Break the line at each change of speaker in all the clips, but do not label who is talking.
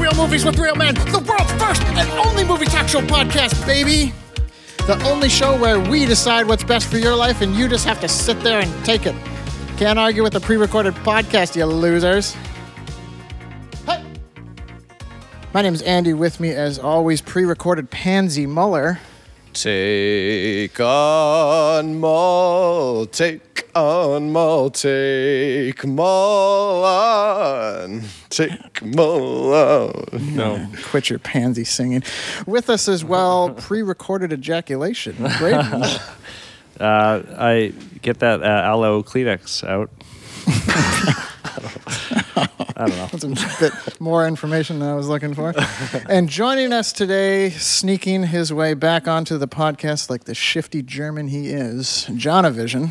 Imperial Man, the world's first and only movie talk show podcast, baby. The only show where we decide what's best for your life and you just have to sit there and take it. Can't argue with a pre recorded podcast, you losers. Hey. My name's Andy. With me, as always, pre recorded Pansy Muller.
Take on Mull, take on Mull, take Mull on, take Mull on.
No.
Quit your pansy singing. With us as well, pre recorded ejaculation. Braden.
Uh, I get that uh, aloe Kleenex out.
That's a bit more information than I was looking for. And joining us today, sneaking his way back onto the podcast like the shifty German he is, Jonavision.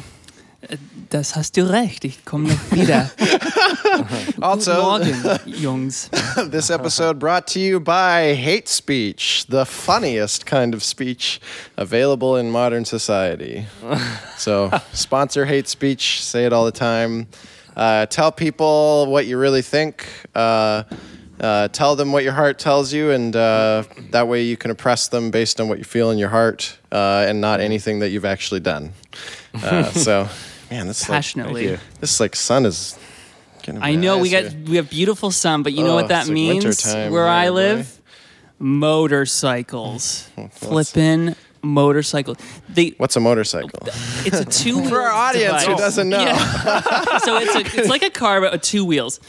Das hast du recht, ich komme noch wieder. Guten
Also,
Morgen, Jungs.
this episode brought to you by hate speech, the funniest kind of speech available in modern society. So, sponsor hate speech, say it all the time. Uh, tell people what you really think. Uh, uh, tell them what your heart tells you, and uh, that way you can oppress them based on what you feel in your heart uh, and not anything that you've actually done. Uh, so, man, this is like,
Passionately.
you.
this like sun is. getting
I
my
know we
eyes
got
here.
we have beautiful sun, but you know
Oh,
what that
it's like
means
wintertime
where
here,
I
boy.
live? Motorcycles. Flippin' motorcycles. They
What's a motorcycle?
it's a two
For our audience who doesn't know.
so it's a, it's like a car but with two wheels.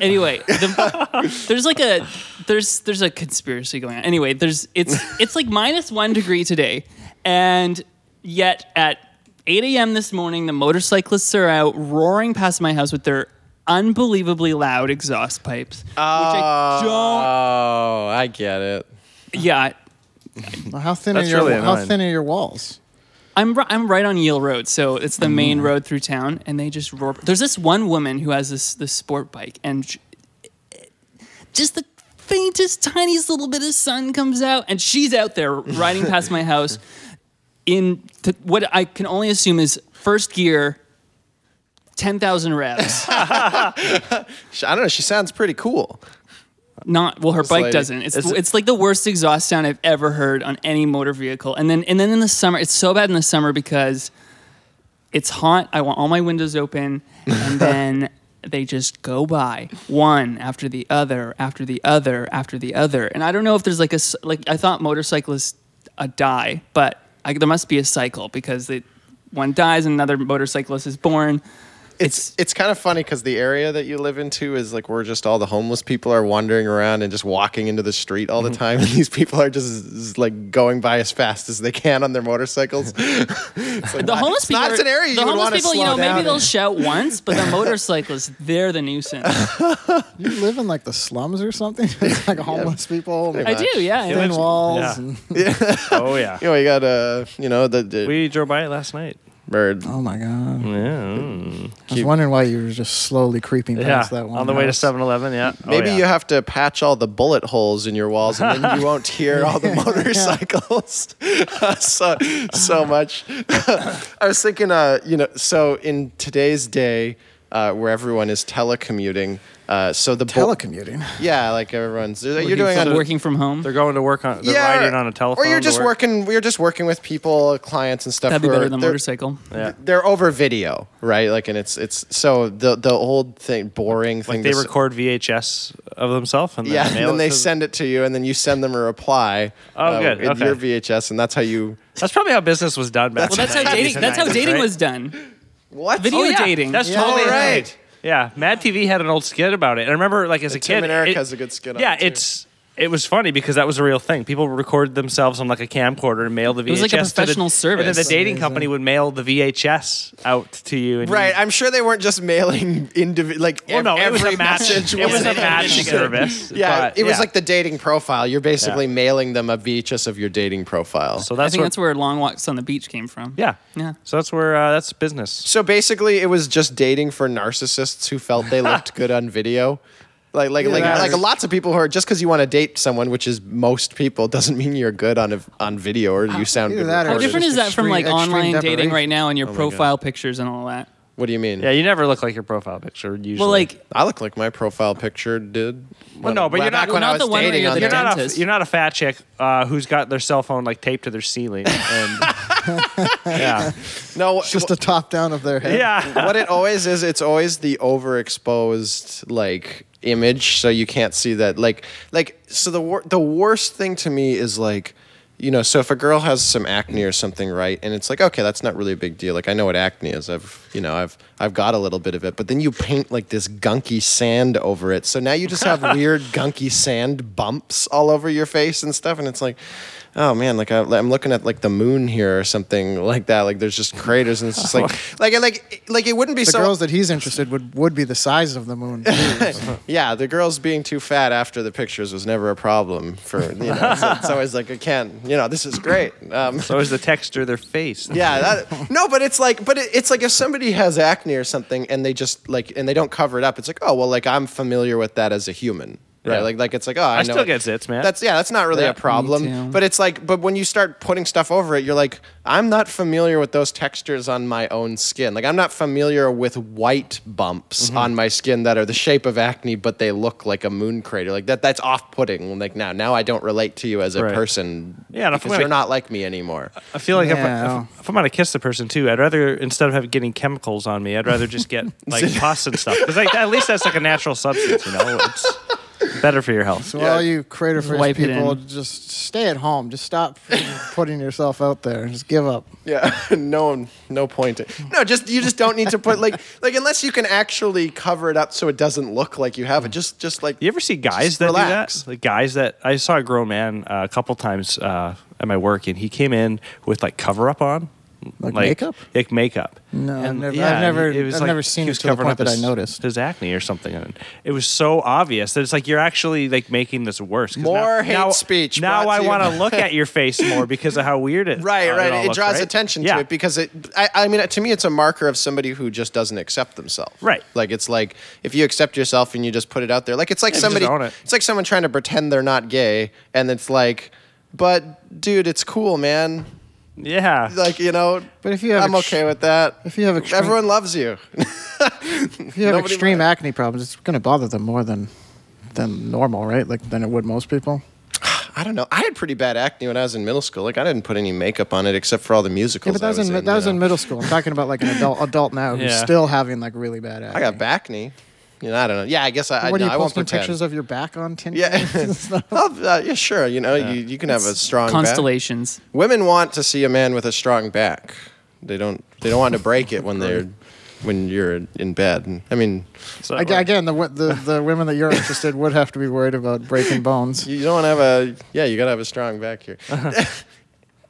Anyway, the, there's like a there's there's a conspiracy going on. Anyway, there's it's it's like minus one degree today, and yet at 8 a.m. this morning, the motorcyclists are out roaring past my house with their unbelievably loud exhaust pipes, which I
Oh, I get it.
don't. Yeah,
Well, how thin
That's
are your
really
how
annoying.
thin are your walls?
I'm ri- I'm right on Yale Road, so it's the main road through town, and they just roar. There's this one woman who has this this sport bike, and sh- just the faintest, tiniest little bit of sun comes out, and she's out there riding past my house in t- what I can only assume is first gear, ten thousand revs.
She- I don't know. She sounds pretty cool.
Not well, her bike
lady.
doesn't. It's
Is it-
it's like the worst exhaust sound I've ever heard on any motor vehicle. And then and then in the summer, it's so bad in the summer because it's hot. I want all my windows open, and then they just go by one after the other, after the other, after the other. And I don't know if there's like a s- like I thought motorcyclists uh, die, but I, there must be a cycle because it, one dies, and another motorcyclist is born.
It's it's kind of funny because the area that you live into is like where just all the homeless people are wandering around and just walking into the street all the time, and these people are just z- like going by as fast as they can on their motorcycles. It's like,
The
why-
homeless
it's
people.
Not, it's
are-
an area you
the
would
homeless
want to
people.
slow
you know,
down
maybe they'll
in.
shout once, but the motorcyclists, they're the nuisance.
You live in like the slums or something? It's like homeless people,
I
like,
much.
do. Yeah.
thin walls.
Yeah.
and-
Oh yeah.
You know, you got uh, you know, the, the
We drove by it last night.
bird.
oh my god!
Yeah.
I was wondering why you were just slowly creeping
Yeah.
past that one.
On the way to
house.
7-Eleven. Yeah. Oh,
Maybe
yeah.
you have to patch all the bullet holes in your walls, and then you won't hear all the motorcycles so so much. I was thinking, uh, you know, so in today's day, uh, where everyone is telecommuting, uh, so the bu-
telecommuting.
yeah, like everyone's you're
Working
doing
from,
on
working from home.
They're going to work on. They're
yeah,
riding on a telephone.
or you're
to
just
work.
working. We're just working with people, clients, and stuff.
That'd be
who are-
better than
they're-
motorcycle.
Yeah.
They're over video, right? Like, and it's it's so the the old thing, boring thing.
Like they
to s-
record VHS of themselves and then
Yeah, and
mail
then
it
they
to-
send it to you, and then you send them a reply.
Oh, good,
with
okay.
Your VHS, and that's how you.
That's probably how business was done back.
Well,
in
that's how
the 90s
dating.
and
That's how
90s,
dating
right?
was done.
What?
Video
Oh, yeah.
dating.
That's
Yeah.
totally
All
how-
right.
Yeah, Mad TV had an old skit about it. And I remember, like, as a
Tim
kid,
and Eric
it-
has a good skit on
Yeah,
it, too.
it's it was funny because that was a real thing. People recorded themselves on like a camcorder and mailed the VHS.
was like a
to the-
professional service.
And then the
That's
dating company would mail the VHS out to you. And
Right, I'm sure they weren't just mailing individual like
You, well, no,
every
it was a match.
message.
It was a
in
match
Michigan.
service.
Yeah,
but,
it was
yeah.
like the dating profile. You're basically
Yeah.
mailing them a VHS of your dating profile. So,
So
I
that's
think
where.
that's where long walks on the beach came from.
yeah.
Yeah.
So that's where uh, that's business.
basically, it was just dating for narcissists who felt they looked good on video. Like, like, like,
Yeah.
like, lots of people who are just because you want to date someone, which is most people, doesn't mean you're good on a, on video or you
Ah,
sound
either
good.
that or
How
recorded.
different
just
is that from
extreme-
like
extreme
online dating
deprivation.
right now and your profile pictures and all that?
What do you mean?
Yeah, you never look like your profile picture usually.
Well, like
I look like my profile picture did.
Well, no, but you're not-
back when
Well,
I
not the
was
one where
dating
you're
on
the
you're
the
not, a,
dentist.
you're not a fat chick uh, who's got their cell phone like taped to their ceiling. And, yeah,
No,
It's just a top down of their head.
yeah.
what it always is, it's always the overexposed like image, so you can't see that. Like, like so the wor- the worst thing to me is like, you know, so if a girl has some acne or something, right, and it's like, okay, that's not really a big deal. Like, I know what acne is. I've you know, I've I've got a little bit of it, but then you paint like this gunky sand over it, so now you just have weird gunky sand bumps all over your face and stuff, and it's like. Oh man, like I, I'm looking at like the moon here or something like that. Like there's just craters, and it's just like, like, like, like it wouldn't be
The
so.
girls that he's interested would would be the size of the moon.
Yeah, the girls being too fat after the pictures was never a problem for you know. It's, it's always like I can, you know, this is great. Um,
So is the texture of their face.
yeah, that, no, but it's like, but it, it's like if somebody has acne or something and they just like and they don't cover it up, it's like, oh well, like I'm familiar with that as a human. Right,
Yeah.
like, like it's like oh, I,
I
know
still
it.
get zits, man.
That's yeah, that's not really
Yeah.
a problem.
too.
But it's like, but when you start putting stuff over it, you're like, I'm not familiar with those textures on my own skin. Like I'm not familiar with white bumps
Mm-hmm.
on my skin that are the shape of acne, but they look like a moon crater. Like that, that's off-putting. Like now, now I don't relate to you as a
Right.
person.
Yeah, and if
because
we-
you're not like me anymore.
I feel like if
Yeah.
I- if, if I'm gonna kiss the person too, I'd rather instead of having getting chemicals on me, I'd rather just get like pus and stuff. Because like at least that's like a natural substance, you know. It's better for your health.
So
Yeah.
all you crater face
wipe it
people,
in.
just stay at home. Just stop putting yourself out there. Just give up.
Yeah, no, no point. No, just you just don't need to put like like unless you can actually cover it up so it doesn't look like you have it. Just just like
You ever see guys
Just
that do
relax.
that? Like guys that I saw a grown man uh, a couple times uh, at my work, and he came in with like cover up on,
Like makeup?
like makeup.
No, I've
and,
never-
yeah,
I've never-
and
I've never seen
he
it
was
to the
covering
point
up
that I
his-
noticed.
his acne or something, and it was so obvious that it's like you're actually like making this worse. 'Cause
More hate speech
Now
brought
I
to you
want
by-
to look at your face more because of how weird it.
right
uh,
right
all
it,
looks,
draws
right?
attention
Yeah.
to it because it I, I mean to me it's a marker of somebody who just doesn't accept themselves
Right.
like it's like if you accept yourself and you just put it out there like it's like
Yeah, just
somebody
own it.
it's like someone trying to pretend they're not gay and it's like but dude it's cool man
yeah.
like you know
But if you have
i'm
ex-
okay with that
if you have extreme-
everyone loves you
If you have
Nobody
extreme
might.
acne problems, it's going to bother them more than than normal, right? Like than it would most people.
i don't know i had pretty bad acne when i was in middle school like i didn't put any makeup on it except for all the musicals
Yeah, but that was, in, that
you
was in
know.
middle school. I'm talking about like an adult adult now who's
Yeah.
still having like really bad acne.
i got back knee you know i don't know yeah i guess i,
What
I,
are
no,
you
I won't
posting
pretend
pictures of your back on Tinder?
Yeah. Well, uh, yeah, sure. You know, you, you can have a strong back.
constellations.
Women want to see a man with a strong back. They don't. They don't want to break it when they're when you're in bed. I mean,
So,
Ag- Again, the, wo- the the women that you're interested would have to be worried about breaking bones.
you don't want to have a. Yeah, you gotta have a strong back here.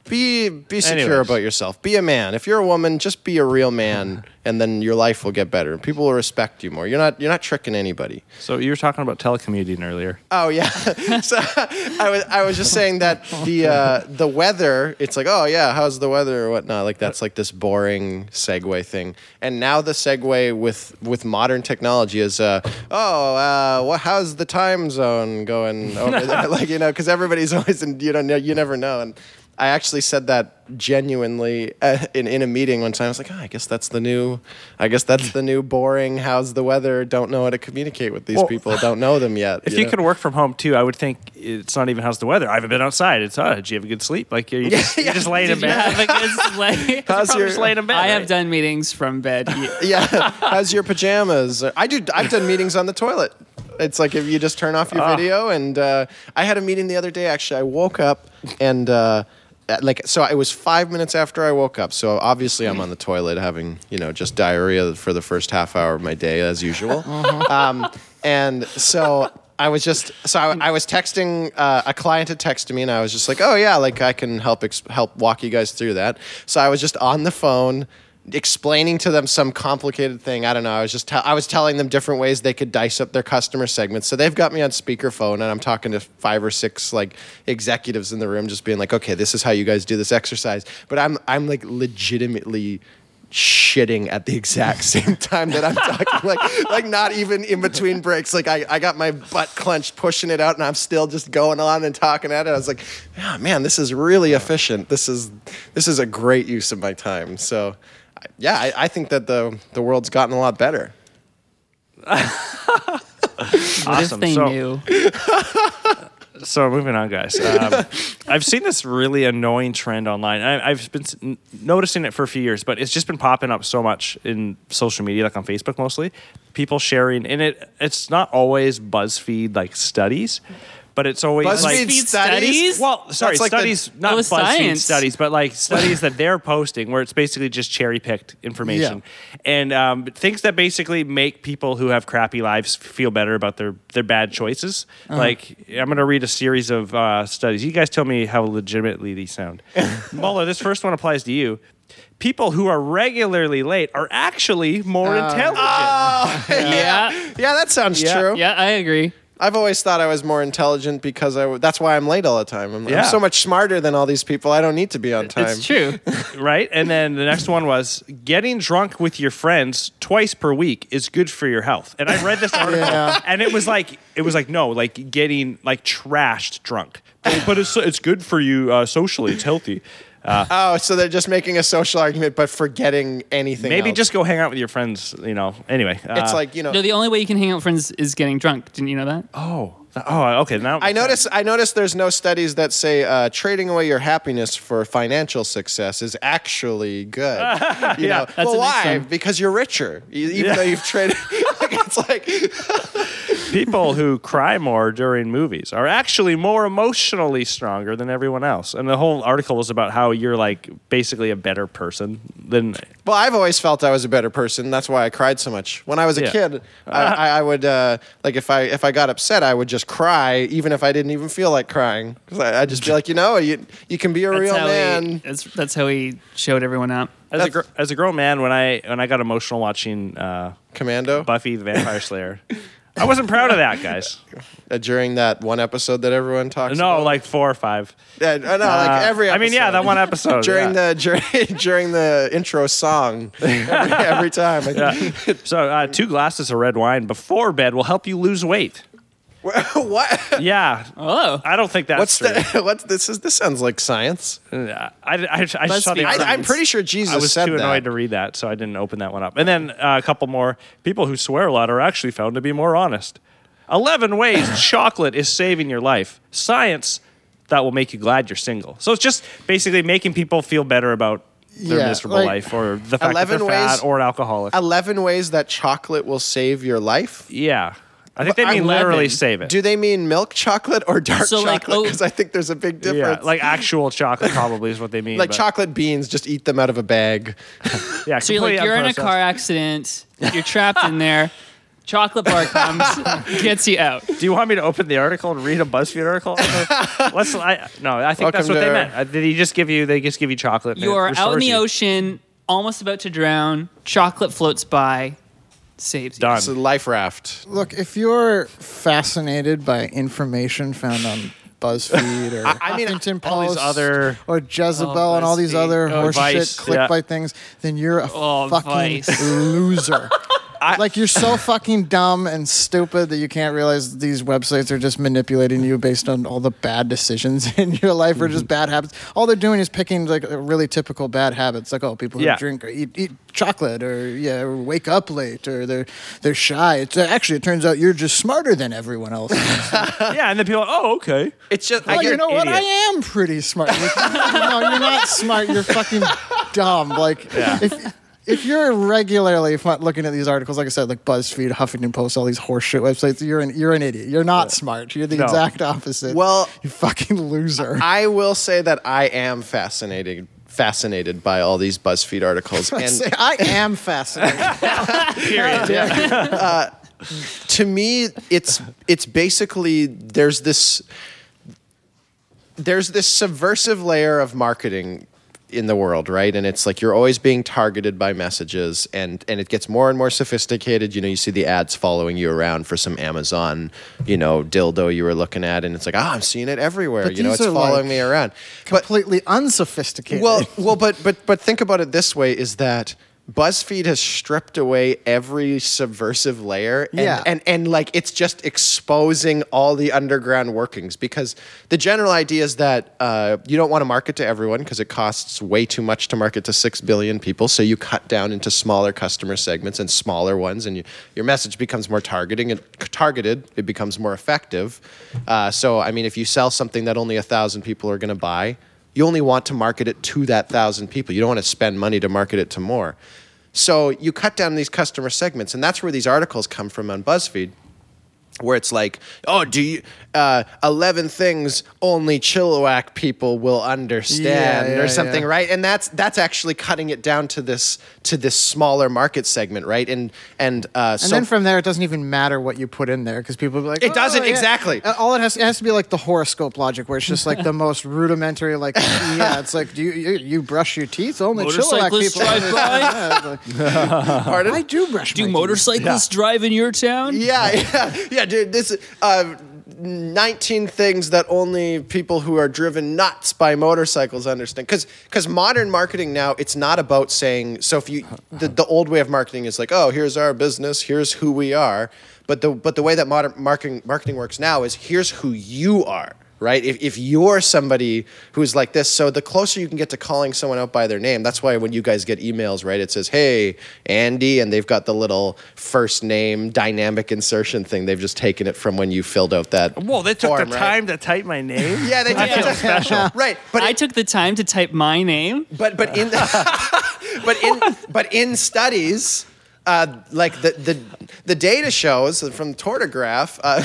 be be secure
Anyways.
about yourself. Be a man. If you're a woman, just be a real man, and then your life will get better. People will respect you more. You're not. You're not tricking anybody.
so you were talking about telecommuting earlier.
Oh yeah. so I was I was just saying that the uh, the weather. It's like oh yeah, how's the weather or whatnot. Like that's like this boring segue thing. And now the segue with with modern technology is uh, oh uh, wha- how's the time zone going over there? like you know because everybody's always in you don't know you never know and. I actually said that genuinely uh, in in a meeting one time. I was like, oh, I guess that's the new, I guess that's the new boring. How's the weather? Don't know how to communicate with these
Well,
people. Don't know them yet.
If you
know?
could work from home too, I would think it's not even how's the weather. I haven't been outside. It's oh, did you have a good sleep? Like you just, you just laid in bed.
Yeah, like, it's like-
How's
Probably
your-
just laid in bed.
I have
right?
done meetings from bed. Yeah.
Yeah. How's your pajamas? I do. I've done meetings on the toilet. It's like if you just turn off your video. And uh, I had a meeting the other day. Actually, I woke up and uh, at- like so it was five minutes after I woke up. So obviously I'm on the toilet having you know just diarrhea for the first half hour of my day as usual. Um, and so. I was just so I, I was texting uh, a client had texted me and I was just like oh yeah like I can help ex- help walk you guys through that so I was just on the phone explaining to them some complicated thing. I don't know. I was just tell I was telling them different ways they could dice up their customer segments. So they've got me on speakerphone, and I'm talking to five or six like executives in the room, just being like, "Okay, this is how you guys do this exercise." But I'm I'm like legitimately shitting at the exact same time that I'm talking like like not even in between breaks like I, I got my butt clenched pushing it out and I'm still just going on and talking at it I was like oh man this is really efficient this is this is a great use of my time so yeah, I, I think that the the world's gotten a lot better.
What
Awesome.
if they
So-
knew?
So moving on, guys. Um, I've seen this really annoying trend online. I, I've been s- n- noticing it for a few years, but it's just been popping up so much in social media, like on Facebook mostly. People sharing, and it it's not always BuzzFeed like studies, but it's always like
BuzzFeed studies?
well, sorry,
That's like the-
studies, not
Oh,
BuzzFeed
it's science.
studies, but like studies that they're posting where it's basically just cherry picked information and um, things that basically make people who have crappy lives feel better about their, their bad choices.
Uh-huh.
Like, I'm going to read a series of uh, studies. You guys tell me how legitimately these sound. Muller, this first one applies to you. People who are regularly late are actually more
Uh,
intelligent.
Yeah.
Yeah, that sounds
Yeah.
true.
Yeah, I agree.
I've always thought I was more intelligent because I. w- That's why I'm late all the time. I'm, I'm
Yeah.
so much smarter than all these people. I don't need to be on time.
It's true.
right? And then the next one was getting drunk with your friends twice per week is good for your health. And I read this article, and it was like it was like no, like getting like trashed drunk, but, but it's it's good for you uh, socially. It's healthy.
Oh, so they're just making a social argument, but forgetting anything.
Maybe
else.
just go hang out with your friends. You know. Anyway, uh,
It's like you know.
No, the only way you can hang out with friends is getting drunk. Didn't you know that?
oh oh okay now
I notice. I notice. There's no studies that say uh, trading away your happiness for financial success is actually good. You know?
a
well,
nice
why?
one.
Because you're richer, e- even though you've traded. it's like
people who cry more during movies are actually more emotionally stronger than everyone else. And the whole article was about how you're like basically a better person than
Well, I've always felt I was a better person. That's why I cried so much. When I was a
Yeah.
kid, I, I, I would uh, like if I if I got upset, I would just cry, even if I didn't even feel like crying. 'Cause I, I'd just be like, you know, you you can be a real
how He,
man.
that's, that's how he showed everyone up.
As a, gr-
That's-
as a grown man, when I when I got emotional watching uh,
Commando
Buffy the Vampire Slayer, I wasn't proud of that, guys.
uh, during that one episode that everyone talks.
No,
about.
like four or five.
Yeah, uh, no,
Uh,
like every.
I mean, yeah, that one episode
during
Oh, yeah.
the during, during the intro song every, every time. Like,
So uh, two glasses of red wine before bed will help you lose weight.
what?
Yeah,
Oh,
I don't think that's
What's
true.
the, what's this? Is this sounds like science?
Uh, I, I, I just saw the
BuzzFeed.
article.
I, am pretty sure Jesus
I was
said
too
that.
annoyed to read that, so I didn't open that one up. And then uh, a couple more. People who swear a lot are actually found to be more honest. 11 ways chocolate is saving your life. Science that will make you glad you're single. So it's just basically making people feel better about their
Yeah,
miserable
like,
life or the fact that
11
they're fat
ways-
or an alcoholic.
11 ways that chocolate will save your life.
yeah. I think they mean
11.
literally save it.
Do they mean milk chocolate or dark
So, like,
chocolate?
oat-
Because I think there's a big difference.
yeah, like actual chocolate probably is what they mean.
Like
but-
chocolate beans, just eat them out of a bag.
Yeah,
so you're
completely
like you're in a
unprocessed.
car accident. You're trapped in there. Chocolate bar comes, gets you out.
Do you want me to open the article and read a BuzzFeed article? Let's. I, no, I think that's
Welcome
what they
to-
meant. Uh, Did he just give you? They just give you chocolate. and
You
it
are out in
restores
the
you.
ocean, almost about to drown. Chocolate floats by, saves you.
Done.
It's a life raft.
Look, if you're fascinated by information found on BuzzFeed or
I mean,
Huffington Post
all these other-
or Jezebel
Oh,
and all these
BuzzFeed.
other
Oh,
horse
Vice,
shit
yeah.
clickbait things, then you're a
Oh,
fucking
Vice.
loser. like you're so fucking dumb and stupid that you can't realize these websites are just manipulating you based on all the bad decisions in your life or just bad habits. All they're doing is picking like really typical bad habits, like oh, people who
Yeah.
drink or eat, eat chocolate or yeah, or wake up late or they're they're shy. It's actually it turns out you're just smarter than everyone else.
yeah, and then people. Are, oh, okay.
It's just,
Well,
I,
you know what? I
idiot.
am pretty smart. Like, no, you're not smart. You're fucking dumb. Like, if, if you're regularly fu- looking at these articles, like I said, like BuzzFeed, Huffington Post, all these horseshit websites, you're an you're an idiot. You're not smart. You're the
No.
exact opposite.
Well-
you fucking loser.
I will say that I am fascinated fascinated by all these BuzzFeed articles.
Say,
And
I am fascinated.
Period. Yeah.
Uh, to me, it's it's basically there's this there's this subversive layer of marketing in the world, right? And it's like you're always being targeted by messages and and it gets more and more sophisticated. You know, you see the ads following you around for some Amazon, you know, dildo you were looking at and it's like, "Ah, I'm seeing it everywhere."
But
you know,
these
it's
are,
following
like,
me around. But
Completely unsophisticated.
well, well, but but but think about it this way: is that BuzzFeed has stripped away every subversive layer and,
Yeah.
and and like it's just exposing all the underground workings because the general idea is that uh, you don't want to market to everyone because it costs way too much to market to 6 billion people so you cut down into smaller customer segments and smaller ones and you, your message becomes more targeting and targeted it becomes more effective uh, so i mean if you sell something that only a thousand people are going to buy you only want to market it to that thousand people. You don't want to spend money to market it to more. So you cut down these customer segments, and that's where these articles come from on BuzzFeed, where it's like, oh, do you uh, eleven things only Chilliwack people will understand,
Yeah, yeah,
or something,
yeah.
right? And that's that's actually cutting it down to this to this smaller market segment, right? And and uh,
And
so
then from there, it doesn't even matter what you put in there because people be like,
It
"Oh,
doesn't,
yeah."
exactly.
Uh, All it has it has to be like the horoscope logic, where it's just like the most rudimentary. Like, yeah, it's like do you you, you brush your teeth only Chilliwack
Motorcyclists
people.
drive by?
Yeah, it's like, I do brush.
Do
my
motorcyclists drive in your town?
Yeah, yeah, yeah, dude. This uh, 19 things that only people who are driven nuts by motorcycles understand. Because modern marketing now, it's not about saying. So if you the, the old way of marketing is like, oh, here's our business, here's who we are. But the but the way that modern marketing marketing works now is here's who you are. Right? If, if you're somebody who's like this, so the closer you can get to calling someone out by their name, that's why when you guys get emails, right, it says, hey, Andy, and they've got the little first name dynamic insertion thing. They've just taken it from when you filled out that.
Whoa, they took
form,
the
right?
time to type my name.
Yeah, they
I
took
feel
the time.
special.
Right. But
But I
it-
took the time to type my name.
but but in but in but in studies uh, like the, the the data shows from Tortograph, uh,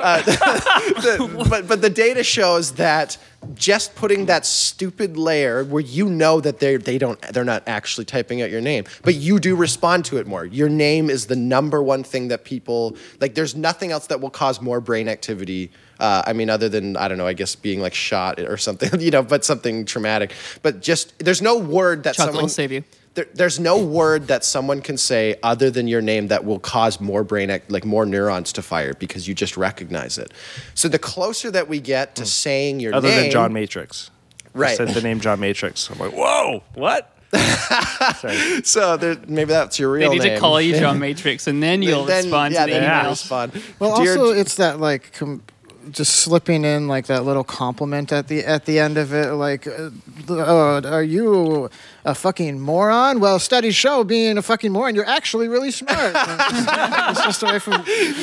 uh, the, but but the data shows that just putting that stupid layer where you know that they they don't they're not actually typing out your name, but you do respond to it more. Your name is the number one thing that people like. There's nothing else that will cause more brain activity uh, I mean, other than I don't know, I guess being like shot or something, you know, but something traumatic. But just there's no word that
Chocolate
someone
will save you.
There, there's no word that someone can say other than your name that will cause more brain act, like more neurons to fire because you just recognize it. So the closer that we get to saying your
Hmm. Other
name,
than John Matrix. I
Right.
said the name John Matrix. I'm like, whoa, what? Sorry.
so there, maybe that's your
They
real
need
name.
to call you John Matrix, and then you'll
then,
respond
yeah,
to the
then
email.
you respond.
Well,
Dear
also it's that like com- just slipping in like that little compliment at the at the end of it, like, uh, uh, "Are you a fucking moron?" Well, studies show being a fucking moron, you're actually really smart. it's just away from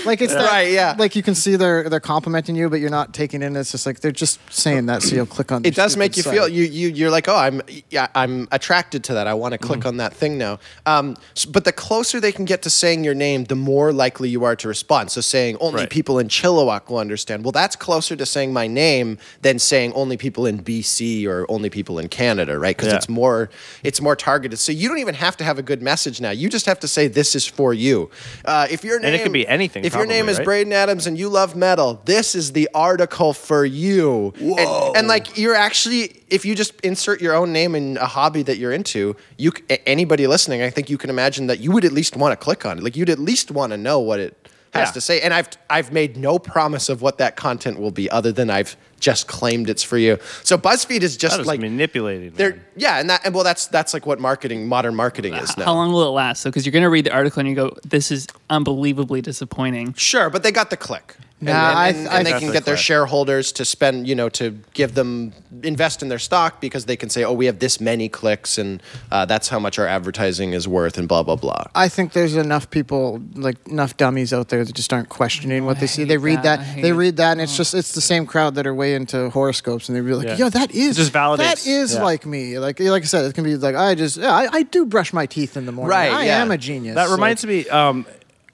like it's that,
Right, yeah.
Like you can see they're they're complimenting you, but you're not taking in. It's just like they're just saying that, so you'll click on.
it
their
does make you
stupid
feel
site.
you you you're like oh I'm yeah I'm attracted to that I want to click
Mm-hmm.
on that thing now um s- but the closer they can get to saying your name the more likely you are to respond so saying only
Right.
people in Chilliwack will understand well that's closer to saying my name than saying only people in BC or only people in Canada right because
Yeah.
it's more it's more targeted so you don't even have to have a good message now you just have to say this is for you uh, if your name
it could be anything,
if your
probably,
name is
right?
Braden Adams and you love metal, this is the article for you. And, and like you're actually, if you just insert your own name in a hobby that you're into, you c- a- anybody listening, I think you can imagine that you would at least want to click on it. Like you'd at least want to know what it has
Yeah.
to say. And I've I've made no promise of what that content will be, other than I've just claimed it's for you. So BuzzFeed is just
That is
like
manipulating.
they're
man.
yeah, and that and well, that's that's like what marketing, modern marketing is now.
How long will it last? So, because you're going to read the article and you go, "This is unbelievably disappointing."
Sure, but they got the click. And,
Nah,
and-
I-
and-
I
and they
think-
can get their
Click.
shareholders to spend, you know, to give them invest in their stock because they can say, "Oh, we have this many clicks, and uh, that's how much our advertising is worth," and blah blah blah.
I think there's enough people, like enough dummies out there that just aren't questioning what they see. They read
that.
that,
I hate Oh.
they
it.
read that, and it's just it's the same crowd that are way into horoscopes, and they're like,
Yeah.
"Yo, that is
just validates.
That is
Yeah.
like me. Like like I said, it can be like I just yeah, I, I do brush my teeth in the morning.
Right,
I
yeah.
am a genius.
That reminds me um,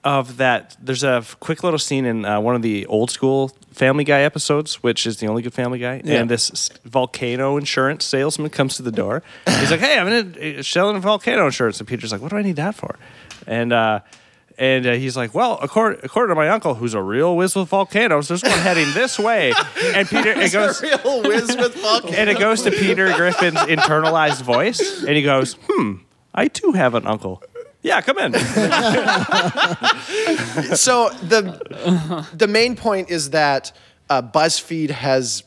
of that. There's a f- quick little scene in uh, one of the old school Family Guy episodes, which is the only good Family Guy.
Yeah.
And this s- volcano insurance salesman comes to the door. He's like, "Hey, I'm in a, uh, selling volcano insurance," and Peter's like, "What do I need that for?" And uh, and uh, he's like, "Well, according, according to my uncle, who's a real whiz with volcanoes, there's one heading this way." And Peter, it goes,
real whiz with
and it goes to Peter Griffin's internalized voice, and he goes, "Hmm, I too have an uncle." Yeah, come in.
so the the main point is that uh, BuzzFeed has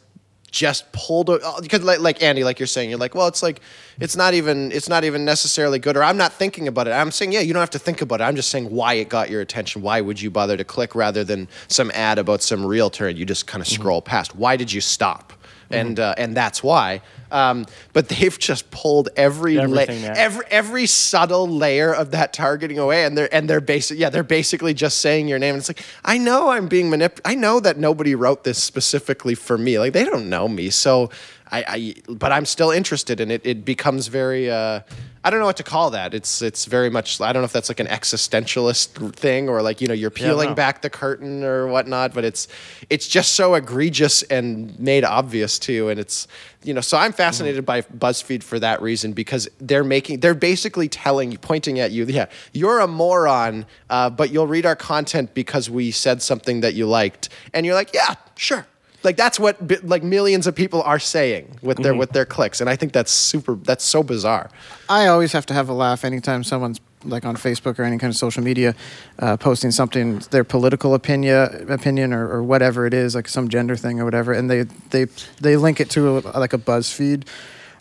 just pulled because like, like Andy, like you're saying, you're like, well, it's like it's not even it's not even necessarily good, or I'm not thinking about it. I'm saying, yeah, you don't have to think about it. I'm just saying why it got your attention. Why would you bother to click rather than some ad about some realtor and you just kind of scroll past? Why did you stop? And uh, and that's why. Um, but they've just pulled every la-
Everything out.
every every subtle layer of that targeting away, and they're and they're basic yeah they're basically just saying your name. And it's like I know I'm being manipulated. I know that nobody wrote this specifically for me. Like they don't know me, so I, I but I'm still interested, and it it becomes very. Uh, I don't know what to call that. It's it's very much. I don't know if that's like an existentialist thing or like you know you're peeling
no.
back the curtain or whatnot. But it's it's just so egregious and made obvious too. And it's you know so I'm fascinated by BuzzFeed for that reason because they're making they're basically telling you pointing at you yeah you're a moron uh, but you'll read our content because we said something that you liked and you're like yeah sure like that's what bi- like millions of people are saying with their with their clicks and I think that's super that's so bizarre.
I always have to have a laugh anytime someone's like on Facebook or any kind of social media uh, posting something, their political opinion, opinion or, or whatever it is, like some gender thing or whatever, and they they they link it to like a BuzzFeed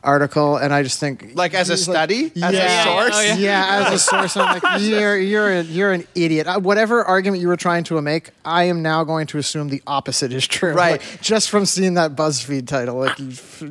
article, and I just think
Like as a
He's like,
study, as
yeah.
a source.
Oh, yeah. as a source, I'm like, you're you're a, you're an idiot. Uh, whatever argument you were trying to make, I am now going to assume the opposite is true.
Right.
Like, just from seeing that BuzzFeed title, like you f-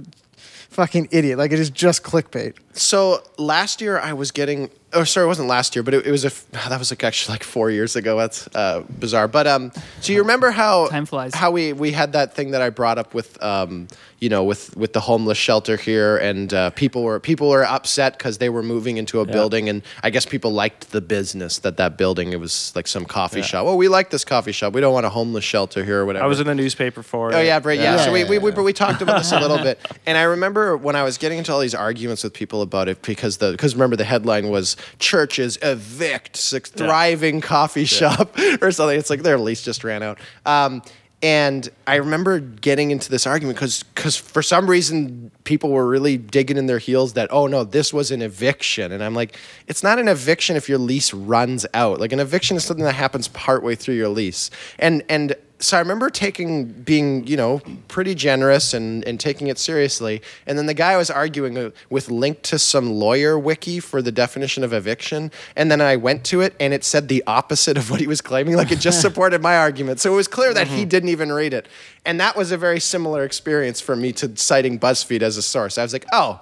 fucking idiot. Like it is just clickbait.
So last year I was getting, oh sorry, it wasn't last year, but it, it was a f- that was like actually like four years ago. That's uh, bizarre. But um, so you remember how
Time flies.
How we we had that thing that I brought up with um, you know, with with the homeless shelter here, and uh, people were people were upset because they were moving into a building, and I guess people liked the business that that building. It was like some coffee shop. Oh, we like this coffee shop. We don't want a homeless shelter here or whatever.
I was in the newspaper for
Oh
it.
yeah, right. Yeah.
Yeah,
so we,
yeah,
we, we, we talked about this a little bit, and I remember when I was getting into all these arguments with people about it because the because remember the headline was churches evict six thriving coffee shop or something. It's like their lease just ran out. Um, and I remember getting into this argument because for some reason people were really digging in their heels that oh no this was an eviction and I'm like it's not an eviction if your lease runs out like an eviction is something that happens partway through your lease and and so I remember taking being you know pretty generous and and taking it seriously. And then the guy I was arguing uh, with linked to some lawyer wiki for the definition of eviction. And then I went to it and it said the opposite of what he was claiming. Like it just supported my argument. So it was clear that he didn't even read it. And that was a very similar experience for me to citing BuzzFeed as a source. I was like, oh.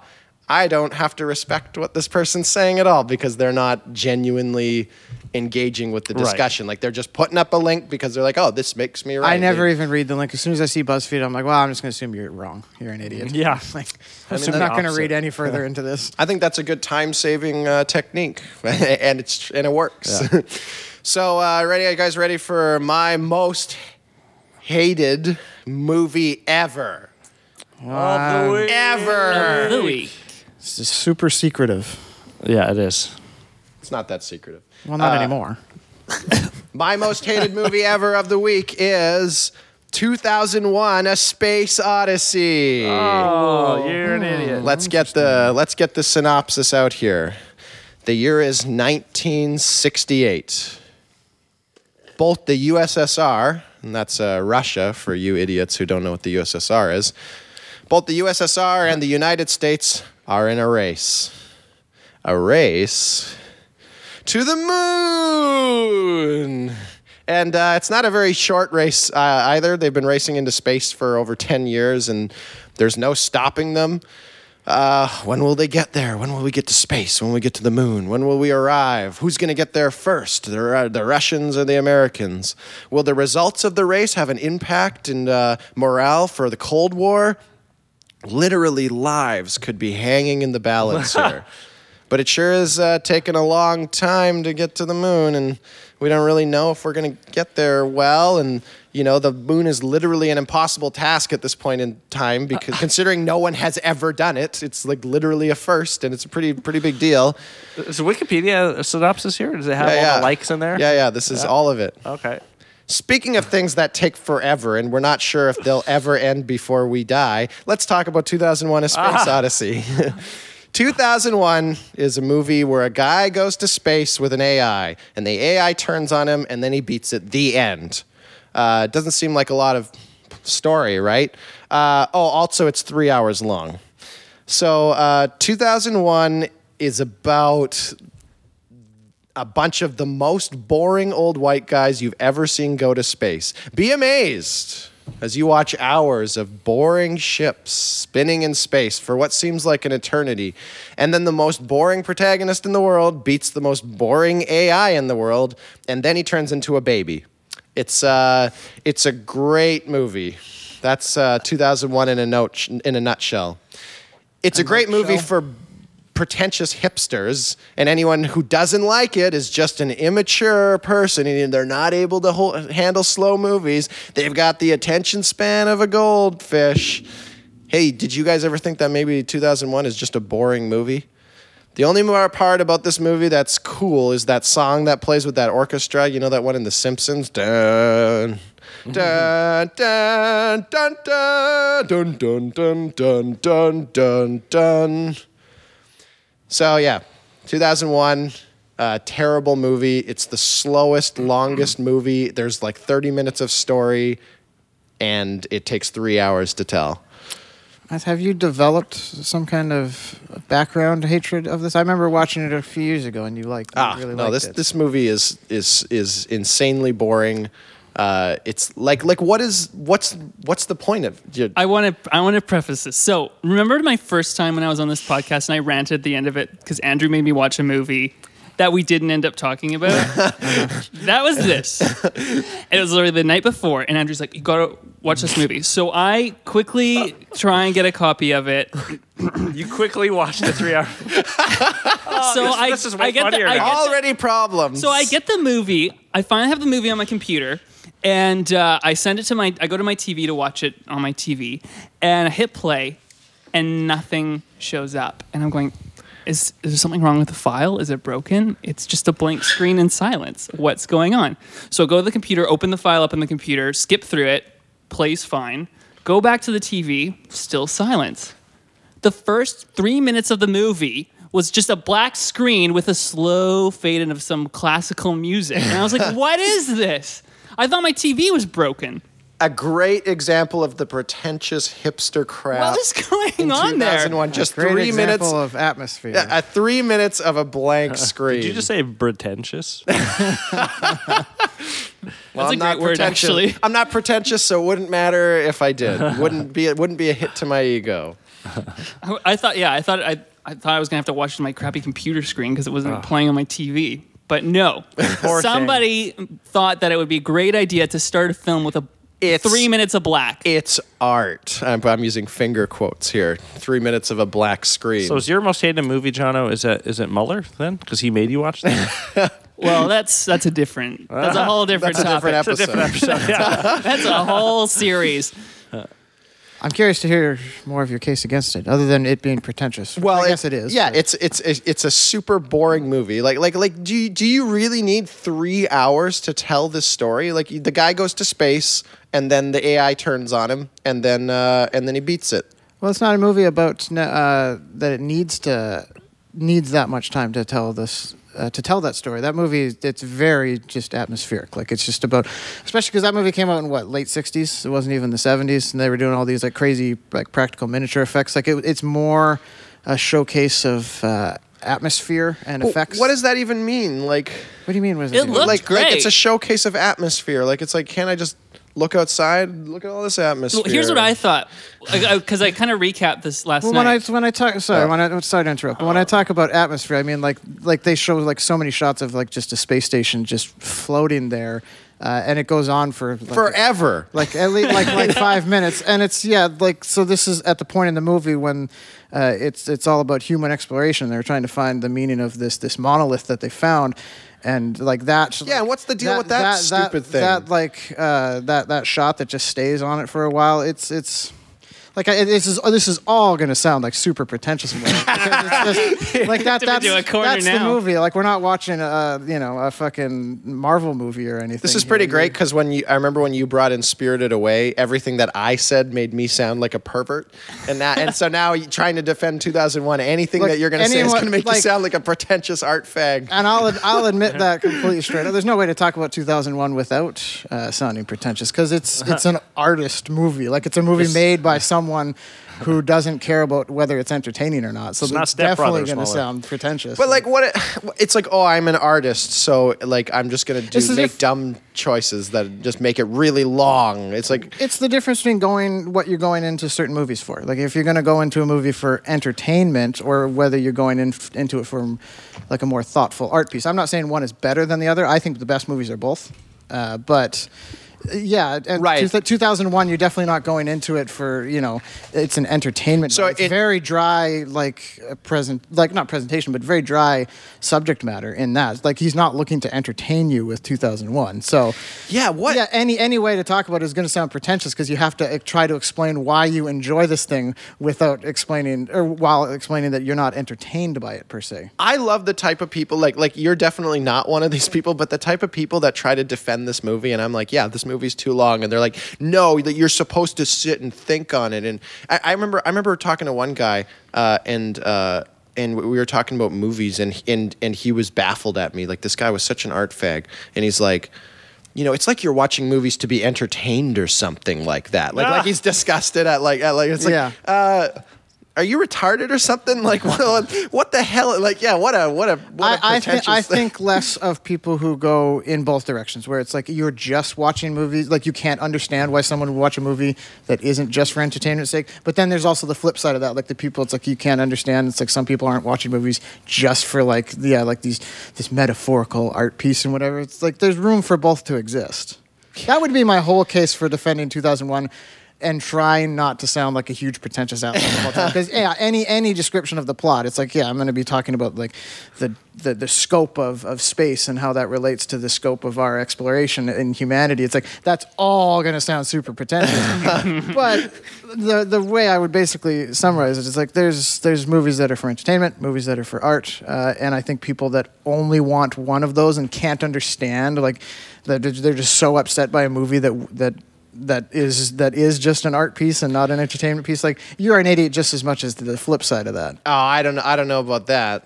I don't have to respect what this person's saying at all because they're not genuinely engaging with the
Right.
discussion. Like they're just putting up a link because they're like, "Oh, this makes me right."
I never
They-
even read the link. As soon as I see BuzzFeed, I'm like, well, I'm just going to assume you're wrong. You're an idiot.
Yeah.
Like,
I mean,
I'm
the
not going to
opposite.
read any further into this.
I think that's a good time-saving uh, technique, and it's and it works. so, uh, ready? Are you guys ready for my most hated movie ever?
All the way.
Ever.
Louis.
This is super secretive.
Yeah, it is.
It's not that secretive.
Well, not anymore.
My most hated movie ever of the week is 2001: A Space Odyssey.
Oh, you're an
Hmm.
idiot.
Let's get the let's get the synopsis out here. The year is 1968. Both the USSR, and that's uh, Russia for you idiots who don't know what the USSR is, both the USSR and the United States are in a race. A race to the moon. And uh, it's not a very short race uh, either. They've been racing into space for over 10 years, and there's no stopping them. Uh, when will they get there? When will we get to space? When will we get to the moon? When will we arrive? Who's going to get there first? The, Ru- the Russians or the Americans? Will the results of the race have an impact in uh, morale for the Cold War? Literally, lives could be hanging in the balance here. But it sure is uh, taking a long time to get to the moon, and we don't really know if we're going to get there well. And you know, the moon is literally an impossible task at this point in time because considering no one has ever done it, it's like literally a first, and it's a pretty pretty big deal.
Is Wikipedia a synopsis here? Does it have all the likes in there?
Yeah, yeah. This is all of it.
Okay.
Speaking of things that take forever, and we're not sure if they'll ever end before we die, let's talk about 2001 A Space Odyssey. 2001 is a movie where a guy goes to space with an AI, and the AI turns on him, and then he beats it. The end. Uh, it doesn't seem like a lot of story, right? Uh, oh, also, it's three hours long. So uh, 2001 is about a bunch of the most boring old white guys you've ever seen go to space. Be amazed as you watch hours of boring ships spinning in space for what seems like an eternity. And then the most boring protagonist in the world beats the most boring AI in the world, and then he turns into a baby. It's uh, it's a great movie. That's uh, 2001 in a note in a nutshell. It's a, great movie
nutshell.
for pretentious hipsters, and anyone who doesn't like it is just an immature person, and they're not able to hol- handle slow movies. They've got the attention span of a goldfish. Hey, did you guys ever think that maybe 2001 is just a boring movie? The only more part about this movie that's cool is that song that plays with that orchestra. You know that one in The Simpsons? Dun, dun, dun, dun, dun, dun, dun, dun, dun, dun, dun, dun. So, yeah, 2001, uh, terrible movie. It's the slowest, longest movie. There's like 30 minutes of story, and it takes three hours to tell.
Have you developed some kind of background hatred of this? I remember watching it a few years ago, and you liked. you
Ah,
really
no,
liked
this
it.
this movie is is is insanely boring. Uh, it's like like what is what's what's the point of? you-
I want to I want to preface this. So remember my first time when I was on this podcast and I ranted at the end of it because Andrew made me watch a movie that we didn't end up talking about. that was this. And it was literally the night before, and Andrew's like, "You gotta watch this movie." So I quickly try and get a copy of it.
You quickly watch the three hour.
so I,
Oh, this is way
I get the,
funnier
I
now.
get the-
already problems.
So I get the movie. I finally have the movie on my computer, and uh, I send it to my. I go to my TV to watch it on my TV, and I hit play, and nothing shows up. And I'm going, is is there something wrong with the file? Is it broken? It's just a blank screen and silence. What's going on? So I go to the computer, open the file up in the computer, skip through it, plays fine. Go back to the TV, still silence the first three minutes of the movie was just a black screen with a slow fade in of some classical music. And I was like, what is this? I thought my TV was broken.
a great example of the pretentious hipster crap.
What is going on there?
2001, just
Great
three
example
minutes.
of atmosphere.
Uh, three minutes of a blank screen.
Did you just say pretentious?
Well,
That's
I'm
a
not
great word,
pretentious.
actually.
I'm not pretentious, so it wouldn't matter if I did. wouldn't be it wouldn't be a hit to my ego.
I, I thought, yeah, I thought I, I thought I was gonna have to watch it on my crappy computer screen because it wasn't playing on my TV. But no,
Poor thing.
somebody thought that it would be a great idea to start a film with a
It's-
three minutes of black.
It's art. I'm, I'm using finger quotes here. Three minutes of a black screen.
so is your most hated movie, Jono? Is that is it Muller then? Because he made you watch that.
well, that's that's a different. That's a whole different
That's a
topic.
different episode.
It's a different episode. Yeah.
that's a whole series.
I'm curious to hear more of your case against it, other than it being pretentious.
Well,
I guess it is.
Yeah,
but-
it's it's it's a super boring movie. Like like like do you, do you really need 3 hours to tell this story? Like the guy goes to space and then the AI turns on him and then uh, and then he beats it.
Well, it's not a movie about uh, that it needs to needs that much time to tell this uh, to tell that story. That movie is- it's very just atmospheric. Like it's just about, especially because that movie came out in what late '60s. It wasn't even the '70s, and they were doing all these like crazy like practical miniature effects. Like it, it's more a showcase of uh, atmosphere and effects.
What does that even mean? Like
What do you mean? What does
It
do?
looked-
like like it's
great.
a showcase of atmosphere. Like it's like can I just look outside? Look at all this atmosphere.
Well, here's what I thought, because I, kind of recapped this last
Well, when I
night. Oh.
when I talk, sorry, when I sorry to interrupt, but when I talk about atmosphere, I mean like like they show like so many shots of like just a space station just floating there, uh, and it goes on for like,
forever.
like at least like like five minutes, and it's yeah like so this is at the point in the movie when uh, it's it's all about human exploration. They're trying to find the meaning of this this monolith that they found. And like that,
Yeah,
like,
what's the deal with that stupid thing?
That like uh, that that shot that just stays on it for a while. It's it's like I, this is this is all gonna sound like super pretentious. because it's just- like that
Do we
that's,
do a corner
that's the
now?
movie. Like we're not watching a you know a fucking Marvel movie or anything.
This is
here.
pretty great because when you, I remember when you brought in Spirited Away, everything that I said made me sound like a pervert, and that, and so now you trying to defend 2001, anything
Look,
that you're going to say is
anyone-
going to make you
like-
sound like a pretentious art fag.
And I'll I'll admit that completely straight. up. There's no way to talk about 2001 without uh, sounding pretentious because it's
Uh-huh.
it's an artist movie. Like it's a movie made by someone who doesn't care about whether it's entertaining or not. So it's,
not Step
definitely
Brothers,
going to
Mueller.
sound pretentious.
But like what it, it's like, oh, I'm an artist, so like I'm just going to do
It's as
make
if-
dumb choices that just make it really long. It's like
it's the difference between going what you're going into certain movies for. Like if you're going to go into a movie for entertainment, or whether you're going in, into it for like a more thoughtful art piece. I'm not saying one is better than the other. I think the best movies are both, uh, but. uh, Yeah, and
Right.
two- 2001. You're definitely not going into it for you know. It's an entertainment.
So
So it's
it-
very dry, like uh, present, like not presentation, but very dry subject matter in that. Like he's not looking to entertain you with 2001. So
yeah, what?
yeah, any any way to talk about it is going to sound pretentious because you have to uh, try to explain why you enjoy this thing without explaining or while explaining that you're not entertained by it per se.
I love the type of people like like you're definitely not one of these people, but the type of people that try to defend this movie and I'm like, yeah, this movie's too long, and they're like, no, that you're supposed to sit and think on it. And I, I remember I remember talking to one guy uh, and. Uh, and we were talking about movies, and, and and he was baffled at me. Like this guy was such an art fag, and he's like, you know, it's like you're watching movies to be entertained or something like that. Like
Ah.
like he's disgusted at like at like it's like
Yeah.
uh, are you retarded or something? Like what, what the hell? Like yeah, what a what a what a
I, I, thi-
pretentious
I
thing.
think less of people who go in both directions, where it's like you're just watching movies, like you can't understand why someone would watch a movie that isn't just for entertainment's sake. But then there's also the flip side of that, like the people, it's like you can't understand. It's like some people aren't watching movies just for like yeah, like these this metaphorical art piece and whatever. It's like there's room for both to exist. That would be my whole case for defending 2001. And trying not to sound like a huge pretentious outlaw the whole time. Because yeah, any any description of the plot, it's like yeah, I'm going to be talking about like the, the the scope of of space and how that relates to the scope of our exploration in humanity. It's like that's all going to sound super pretentious. but the the way I would basically summarize it is like there's there's movies that are for entertainment, movies that are for art, uh, and I think people that only want one of those and can't understand like that they're they're just so upset by a movie that that that is that is just an art piece and not an entertainment piece. Like you're an idiot just as much as the flip side of that.
Oh, I don't know. I don't know about that.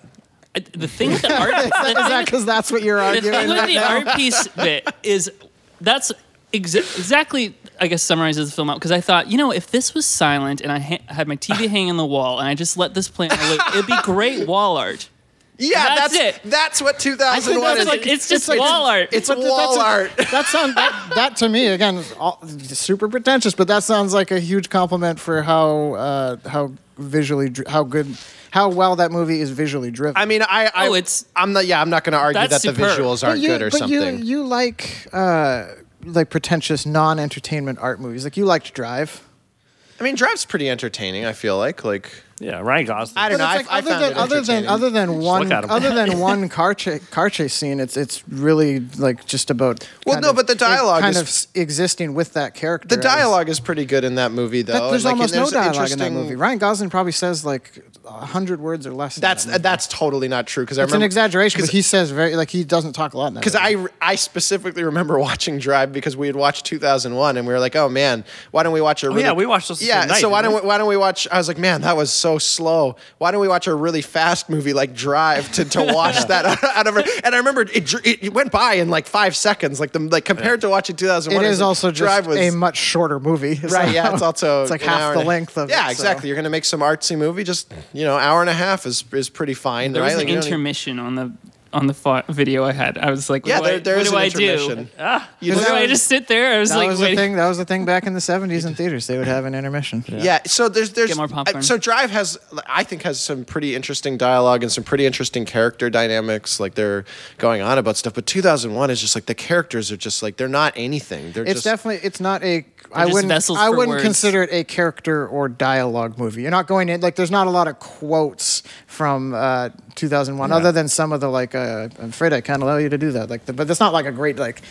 Uh, The thing with the art,
Is that because that's what you're
the thing
arguing?
with the art piece bit is that's exa- exactly I guess summarizes the film up because I thought you know if this was silent and I ha- had my TV hanging on the wall and I just let this play on the loop it'd be great wall art.
Yeah,
That's
that's,
it.
That's what
think
2001
that's
is.
like-
it's just
it's like-
wall art.
it's
But th-
wall
that's a-
art.
That sounds that, that to me again is all, super pretentious, but that sounds like a huge compliment for how uh, how visually dr- how good how well that movie is visually driven.
I mean, I, I
Oh, it's-
I'm not. Yeah, I'm not going to argue that
That's
the
superb.
visuals aren't good or
but
something.
You, you like uh, like pretentious non entertainment art movies. Like you liked Drive.
I mean, Drive's pretty entertaining. I feel like like
Yeah, Ryan Gosling.
I don't
But
know.
it's
I, I
like other
found
than
it
other than
entertaining.
other than one
look at 'em.
other than one car chase car chase scene, it's it's really like just about
Well,
kind
no,
of-
but the
it
dialogue
kind
is-
of s- existing with that character.
the
as-
dialogue is pretty good in that movie, though.
That- there's
Like, and
almost
there's
no dialogue in that
interesting-
movie. Ryan Gosling probably says like hundred words or less. in
That's
that movie.
that's totally not true because I
it's an
remember
exaggeration.
'cause-
But he says very like he doesn't talk a lot in that.
because
movie.
I, I specifically remember watching Drive because we had watched 2001 and we were like, oh man, why don't we watch a
Oh,
really
yeah, we watched those the
yeah.
same night,
so why
didn't
don't we,
we?
why don't we watch? I was like, man, that was so slow. Why don't we watch a really fast movie like Drive to, to watch that out of? And I remember it, dr- it it went by in like five seconds. Like the like compared to watching 2001,
it
I was
is
like,
also just
Drive was
a much shorter movie.
Right, yeah, it's
So
also
it's like
an
half
hour
the
and a-
length of
yeah,
it, so.
exactly. You're gonna make some artsy movie, just you know, hour and a half is is pretty fine,
There
right?
was
Like,
an
you don't need-
intermission on the on the fo- video I had. I was like,
yeah,
what,
there, there
what
is
do
an
I do?
intermission. You
What
just-
do I just sit there? I was
That
like,
was the
waiting-
thing. That was the thing back in the '70s in theaters. They would have an intermission.
Yeah. So there's there's
Get more
I-
popcorn.
so Drive has I think has some pretty interesting dialogue and some pretty interesting character dynamics. Like they're going on about stuff, but 2001 is just like the characters are just like they're not anything. They're
It's
just
definitely it's not a I
just
wouldn't
vessels
I
for
wouldn't
words.
consider it a character or dialogue movie. You're not going in like there's not a lot of quotes from uh, 2001, other than some of the like, uh, I'm afraid I can't allow you to do that. Like, the, but that's not like a great like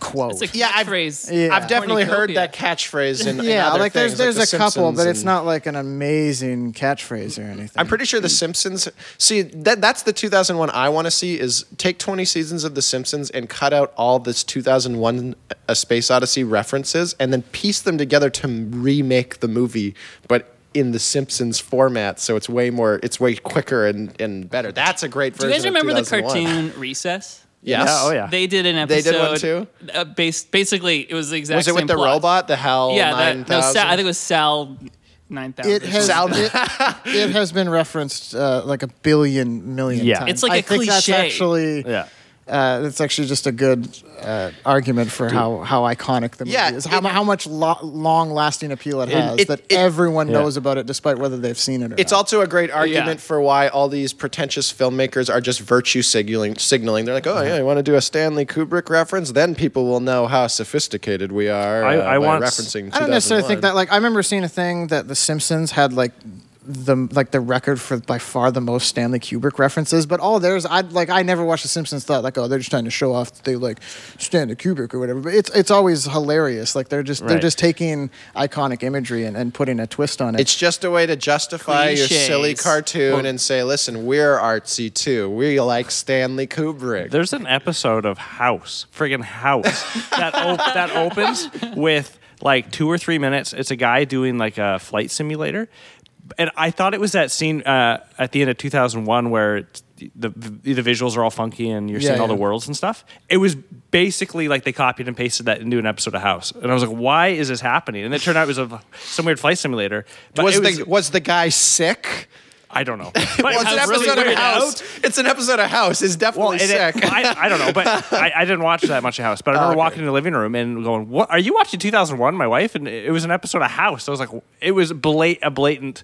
quote.
Mm-hmm. It's a
Yeah, I've-
phrase.
yeah.
I've definitely heard
Cornucopia.
that catchphrase in in
yeah,
other
like there's
things,
there's
like The
a couple,
Simpsons
but it's
and-
not like an amazing catchphrase or anything.
I'm pretty sure The Simpsons. See, that that's the 2001 I want to see is take 20 seasons of The Simpsons and cut out all this 2001 A uh, Space Odyssey references and then piece them together to remake the movie, but in the Simpsons format, so it's way more, it's way quicker and, and better. That's a great
Do
version.
you guys
of
remember the
2001.
cartoon Recess?
Yes.
Yeah, oh, yeah.
They did an
They
episode.
did one too?
Uh, based, basically, it was the exact
Was it with
same
the
plot.
robot, Oh, the Hal?
Yeah, that,
9000?
no, Sal, I think it was Sal nine thousand.
It has
Sal-
it, it has been referenced uh, like a billion million
Yeah.
times.
It's like
I
a
think That's
cliche.
actually
Yeah.
Uh, that's actually just a good uh, argument for how, how iconic the movie
Yeah,
is, how,
it-
mu- how much lo- long lasting appeal it has,
it-
that
it-
everyone knows about it, despite whether they've seen it or
It's
not.
also a great argument for why all these pretentious filmmakers are just virtue signaling. signaling. They're like, oh, yeah, you want to do a Stanley Kubrick reference? Then people will know how sophisticated we are
I-
uh,
I
by
once-
referencing
I don't necessarily think
2001.
that. Like, I remember seeing a thing that The Simpsons had like the like the record for by far the most Stanley Kubrick references. But all theirs, I like. I never watched The Simpsons. Thought like, oh, they're just trying to show off that they like Stanley Kubrick or whatever. But it's it's always hilarious. Like they're just they're
Right.
just taking iconic imagery and, and putting a twist on it.
It's just a way to justify your silly
Cliches.
cartoon and say, listen, we're artsy too. We like Stanley Kubrick.
There's an episode of House, friggin' House, that op- that opens with like two or three minutes. It's a guy doing like a flight simulator, and I thought it was that scene uh, at the end of 2001 where it's- the the the visuals are all funky and you're
Yeah,
seeing all the
yeah.
worlds and stuff. It was basically like they copied and pasted that into an episode of House, and I was like, why is this happening? And it turned out it was a, some weird flight simulator. But
was,
it was
the, was the guy sick?
I don't know. But
Well, it's an
was really
episode of
weird.
House. It's an episode of House. It's
Well,
definitely
and it-
sick.
I, I don't know, but I, I didn't watch that much of House. But I
Oh,
remember
okay.
walking in the living room and going, "What are you watching?" 2001, my wife, and it was an episode of House. I was like, it was blat- a blatant.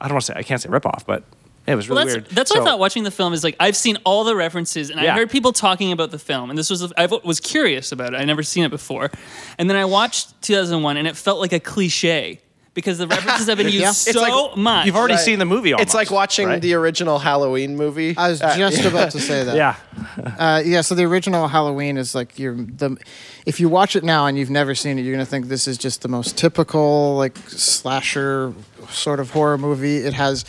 I don't want to say I can't say ripoff, but it was really
Well, that's
weird.
that's what
So-
I thought watching the film is like. I've seen all the references, and I
Yeah.
heard people talking about the film, and this was I was curious about it. I never seen it before, and then I watched 2001, and it felt like a cliche because the references have been used
Yeah. It's
so
like-
much.
You've already
Right.
seen the movie. Almost,
it's like watching
right?
the original Halloween movie.
I was
Uh,
just about to say that.
yeah.
Uh, yeah, so the original Halloween is like you're the if you watch it now and you've never seen it, you're gonna think this is just the most typical like slasher sort of horror movie. It has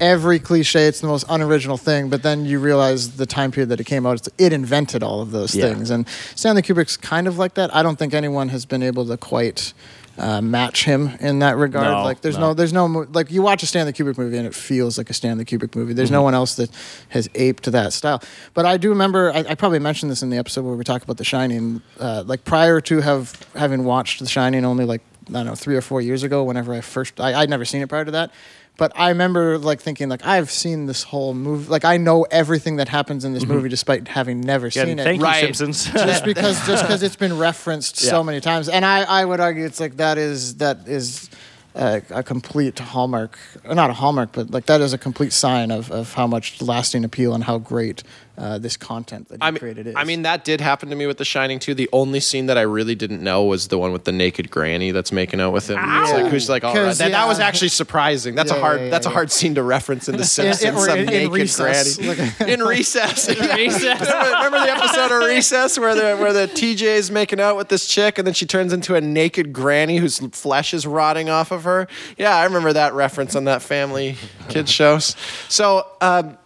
every cliche. It's the most unoriginal thing. But then you realize the time period that it came out, it's- it invented all of those
Yeah.
things. And Stanley Kubrick's kind of like that. I don't think anyone has been able to quite. Uh, match him in that regard.
No,
like, there's
no.
no, there's no, mo- like, you watch a Stanley Kubrick movie and it feels like a Stanley Kubrick movie. There's
Mm-hmm.
no one else that has aped that style. But I do remember, I, I probably mentioned this in the episode where we talked about The Shining. Uh, like prior to have having watched The Shining, only like I don't know three or four years ago. Whenever I first, I, I'd never seen it prior to that. But I remember like thinking like I've seen this whole movie. Like I know everything that happens in this movie, despite having never
Mm-hmm. Yeah,
seen it
thank
Right.
you, Simpsons.
just because just because it's been referenced so
Yeah.
many times and I, I would argue it's like that is that is a, a complete hallmark or not a hallmark but like that is a complete sign of, of how much lasting appeal and how great uh, this content that you
I mean,
created is
I mean, that did happen to me with The Shining too. The only scene that I really didn't know was the one with the naked granny that's making out with him. It's like, who's like, all right.
'Cause,
That, that was
yeah.
actually surprising. That's a
Yeah,
hard.
yeah, yeah,
that's a
yeah.
hard scene to reference in The Simpsons.
or
some
in- in
naked
Recess.
granny in recess.
Recess.
remember, remember the episode of Recess where the where the TJ's making out with this chick and then she turns into a naked granny whose flesh is rotting off of her. Yeah, I remember that reference on that family kids shows. So. Um,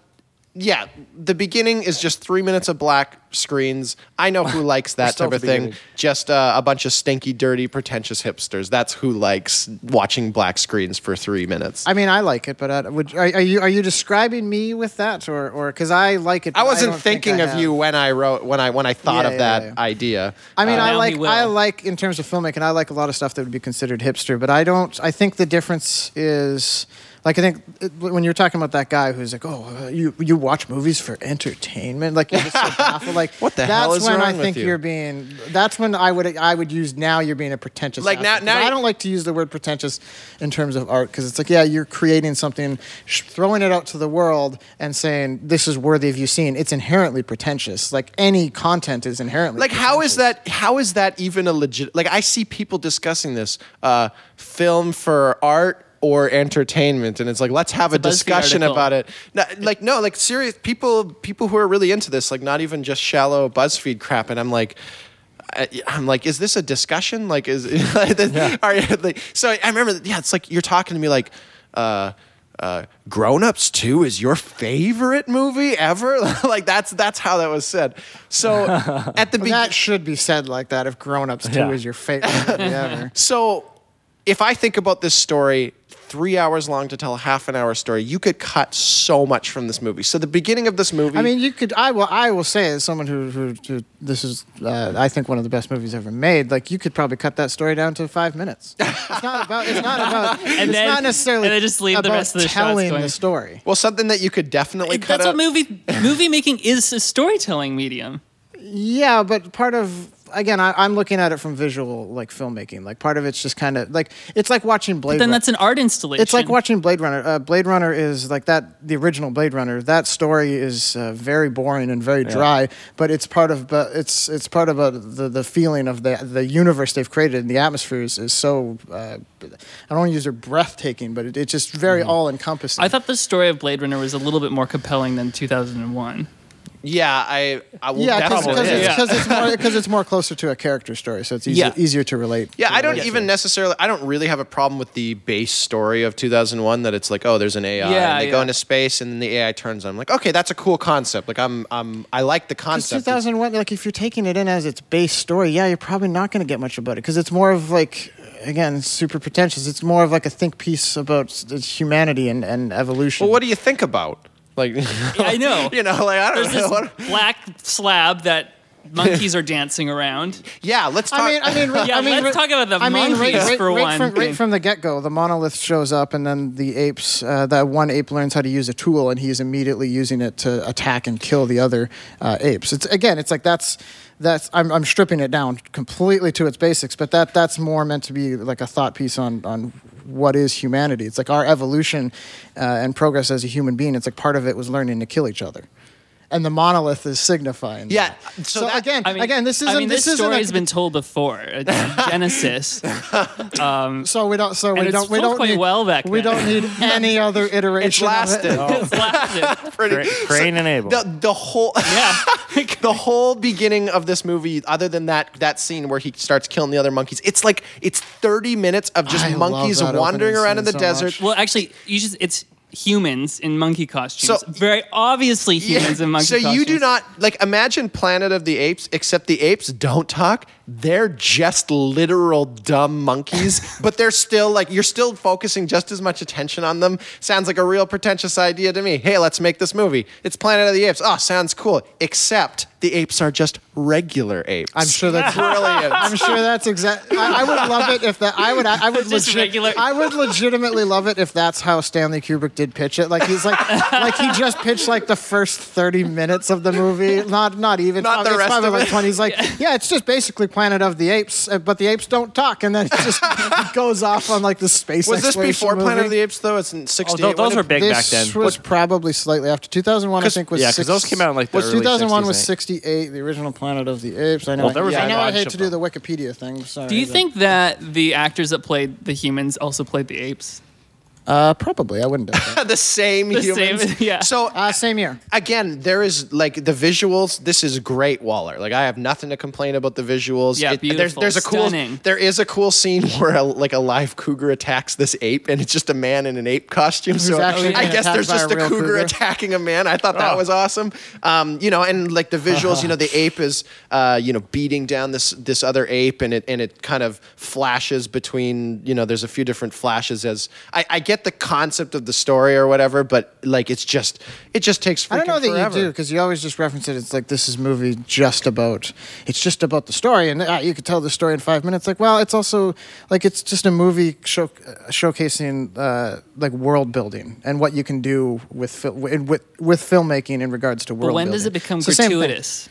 yeah, the beginning is just three minutes of black screens. I know who likes that
still
type
at
of
the
thing.
beginning.
Just uh, a bunch of stinky, dirty, pretentious hipsters. That's who likes watching black screens for three minutes.
I mean, I like it, but I, would, are, are you are you describing me with that, or or because I like it? but
I wasn't
don't think
thinking
I
of
have.
you when I wrote when I when I thought
Yeah,
of
yeah,
that
yeah.
idea.
I mean,
Uh,
I
Now
like
he will.
I like in terms of filmmaking, I like a lot of stuff that would be considered hipster, but I don't. I think the difference is like I think it- when you're talking about that guy who's like, oh, uh, you you watch movies for entertainment, like you're just so baffled. Like
What the
that's
hell is
when I
wrong with
think
you?
are being. That's when I would I would use now you're being a pretentious.
Like, now-
asshole, 'cause
now
I
you-
don't like to use the word pretentious in terms of art because it's like yeah you're creating something, sh- throwing it out to the world and saying this is worthy of you seeing. It's inherently pretentious. Like any content is inherently
like how
pretentious.
is that how is that even a legit like i see people discussing this uh film for art or entertainment, and it's like let's have a,
BuzzFeed
discussion
article.
about it. No, like no, like serious people people who are really into this, like not even just shallow BuzzFeed crap. And I'm like. I- I'm like, is this a discussion? Like, is are you, like, so? I remember, yeah, it's like you're talking to me like, uh, uh, Grown Ups Two is your favorite movie ever? like that's that's how that was said. So at the beginning,
That should be said like that if Grown Ups 2
Yeah.
is your favorite movie ever.
So if I think about this story, three hours long to tell a half an hour story, you could cut so much from this movie. So the beginning of this movie.
I mean, you could. I will. I will say, as someone who, who, who this is, uh, I think one of the best movies ever made. Like, you could probably cut that story down to five minutes. It's not about. It's not about. it's
then-
not necessarily.
and then just leave the
about
rest of the shots
telling
going.
the story.
well, something that you could definitely cut
That's
out.
what movie movie making is a storytelling medium.
Yeah, but part of again, I, I'm looking at it from visual like filmmaking. Like, part of it's just kind of like it's like watching Blade.
Then
Runner.
that's an art installation.
It's like watching Blade Runner. Uh, Blade Runner is like that. The original Blade Runner. That story is uh, very boring and very dry, but it's part of. But it's it's part of uh the the feeling of the the universe they've created and the atmosphere is, is so. Uh, I don't want to use the word breathtaking, but it, it's just
Mm-hmm.
very all encompassing.
I thought the story of Blade Runner was a little bit more compelling than 2001.
yeah, I, I will
yeah, because
definitely.
it's,
is.
because it's more because it's more closer to a character story, so it's easier,
Yeah.
easier to relate.
Yeah,
to
I don't
relate to.
even necessarily. I don't really have a problem with the base story of 2001 that it's like, oh, there's an AI,
Yeah,
and they go
yeah.
into space, and then the AI turns on. I'm like, okay, that's a cool concept. Like, I'm, I'm, I like the
Because
concept. It's-
2001, like if you're taking it in as its base story, yeah, you're probably not going to get much about it because it's more of like, again, it's super pretentious. It's more of like a think piece about s- it's humanity and, and evolution.
Well, what do you think about? Like,
I know.
you know, like I don't
There's
know.
this
What,
black slab that monkeys are dancing around.
yeah, let's talk.
I mean, I mean, re-
Yeah,
I mean,
let's
re-
talk about the
I mean, right,
monkeys
right-
for
right
one
From, right
thing.
from the get-go, the monolith shows up, and then the apes. Uh, that one ape learns how to use a tool, and he's immediately using it to attack and kill the other uh, apes. It's again, it's like that's that's. I'm, I'm stripping it down completely to its basics, but that that's more meant to be like a thought piece on on what is humanity. It's like our evolution uh, and progress as a human being. It's like part of it was learning to kill each other. And the monolith is signifying.
Yeah,
that. So,
so that-
again,
I mean,
again, this isn't.
I mean, this,
isn't
story
a-
has been told before. It's Genesis.
So we don't. So we
it's
don't. We
sold
don't
quite
need.
well back
we
then.
don't need any other iteration.
it's
of it.
lasted.
It's lasted.
pretty-
Cra- Crane and Abel.
The, the whole
Yeah.
the whole beginning of this movie, other than that that scene where he starts killing the other monkeys, it's like it's thirty minutes of just
I love
monkeys
that
wandering
opening
around
scene
in the
so
desert.
much.
Well, actually, you just it's humans in monkey costumes.
So-
Very obviously
Yeah.
humans in monkey
so
costumes.
you do not like imagine Planet of the Apes, except the apes don't talk. They're just literal dumb monkeys, but they're still like you're still focusing just as much attention on them. Sounds like a real pretentious idea to me. Hey, let's make this movie. It's Planet of the Apes. Oh, sounds cool. Except the apes are just regular apes.
I'm sure that's.
brilliant.
I'm sure that's exact. I, I would love it if that. I would. I would
Just
legit,
regular-
I would legitimately love it if that's how Stanley Kubrick did pitch it. Like he's like, like he just pitched like the first thirty minutes of the movie. Not not even.
Not the
it's
rest
probably
of
like
it.
twenty. He's like, yeah. it's just basically Planet of the Apes, uh, but the apes don't talk, and then it just goes off on like the space.
Was this
exploration
before
movie.
Planet of the Apes though? It's in
Oh,
'68.
tho- those are big
this
back then.
was
What-
probably slightly after 2001. I
'Cause-
think was
yeah, 'cause
six-
those came out in, like, the
was
early
2001
60s,
was
I think.
68. The original Planet of the Apes. I know.
Well, there
I-
was
I
a
know. I
bunch
hate
of
to do the
them.
Wikipedia thing. Sorry,
Do you
but-
think that the actors that played the humans also played the apes?
Uh, probably. I wouldn't. Doubt that.
the same
The same-
humans.
yeah.
So
Uh, same year.
again, there is like the visuals. This is great, Waller. Like I have nothing to complain about the visuals.
Yeah,
There's,
beautiful,
there's a cool.
stunning.
There is a cool scene where a, like a live cougar attacks this ape, and it's just a man in an ape costume. so
actually
I
being
guess
attacked
there's
by a
just a,
real
cougar,
cougar.
attacking a man. I thought that
Oh.
was awesome. Um, you know, and like the visuals. you know, the ape is uh, you know beating down this this other ape, and it and it kind of flashes between. You know, there's a few different flashes as I, I get the concept of the story or whatever, but like it's just it just takes.
I don't know
freaking
that
forever.
you do because you always just reference it. It's like this is movie just about. It's just about the story, and uh, you could tell the story in five minutes. Like, well, it's also like it's just a movie show, uh, showcasing uh, like world building and what you can do with fil- with with with filmmaking in regards to world.
But when does
building.
it become
It's the same thing.
gratuitous?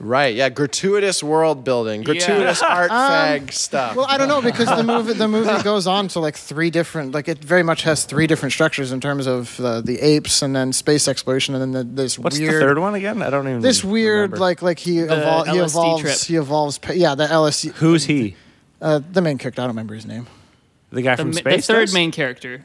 Right, yeah, gratuitous world building, gratuitous art fag stuff.
Well, I don't know because the movie the movie goes on to like three different like it very much has three different structures in terms of uh, the apes and then space exploration and then the, this
What's
weird
the third one again? I don't even.
this weird
remember.
like like he, evol- he
LSD
evolves
trip.
he evolves pa- yeah the LSD
Who's he?
uh, the main character I don't remember his name
The guy
The,
from
ma- the
Space.
third
Force?
main character.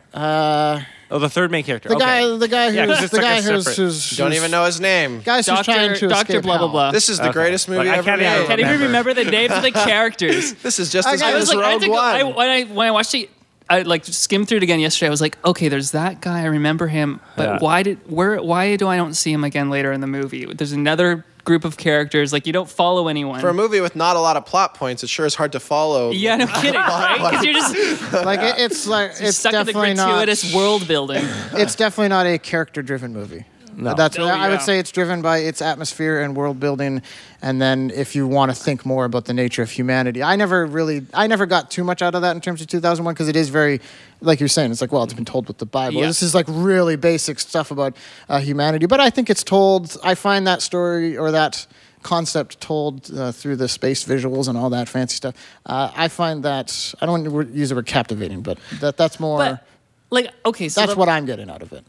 Oh, the third main character.
The
okay.
guy, the guy who's,
Yeah, 'cause it's
the
like
guy
a
who's,
separate-
who's,
Don't
who's-
even know his name.
Guys who's trying to
Doctor, Doctor,
escape
blah blah
hell.
blah.
This is the
Okay.
greatest movie
Like, I
ever
can't even
made.
Can even
Remember.
remember the names of the characters?
This is just
I
as
got-
good
I
as
was
I had
Rogue
to go- I,
One.
when I when I watched it, I like skimmed through it again yesterday. I was like, okay, there's that guy. I remember him, but
Yeah.
why did where why do I don't see him again later in the movie? There's another group of characters. Like you don't follow anyone.
For a movie with not a lot of plot points, it sure is hard to follow.
yeah, no kidding, right? Because you're just you're
Like it, it's like it's
stuck in the
definitely not.
gratuitous world building.
It's definitely not a character-driven movie.
No.
That's
Oh,
I
yeah.
would say it's driven by its atmosphere and world building, and then if you want to think more about the nature of humanity, I never really, I never got too much out of that in terms of 2001 because it is very, like you're saying, it's like well, it's been told with the Bible.
Yeah.
This is like really basic stuff about uh, humanity, but I think it's told. I find that story or that concept told uh, through the space visuals and all that fancy stuff. Uh, I find that I don't want to use the word captivating, but that that's more.
But like okay, so
that's
the-
what I'm getting out of it.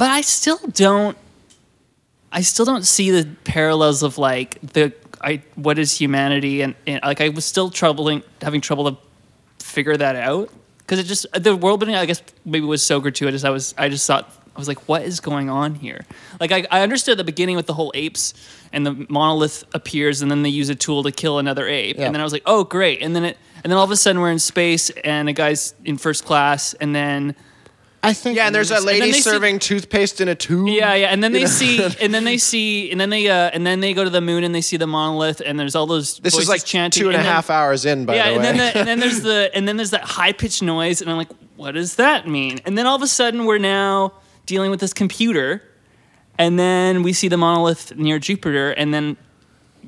But I still don't. I still don't see the parallels of like the I what is humanity and, and like I was still troubling having trouble to figure that out because it just the world building I guess maybe was so gratuitous I was I just thought I was like what is going on here like I, I understood the beginning with the whole apes and the monolith appears and then they use a tool to kill another ape
Yeah.
and then I was like oh great and then it and then all of a sudden we're in space and a guy's in first class and then
I think.
Yeah, and there's a
And then
lady
they see-
serving toothpaste in a tube.
Yeah, yeah, and then they see, and then they see, and then they, uh, and then they go to the moon and they see the monolith, and there's all those.
This
voices
is like
chanting,
two and a half
then,
hours in, by
Yeah,
the way.
and then the, and then there's the and then there's that high pitched noise, and I'm like, what does that mean? And then all of a sudden, we're now dealing with this computer, and then we see the monolith near Jupiter, and then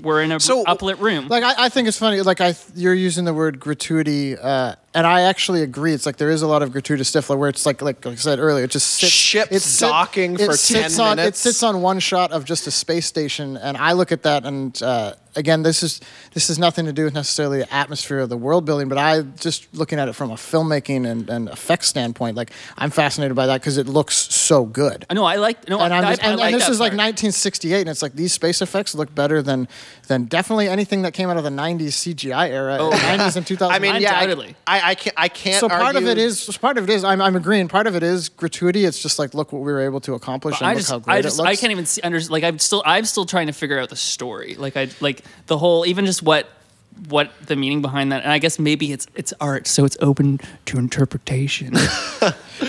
we're in a
So-
uplit room.
Like I, I think it's funny. Like I, you're using the word gratuity, uh, and I actually agree. It's like there is a lot of gratuitous stuff like, where it's like, like, like I said earlier, it just sits,
Ships
it sit-
docking
it
for
sits
10
on,
minutes.
It sits on one shot of just a space station, and I look at that, and uh, again, this is this has nothing to do with necessarily the atmosphere of the world building, but I just looking at it from a filmmaking and, and effects standpoint. Like I'm fascinated by that because it looks so good.
no, I like no,
and, I'm
I,
just,
I
and,
like
and this
that
is like
part.
1968, and it's like these space effects look better than than definitely anything that came out of the 90s CGI era,
Oh.
90s and 2000s.
I mean, yeah, I,
Undoubtedly.
I, I can't. I can't
so part of
argue-
it is so part of it is I'm, I'm agreeing. Part of it is gratuity. It's just like look what we were able to accomplish and
I
look
just,
how great
I just,
it looks.
I can't even see under like I'm still, I'm still trying to figure out the story. Like I, like the whole, even just what, what the meaning behind that. And I guess maybe it's it's art, so it's open to interpretation.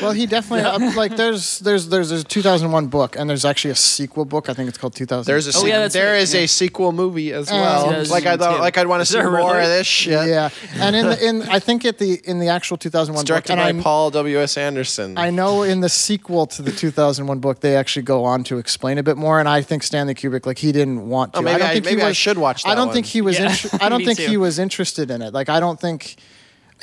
Well, he definitely uh, like there's there's there's there's a 2001 book and there's actually a sequel book. I think it's called 2000.
There's a
Oh,
sequel.
yeah, that's
there
right,
is
yeah.
a sequel movie as
And-
well.
Yeah,
like I
there's
thought, like I'd want to see
there
more
really?
of this shit.
Oh, yeah, and in the, in I think at the in the actual 2001
It's
book, and
directed by
I-
Paul W. S. Anderson.
I know in the sequel to the 2001 book, they actually go on to explain a bit more, and I think Stanley Kubrick, like he didn't want to.
Oh, maybe
don't
I-
think he
maybe I
was-
should watch
I
that
don't
one.
think he was.
Yeah.
Inter- I don't
Me
think
too.
he was interested in it. Like I don't think.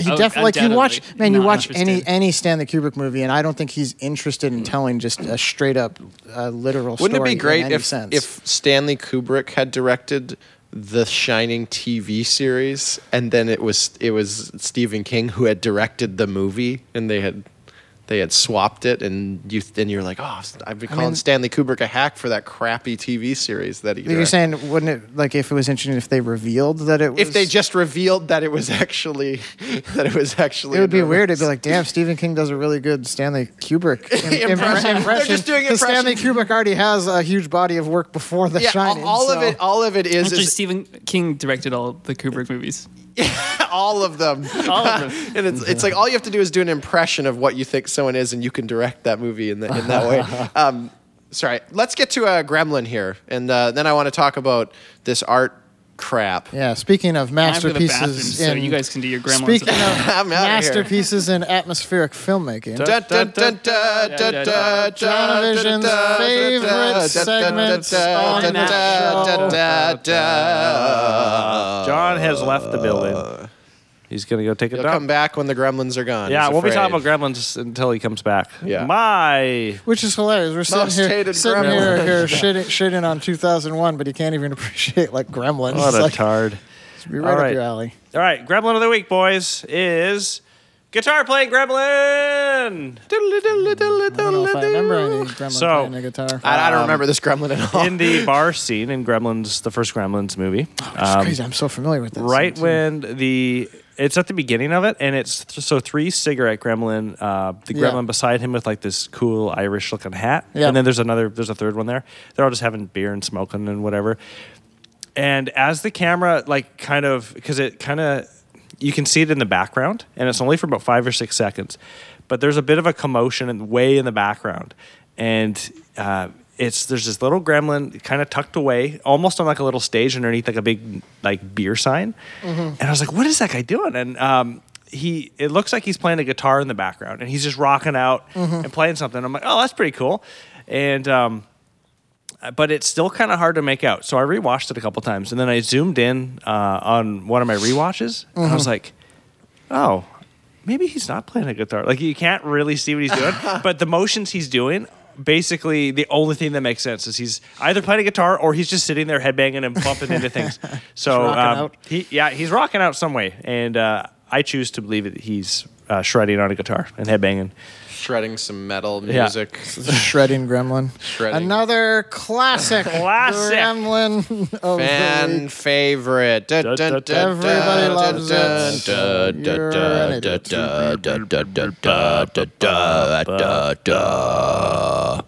He
Oh,
definitely like you watch
undoubtedly
man you
not
watch any
interested.
any Stanley Kubrick movie and I don't think he's interested in telling just a straight up uh, literal
Wouldn't it
story
be
in
great
any
if
sense.
if Stanley Kubrick had directed the Shining TV series, and then it was it was Stephen King who had directed the movie, and they had they had swapped it, and you then you're like, oh, I've been calling
mean-
Stanley Kubrick a hack for that crappy TV series that he.
you're
directed.
saying wouldn't it like if it was interesting if they revealed that it was
if they just revealed that it was actually that it was actually
It would be
another-
weird. It'd be like, damn, Stephen King does a really good Stanley Kubrick im-
Impression. They're
impression.
just doing
'Cause Stanley
impressions.
Kubrick already has a huge body of work before The
yeah,
Shining.
all of
so-
it all of it is,
Actually,
is
Stephen King directed all the Kubrick movies.
all of them
All of them.
and it's, it's like all you have to do is do an impression of what you think someone is and you can direct that movie in, the, in that way um, sorry let's get to uh, gremlin here and uh, then i want to talk about this art crap
Yeah. Speaking of
I'm going to the bathroom,
masterpieces,
so
in-
you guys can do your gremlins.
Speaking of
I'm outta here.
masterpieces in atmospheric filmmaking,
Dun, dun, dun, dun, dun, dun, dun,
Jonavision's
dun, dun,
favorite
dun, dun,
segments
dun,
on
dun,
that
dun,
show.
dun, dun.
John has left the building. Uh, He's gonna go take a
He'll
dump.
come back when the gremlins are gone.
Yeah,
he's
we'll be
afraid.
talking about Gremlins until he comes back.
Yeah.
My.
which is hilarious. We're sitting
Most
here,
hated
sitting here,
gremlin.
here shitting, shitting on 2001, but you can't even appreciate like Gremlins.
What
It's
a
like,
tard.
be right
All
up
right.
your alley.
All right, Gremlin of the Week, boys, is guitar playing Gremlin.
I don't know if I remember any Gremlin
So-
playing a guitar.
I, I don't remember this gremlin at all.
Um, In the bar scene in Gremlins, the first Gremlins movie, Um,
It's crazy. I'm so familiar with this.
right when the It's at the beginning of it, and it's th- so three cigarette gremlin, uh, the
Yeah.
gremlin beside him with like this cool Irish looking hat,
Yeah.
and then there's another, there's a third one there. They're all just having beer and smoking and whatever. And as the camera like kind of because it kind of you can see it in the background, and it's only for about five or six seconds, but there's a bit of a commotion and way in the background, and. Uh, it's there's this little gremlin kind of tucked away, almost on like a little stage underneath like a big like beer sign, and I was like, "What is that guy doing?" And um, he it looks like he's playing a guitar in the background, and he's just rocking out and playing something. I'm like, "Oh, that's pretty cool," and um, but it's still kind of hard to make out. So I rewatched it a couple times, and then I zoomed in uh, on one of my rewatches, and I
Mm-hmm.
was like, "Oh, maybe he's not playing a guitar. Like you can't really see what he's doing, but the motions he's doing." Basically, the only thing that makes sense is he's either playing a guitar or he's just sitting there headbanging and bumping into things. So,
rocking
um,
out.
he, yeah, he's rocking out some way, and uh, I choose to believe that he's uh, shredding on a guitar and headbanging.
Shredding some metal music.
Shredding Gremlin.
Shredding.
Another classic,
Classic.
Gremlin of the
Fan
week.
favorite. Dun, dun, dun,
Everybody
dun,
loves
dun,
it.
dun, dun,
You're
dun,
an
dun,
idiot.
dun, dun, dun, dun, dun, dun, dun, dun.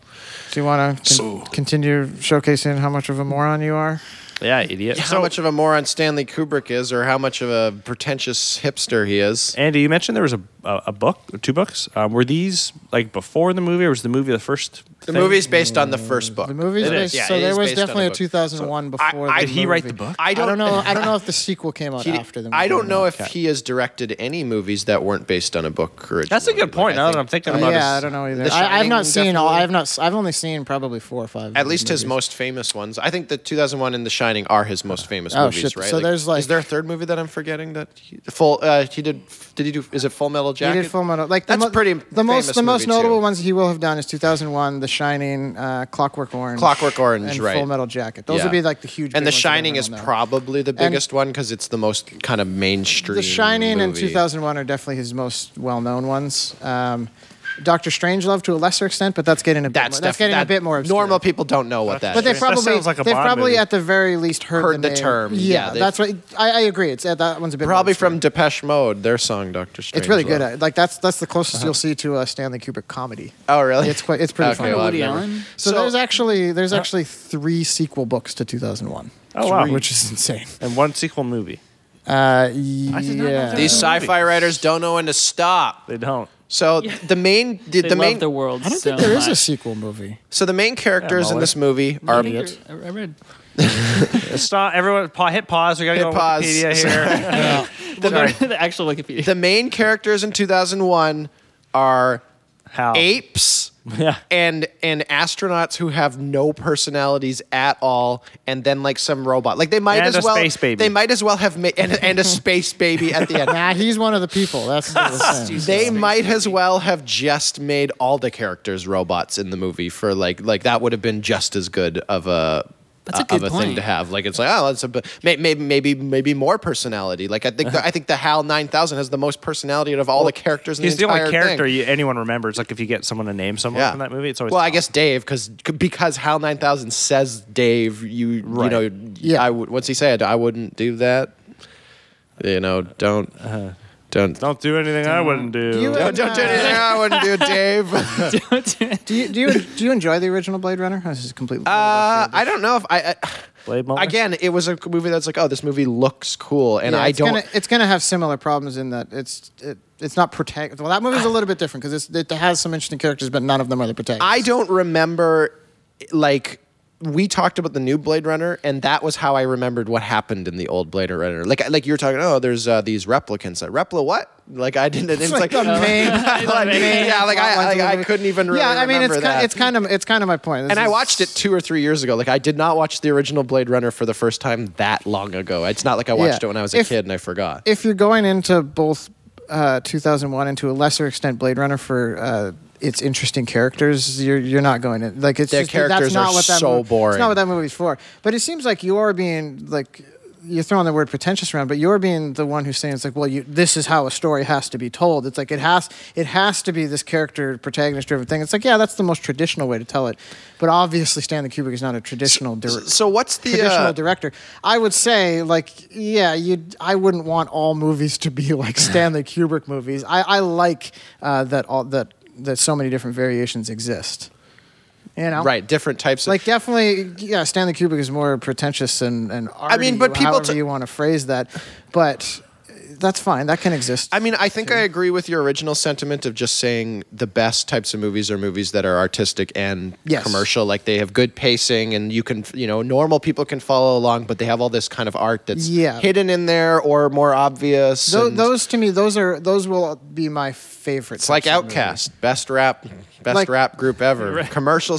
Do you want to continue showcasing how much of a moron you are?
Yeah, idiot.
How
So-
much of a moron Stanley Kubrick is, or how much of a pretentious hipster he is.
Andy, you mentioned there was a a, a book, two books. Um, were these like before the movie, or was the movie the first?
The
thing?
movie's based on the first book.
The movie's
It
based,
is. Yeah,
so
it
there
is
was
based on
definitely
a
a
book.
2001
I-
before.
I-
the
Did he write
movie.
the book?
I
I don't,
don't
know. I don't know if the sequel came out
He-
after the movie.
I
or
don't know
not.
if he has directed any movies that weren't based on a book originally.
That's a good
Like, I
point. now that
think
I'm thinking
Uh,
about
yeah,
it,
I don't know either.
The
I, I've
Shining
not seen all.
definitely-
I've not. s- I've only seen probably four or five.
At least his most famous ones. I think the 2001 and The Shining are his most famous
Oh,
movies,
shit.
right?
So there's, like-
is there a third movie that I'm forgetting that he, full? Uh, he did. Did he do? Is it Full Metal
He
Jacket?
did Full Metal. Like the
that's
mo-
pretty.
The most.
famous
The most
movie,
notable
too.
ones he will have done is 2001, The Shining, uh, Clockwork Orange,
Clockwork Orange,
and
right.
Full Metal Jacket. Those
Yeah.
would be like the huge. big
And The
ones that
Shining is
everyone will know.
probably the biggest one because it's the most kind of mainstream.
The Shining and
movie.
2001 are definitely his most well-known ones. Um, Doctor Strangelove to a lesser extent, but that's getting a bit
That's,
more, that's
def-
getting
that-
a bit more obscure.
Normal people don't know what that
But they
is.
That sounds
probably
like a
they've
Bond
probably
movie.
at the very least heard,
Heard
the,
the
name.
term.
Yeah,
Yeah, they've-
that's what I, I agree. It's uh, that one's a bit more
Probably
obscure.
from Depeche Mode, their song Doctor Strange. Uh-huh.
It's really good. At, like that's that's the closest you'll see to a Stanley Kubrick comedy.
Oh, really?
It's quite it's pretty
Okay,
funny.
well, I've
Woody
never-
Allen?
so,
So- uh,
there's actually there's actually three sequel books to 2001.
Oh, wow.
which is insane.
and one sequel movie.
Uh,
did not know
yeah.
that.
These
Yeah.
sci-fi writers don't know when to stop.
They don't.
So the main, the,
They
the
love
main,
the world.
I don't
so
think there is a
much.
sequel movie.
so the main characters in
Mueller.
this movie are
I, think there- I read.
It's not everyone. Pa- hit pause. We gotta
Hit
go on
pause.
Wikipedia here.
We'll go to the actual Wikipedia.
the main characters in 2001 are
How
apes
Yeah.
and and astronauts who have no personalities at all and then like some robot like they might
And
as
a
well
space baby.
they might as well have made and, and a space baby at the end
Nah, he's one of the people. That's what I'm saying.
they might as well have just made all the characters robots in the movie for like like that would have been just as good of a
That's
uh,
a
of
good
a thing
point.
to have. Like it's like oh, that's a maybe maybe maybe more personality. Like I think the, I think the HAL nine thousand has the most personality out of all the characters. In
He's the,
the,
only
entire
character
Thing.
you, anyone remembers. Like if you get someone to name someone from that movie, it's always
well, I guess Dave because because HAL nine thousand says Dave. You
Right.
you know
Yeah.
yeah. I would what's he said? I wouldn't do that. You know don't don't.
Don't do anything I wouldn't do.
you-
Don't, don't do anything I wouldn't do, Dave.
Do you, do you do you enjoy the original Blade Runner? This is completely.
Uh, I don't know if I, I
Blade Runner?
again. It was a movie that's like, oh, this movie looks cool, and
Yeah,
I
it's
don't.
Gonna, it's going to have similar problems in that it's it, it's not protect. Well, that movie's a little bit different because it has some interesting characters, but none of them are the protagonists.
I don't remember like we talked about the new Blade Runner, and that was how I remembered what happened in the old Blade Runner. Like, like you were talking, oh, there's uh, these replicants. Uh, Repla what? Like I didn't. It's, like,
the main-
like, yeah, like I, like, I couldn't even. Really
yeah, I mean, it's
remember
kind,
that.
it's kind of it's kind of my point. This
And I
is-
watched it two or three years ago. Like I did not watch the original Blade Runner for the first time that long ago. It's not like I watched
Yeah.
it when I was a
If-
kid and I forgot.
If you're going into both uh, 2001 and to a lesser extent Blade Runner for uh, its interesting characters, you're you're not going in like it's
Their
just,
characters
that's not
are
what that
so
movie, It's not
boring.
what that movie's for. But it seems like you're being like you're throwing the word pretentious around, but you're being the one who's saying it's like, well, you, this is how a story has to be told. It's like it has it has to be this character protagonist driven thing. It's like, yeah, that's the most traditional way to tell it, but obviously Stanley Kubrick is not a traditional director.
So what's the
Traditional
uh,
director, I would say, like, yeah, you. I wouldn't want all movies to be like Stanley Kubrick movies. I, I like uh, that all that that so many different variations exist. You know,
right different types of
like definitely, yeah. Stanley Kubrick is more pretentious and and arty,
mean, but people
however
t-
you want to phrase that, but that's fine. That can exist.
I mean, I think I agree with your original sentiment of just saying the best types of movies are movies that are artistic and
Yes.
commercial. Like they have good pacing, and you can, you know, normal people can follow along, but they have all this kind of art that's
Yeah.
hidden in there or more obvious.
Tho-
and
those to me, those are those will be my favorite.
it's like
types of movies.
Outcast, best rap, best
Like-
rap group ever, commercial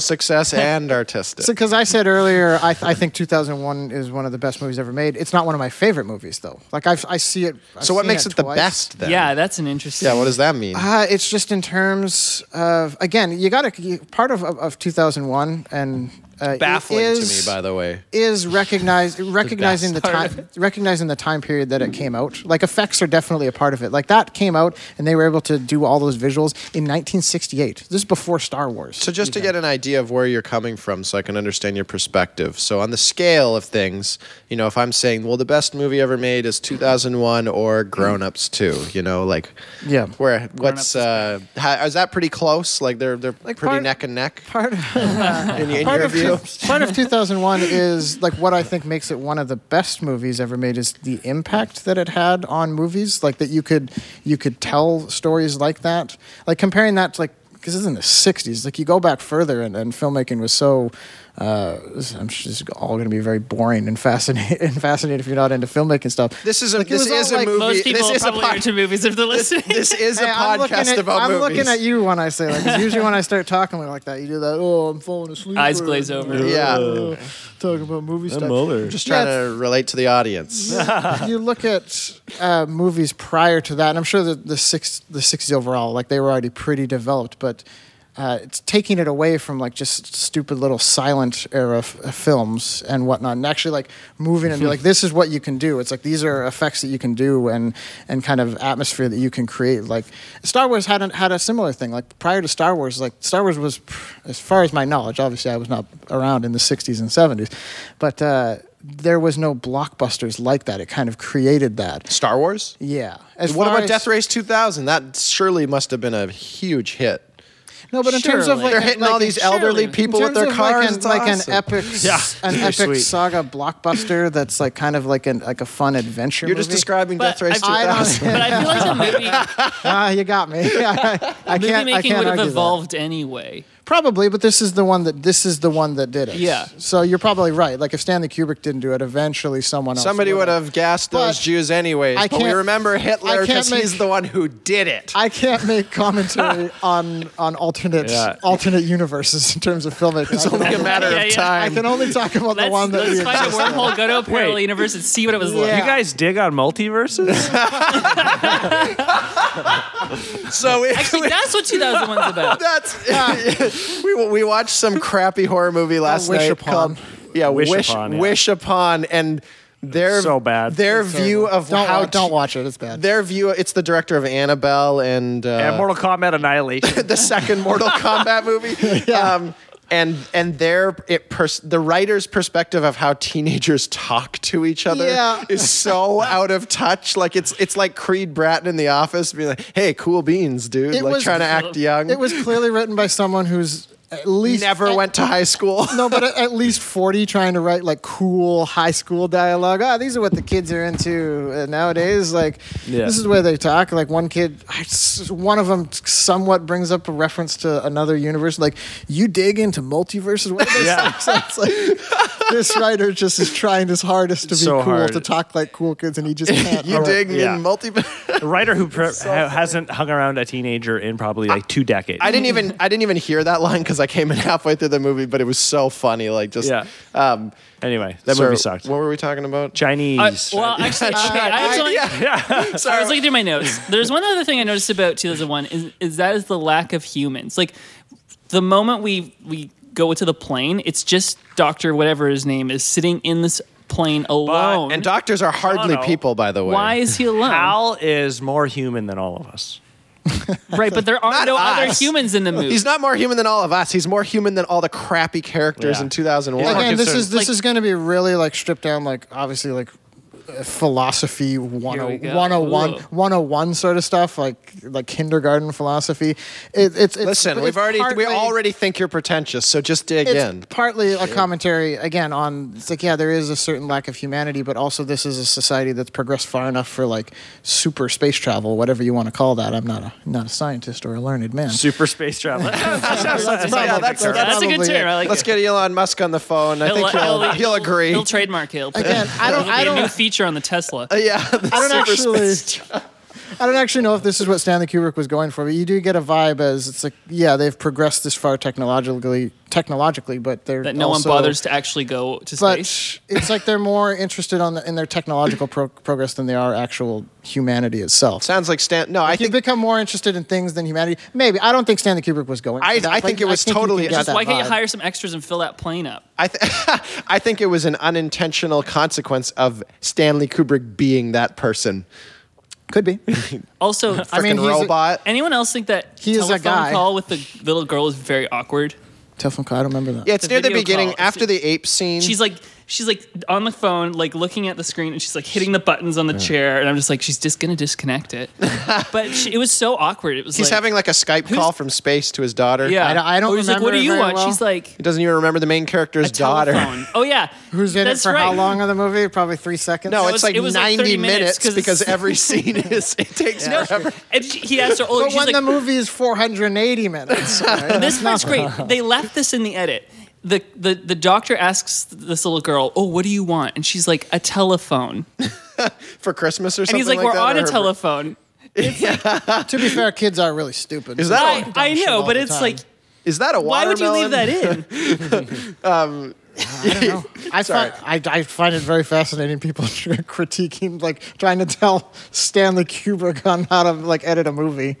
success and artistic.
because I said earlier, I, th- I think 2001 is one of the best movies ever made. It's not one of my favorite movies though. Like I've, I see it. I've
so what
seen
makes it the
twice.
best then?
Yeah, that's an interesting.
Yeah. What does that mean?
Uh, it's just in terms of again, you got to part of of, of 2001 and uh, it
Baffling
is-
to me, by the way.
is recognize, recognizing the time recognizing the time period that it came out. Like effects are definitely a part of it. Like that came out and they were able to do all those visuals in 1968. This is before Star Wars.
So just to get an idea of where you're coming from, so I can understand your perspective. So on the scale of things, you know, if I'm saying, well, the best movie ever made is 2001 or Grown Ups 2, you know, like,
Yeah.
where what's
Ups is
uh, how, is that pretty close? Like they're they're pretty
part-
neck and neck
part of,
in, in
part
your
of
view.
two- part of 2001 is like what I think makes it one of the best movies ever made is the impact that it had on movies. Like that you could you could tell stories like that. Like comparing that to like because this is in the 60s. Like you go back further and, and filmmaking was so. Uh, this- I'm sure this is all going to be very boring and fascinating. And fascinating if you're not into filmmaking stuff.
This is a
Like, it
this
was all
is a
like-
movie.
Most people
this is
probably are
a
to
pod-
movies if they're listening.
This is a
Hey, I'm looking
podcast
at-
about
I'm
movies.
looking at you when I say that. 'cause usually when I start talking like that, you do that. Oh, I'm falling asleep.
Eyes
or-
glaze over.
Yeah.
Uh, talking about movie stuff.
I'm just trying
Yeah,
to relate to the audience.
you look at uh, movies prior to that, and I'm sure that the six, the sixties overall, like they were already pretty developed, but uh, it's taking it away from like just stupid little silent era f- uh, films and whatnot, and actually like moving and be like, this is what you can do. It's like these are effects that you can do and and kind of atmosphere that you can create. Like Star Wars had a, had a similar thing. Like prior to Star Wars, like Star Wars was, as far as my knowledge, obviously I was not around in the sixties and seventies, but. Uh, there was no blockbusters like that. It kind of created that.
Star Wars.
Yeah. As
What
far
about
as-
Death Race 2000? That surely must have been a huge hit.
No, but in terms of
Surely.
like
They're hitting all these elderly
in
people
terms
with their
of, like,
cars.
an-
It's
like, an,
awesome.
epic, an
Very
epic
sweet.
saga blockbuster that's like kind of like an like a fun adventure.
You're just
movie.
describing
But
Death Race
I don't-
2000.
But I feel like the movie,
Ah, you got me. I can't.
movie
I
making
can't
would have
argue that.
evolved anyway.
Probably, but this is the one that this is the one that did it.
Yeah.
So you're probably right. Like if Stanley Kubrick didn't do it, eventually someone else.
Somebody would
would've.
have gassed those
But
Jews anyways.
I
But we
can't-
remember Hitler
I can't
because he's
make-
the one who did it.
I can't make commentary on on alternate
Yeah.
alternate universes in terms of filmmaking. It's
only a matter
Yeah,
of
yeah.
I
time.
can only talk about the
Let's,
one that
let's
we
find a
exist in.
wormhole, go to a parallel
Wait.
universe, and see what it was like.
Yeah.
You guys dig on
Uh,
multiverses?
So we,
Actually, that's what 2001's about.
that's we we watched some crappy horror movie last
Uh, Wish
night
Upon.
called yeah
Wish
Wish Wish Upon,
Upon, yeah.
and their
So bad.
their view of
don't,
how
wa- don't watch it. It's bad.
their view it's the director of Annabelle and uh,
and Mortal Kombat Annihilation.
the second Mortal Kombat movie. Um, and and their it pers- the writer's perspective of how teenagers talk to each other
Yeah.
is so out of touch. Like it's it's like Creed Bratton in the office being like, "Hey, cool beans, dude!"
It
like
was-
trying to act young.
It was clearly written by someone who's at least
never
at-
went to high school.
No, but at- at least forty, trying to write like cool high school dialogue. Ah, these are what the kids are into uh, nowadays. Like,
Yeah.
this is where they talk. Like one kid, I s one of them somewhat brings up a reference to another universe. Like, you dig into multiverses. What are those
Yeah.
things? It's like this writer just is trying his hardest to be
So
cool,
hard.
to talk like cool kids, and he just can't.
you dig
yeah.
in multi.
a writer who pre- ha- hasn't hung around a teenager in probably like two decades.
I didn't even I didn't even hear that line because I came in halfway through the movie, but it was so funny. Like just
Yeah.
um,
anyway, that
sorry,
movie sucked.
What were we talking about?
I-
Chinese.
Uh, well, actually, okay, I have something- I was looking through my notes. There's one other thing I noticed about 2001 is is that is the lack of humans. Like the moment we we go to the plane, it's just Doctor whatever his name is sitting in this plane alone.
And doctors are hardly
Bono.
people, by the way.
Why is he alone?
Al is more human than all of us.
Right, but there are
Not
no other
us.
humans in the movie.
He's not more human than all of us. He's more human than all the crappy characters
Yeah.
in 2001.
Yeah.
Again, this
concerned.
is this
Like-
is going to be really like stripped down, like obviously like uh, philosophy oh, 10
go.
101,
Ooh.
101 sort of stuff, like like kindergarten philosophy. It, it's, it's
Listen,
it's
we've already
partly-
we already think you're pretentious, so just dig
It's
in.
partly a commentary again on it's like yeah, there is a certain lack of humanity, but also this is a society that's progressed far enough for like super space travel, whatever you want to call that. I'm not a not a scientist or a learned man.
Super space travel.
probably-
that's-
that's
That's a good
probably
term.
it.
I like
Let's
it.
get Elon Musk on the phone. I think he'll, he'll, agree.
He'll trademark it. He'll put
Again, I don't-
it'll be
I don't-
a new feature on the Tesla.
Uh, yeah,
I don't actually. I don't actually know if this is what Stanley Kubrick was going for, but you do get a vibe as it's like, yeah, they've progressed this far technologically, technologically, but they're
that no
also-
one bothers to actually go to
But
space.
it's like they're more interested on the, in their technological pro- progress than they are actual humanity itself.
sounds like Stan. No, I
you
think
become more interested in things than humanity. Maybe I don't think Stanley Kubrick was going. for
I-
that,
I
but
think it was
you can
totally-
get
Just
that
Why can't you
vibe.
hire some extras and fill that plane up?
I, th- I think it was an unintentional consequence of Stanley Kubrick being that person.
Could be.
Also, I
mean,
Freaking
he's a-
robot.
anyone else think that
He is a
telephone
guy. Mm.
call with the little girl is very awkward?
Telephone call. I don't remember that.
yeah, it's
the
near the
video
beginning
call.
after the ape scene.
She's like she's like on the phone, like looking at the screen, and she's like hitting the buttons on the chair, and I'm just like, she's just gonna disconnect it. but she, it was so awkward. It was
He's
like,
having like a Skype call from space to his daughter.
yeah.
I don't- I don't
Or he's like, what
remember
do
it
you
very
want?
well.
She's like,
He doesn't even remember the main character's daughter.
telephone. Oh yeah,
Who's in
That's
it for how
right.
long of the movie? Probably three seconds.
No,
It
Oh, it's
was-
like
it was, like,
90
30 minutes
minutes
'cause-
because every scene is it takes forever.
And she- he asked her, oh,
But
she's
when
like,
the movie is 480 minutes, right?
this part's great. They left this in the edit. The, the the doctor asks this little girl, "Oh, what do you want?" And she's like, "A telephone."
For Christmas or
And
something
he's like,
like
"We're
that,
on
or
a
her-
telephone."
to be fair, kids are really stupid.
Is that-
I,
Dumb
I
shit
know,
all
but
the
it's
time.
like,
Is that a
why would you leave that
watermelon?
in?
I, find, I, I find it very fascinating people critiquing, like trying to tell Stanley Kubrick on how to like edit a movie.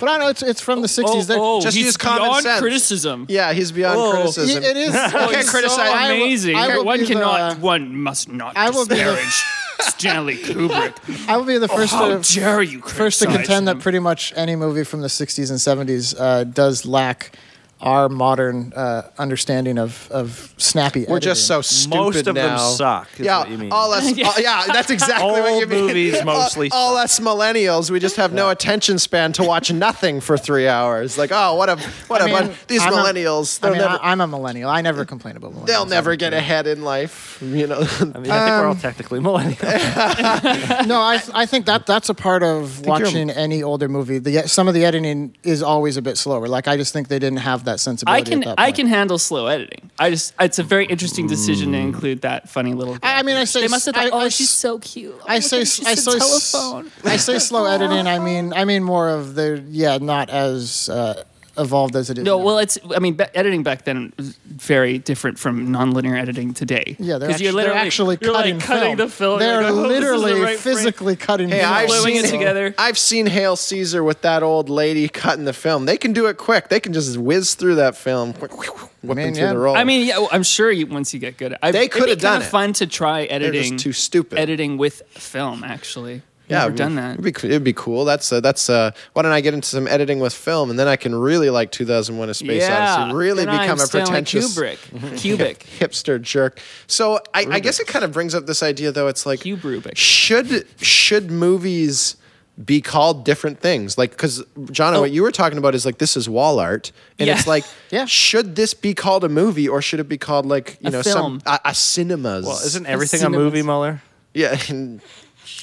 But I know it's it's
Oh,
from the 60s. They-
Just
he's
use common
beyond
sense.
criticism.
Yeah, he's beyond
Whoa.
Y-
criticism.
it is.
You can't
it's
criticize.
so I will-
Amazing.
I will
one
be the- uh,
cannot. one must not
I will be the-
disparage Stanley Kubrick.
I will be the first
Oh, How
to
dare you?
first to
criticize
contend
him.
that pretty much any movie from the 60s and 70s uh, does lack our modern uh, understanding of of snappy.
We're just so stupid
Most of them
now.
suck, is
yeah,
what you mean.
all us.
Yeah.
all- yeah, that's exactly what you
Old
mean.
movies mostly
All, all us millennials, we just have no attention span to watch nothing for three hours. Like, oh, what a what a bun- these
I'm a-
millennials.
I
they'll
mean,
never
I, am a millennial. I never complain about millennials.
they'll never get ahead in life. You know.
I mean, I think we're all technically millennials.
no, I, I think that that's a part of
you're-
watching any older movie. The, some of the editing is always a bit slower. Like I just think they didn't have that sensibility.
I can
At that
I
point.
can handle slow editing. I just it's a very interesting decision to include that funny little.
Mm. I I mean, I say
they must have thought,
I-
oh,
I
she's
s-
so cute. Oh,
I
look
say
at- she's
I
a
say s-
telephone.
I say slow editing. I mean I mean more of the yeah not as uh, evolved as it is.
No,
now.
well, it's. I mean, ba- editing back then was very different from nonlinear editing today.
Yeah, they're
'Cause
actually,
you're
they're
literally,
actually
you're
cutting,
like
film.
cutting the film. You're
They're
like, oh, this is the
literally
right frame.
physically cutting
Hey,
film.
I've
Gluing
seen
it together.
I've seen Hail Caesar with that old lady cutting the film. They can do it quick. They can just whiz through that film, whipping
Man,
through
yeah.
the roll.
I mean, yeah, well, I'm sure you, once you get good, at- I,
They
it'd be
could have done
kinda
it.
Fun to try
they're
editing.
just too stupid.
Editing with film, actually.
yeah,
never
it
done
would-
that.
It'd be, co- it'd be cool. That's uh, that's uh, why don't I get into some editing with film, and then I can really like 2001: A Space Odyssey. Really
and
become
I'm
a
Stanley
pretentious
Kubrick. Cubic.
hipster jerk. So I, I guess it kind of brings up this idea, though. It's like
Hugh Brubeck.
should should movies be called different things? Like because John, what you were talking about is like this is wall art, and
Oh. Yeah.
it's like
Yeah.
should this be called a movie or should it be called like you
A
know
film.
some a, a cinemas?
well, isn't everything a
cinemas.
movie, Muller?
yeah. and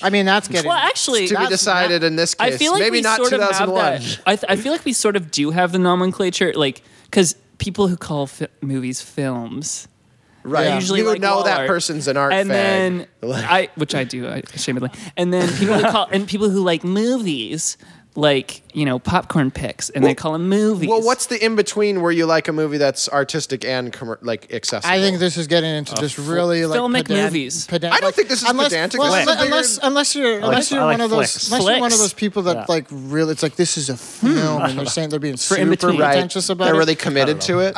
I mean that's getting.
Well, actually,
to be
That's
decided in this case,
I feel like
maybe
we
not
sort of have
2001.
that. I, th- I feel like we sort of do have the nomenclature, like because people who call fi- movies films.
Right.
I usually
you would
like
know
wall
that
art.
person's an art
and
fag.
then I, which I do, I, ashamedly. And then people who call and people who like movies, like you know, popcorn picks, and they
Well-
call them movies.
well, what's the in between where you like a movie that's artistic and commer like accessible?
I think this is getting into just really like
filmic
pedant-
movies.
pedant-
I don't
like,
think this is
unless,
pedantic.
Well,
This is
unless,
something
unless unless you're unless
I
you're
like
one of those
flicks.
unless you're one of those
Flicks.
people that
Yeah. Hmm.
like really it's like this is a film and they're saying they're being super
in between.
pretentious about
they're
it.
really committed to it.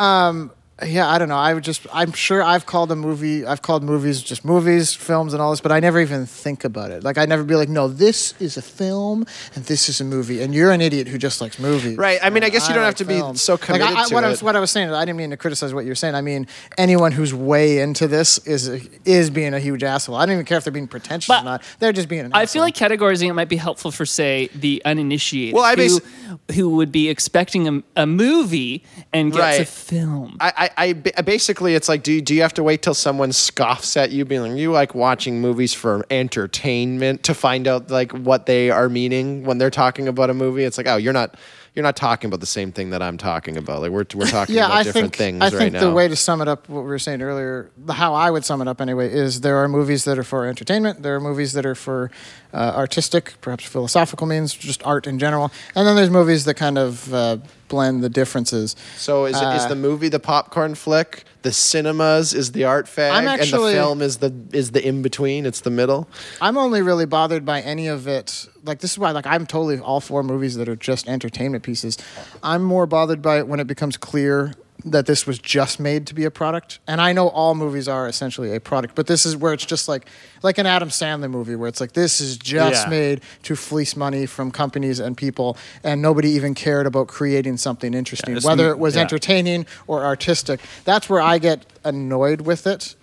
yeah, I don't know. I would just, I'm sure I've called a movie, I've called movies just movies, films, and all this, but I never even think about it. Like, I never be like, no, this is a film and this is a movie, and you're an idiot who just likes movies.
Right. I mean, I
And
guess you don't have to be so committed
I, I,
to
what I
it.
was, what I was saying, I didn't mean to criticize what you were saying. I mean, anyone who's way into this is is being a huge asshole. I don't even care if they're being pretentious or
But
not. They're just being. An
I
asshole.
feel like categorizing it might be helpful for, say, the uninitiated
Well, I
who,
basi-
who would be expecting a, a movie and gets a
Right.
film.
I, I, I ba- basically, it's like, do you, do you have to wait till someone scoffs at you, being like, you like watching movies for entertainment to find out like what they are meaning when they're talking about a movie? It's like, oh, you're not, you're not talking about the same thing that I'm talking about. Like we're, we're talking
yeah,
about
I
different
think
things
I
right
think
now.
the way to sum it up, what we were saying earlier, the, how I would sum it up anyway, is there are movies that are for entertainment, there are movies that are for uh, artistic, perhaps philosophical means, just art in general, and then there's movies that kind of uh, blend the differences.
so is,
Uh,
is the movie the popcorn flick? The cinemas is the art fag,
I'm actually-
and the film is the is the in between. It's the middle.
I'm only really bothered by any of it. Like this is why, like I'm totally all for movies that are just entertainment pieces. I'm more bothered by it when it becomes clear that this was just made to be a product. And I know all movies are essentially a product, but this is where it's just like, like an Adam Sandler movie where it's like this is just
Yeah.
made to fleece money from companies and people, and nobody even cared about creating something interesting,
it's-
whether it was
yeah.
entertaining or artistic. That's where I get annoyed with it.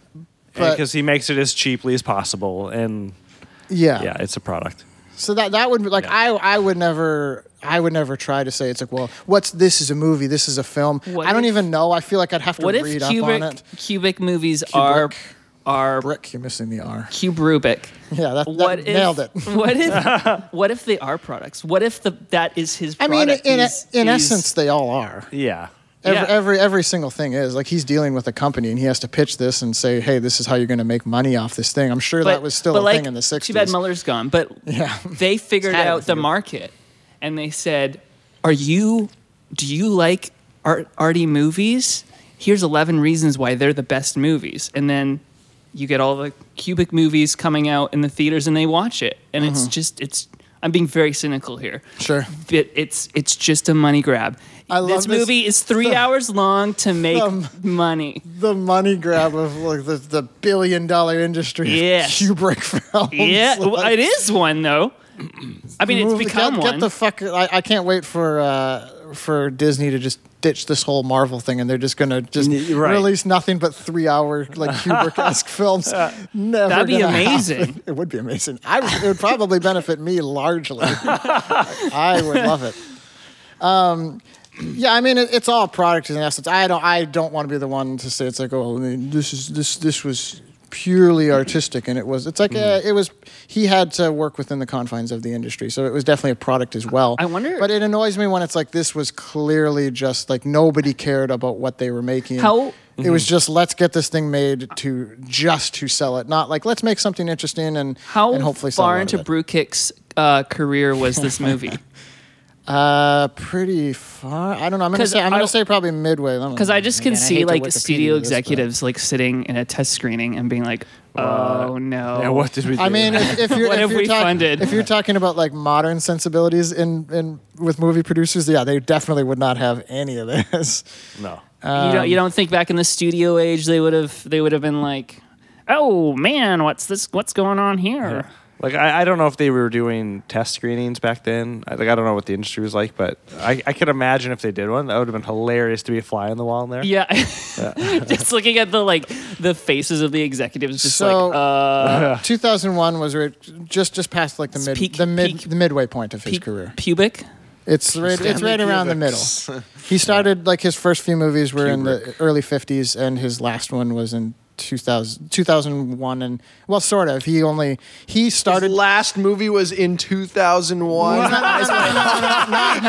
But
because he makes it as cheaply as possible, and yeah, it's a product.
So that that would be like
Yeah.
I I would never I would never try to say it's like well what's this is a movie this is a film
What
I don't
if-
even know I feel like I'd have to
what if
read up on
Kubrick,
it.
Kubrick movies are are
Brick, you're missing the R.
Cube Rubik?
Yeah, that, that
What if,
nailed it.
What if what if they are products? What if the that is his?
I mean,
product?
in
He's-
in
he's-
essence, they all are.
Yeah,
Every,
Yeah.
every every single thing is like he's dealing with a company and he has to pitch this and say, hey, this is how you're going to make money off this thing. I'm sure that was still a
like,
thing in the '60s.
Too bad Muller's gone. But
Yeah.
they figured
Had it
out
with
the
you.
market, and they said, "Are you? Do you like art, arty movies? Here's 11 reasons why they're the best movies." And then you get all the cubic movies coming out in the theaters, and they watch it, and it's just it's. I'm being very cynical here.
Mm-hmm. Sure.
but it's it's just a money grab.
I love
this
this-
movie is three hours long to make
Um,
money.
the money grab of like the, the billion dollar industry. of
Yes.
Kubrick films.
Yeah,
Like-
well, it is one though. I mean, it's
Move the-
become
get,
one.
Get the fuck! I, I can't wait for uh, for Disney to just ditch this whole Marvel thing, and they're just gonna just
N- right.
release nothing but three hour like Kubrick esque films. Never.
That'd be
gonna happen.
amazing.
It would be amazing. I would, it would probably benefit me largely. I would love it. Um, yeah, I mean it, it's all product in essence. I don't I don't want to be the one to say it's like oh I mean, this is this this was purely artistic and it was it's like
Mm.
uh it was he had to work within the confines of the industry so it was definitely a product as well
I wonder-
but it annoys me when it's like this was clearly just like nobody cared about what they were making
How-
it was just let's get this thing made to just to sell it not like let's make something interesting and
How
and hopefully sell a
far
lot
into
of it.
Brewkick's uh, career was this movie?
Uh, pretty far. I don't know. I'm gonna
'Cause
say I'm
I-
gonna say probably midway.
Because I just can see like studio
executives.
executives like sitting in a test screening and being like, "Oh no,
Yeah, what did we? Do?
I mean, if, if you're
What
if
have
you're
we
talk-
funded?
if you're talking about like modern sensibilities in in with movie producers, yeah, they definitely would not have any of this.
no.
you don't you don't think back in the studio age they would have they would have been like, oh man, what's this? What's going on here?"
Like I, I don't know if they were doing test screenings back then. I, like I don't know what the industry was like, but I, I could imagine if they did one, that would have been hilarious to be a fly on the wall in there.
Yeah, just looking at the like the faces of the executives, just
so
like uh,
2001 was right, just just past like the mid
peak-
the mid
peak-
the midway point of his
pu-
career.
pubic.
It's right, it's right around the middle. He started like his first few movies were in the early 50s, and his last one was in 2000, 2001. And well, sort of. He only he started.
His last movie was in 2001.
Eyes Wide Shut.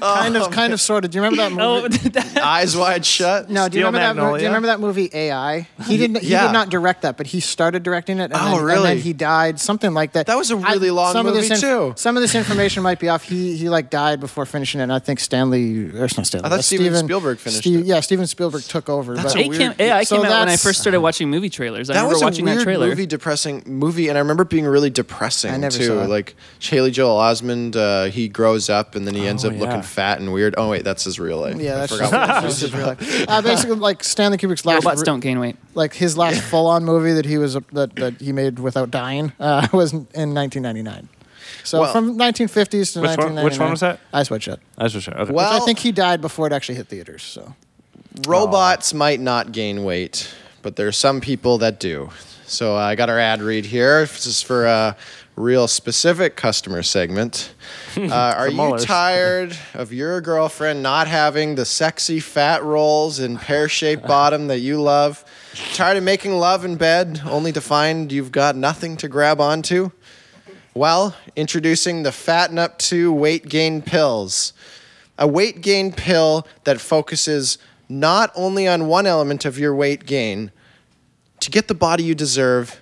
kind of, kind of, sort of. Do you remember that
Oh,
movie?
Eyes wide shut.
No, do you
Steel
remember that? mo- Do
Magnolia?
you remember that movie AI? He didn't. He
Yeah.
did not direct that, but he started directing it. And
Oh,
then, and
really?
then he died. Something like that.
That was a really long
some of
movie,
this
too.
Some of this information might be off. He he like died before finishing it. And I think Stanley or it's not Stanley.
I thought
uh,
Steven Spielberg finished it.
Yeah, Steven Spielberg took over.
That's
but,
a
it
weird-
came, yeah, I
So
came out when I
that's-
first first started watching movie trailers. I
that
remember
was a
watching
weird
that trailer.
movie, depressing movie, and I remember it being really depressing
I never
too.
saw it.
Like Haley Joel Osmond, uh, he grows up and then he ends
Oh,
up looking
yeah.
fat and weird. Oh wait, that's his real life.
Yeah,
I
that's just,
forgot what-
that's just real life. Uh, basically, like Stanley Kubrick's last
Robots
re-
don't gain weight.
like his last full-on movie that he was that, that he made without dying uh, was in 1999. So
Well-
from 1950s to
Which one-
1999.
which one was that?
Ice White Shut.
That's for sure. Okay.
Well-
Which I think he died before it actually hit theaters. So
Robots might not gain weight, but there are some people that do. So uh, I got our ad read here. This is for a real specific customer segment. Uh, are you
Mueller's.
tired of your girlfriend not having the sexy fat rolls and pear shaped bottom that you love? Tired of making love in bed only to find you've got nothing to grab onto? Well, introducing the Fatten Up 2 weight gain pills. A weight gain pill that focuses not only on one element of your weight gain. To get the body you deserve,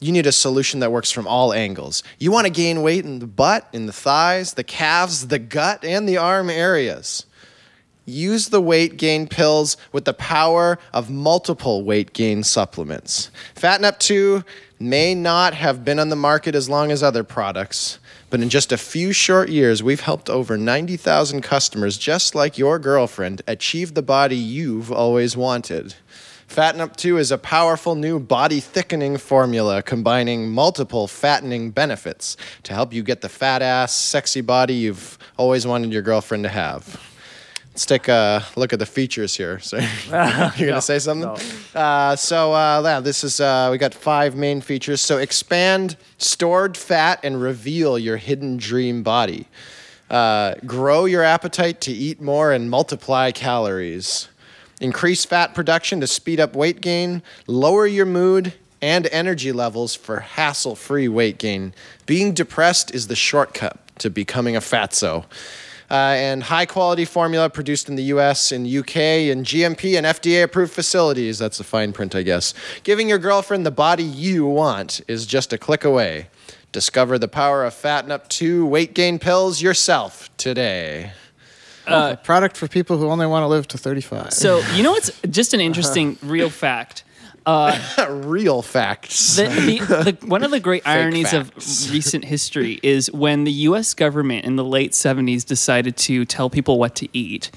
you need a solution that works from all angles. You want to gain weight in the butt, in the thighs, the calves, the gut, and the arm areas. Use the weight gain pills with the power of multiple weight gain supplements. Fatten Up 2 may not have been on the market as long as other products, but in just a few short years, we've helped over 90,000 customers just like your girlfriend achieve the body you've always wanted. Fatten Up 2 is a powerful new body thickening formula combining multiple fattening benefits to help you get the fat ass, sexy body you've always wanted your girlfriend to have. Let's take a look at the features here. So you're gonna say something? Uh, so uh, yeah, this is uh, we got five main features. So expand stored fat and reveal your hidden dream body. Uh, grow your appetite to eat more and multiply calories. Increase fat production to speed up weight gain. Lower your mood and energy levels for hassle-free weight gain. Being depressed is the shortcut to becoming a fatso uh, and high quality formula produced in the US and UK in GMP and FDA approved facilities. That's the fine print, I guess. Giving your girlfriend the body you want is just a click away. Discover the power of Fatten Up 2 weight gain pills yourself today.
a product for people who only want to live to 35.
So you know what's just an interesting
Uh-huh.
real fact.
Real facts.
The, the, the, one of the great ironies of
facts.
recent history is when the U.S. government in the late '70s decided to tell people what to eat.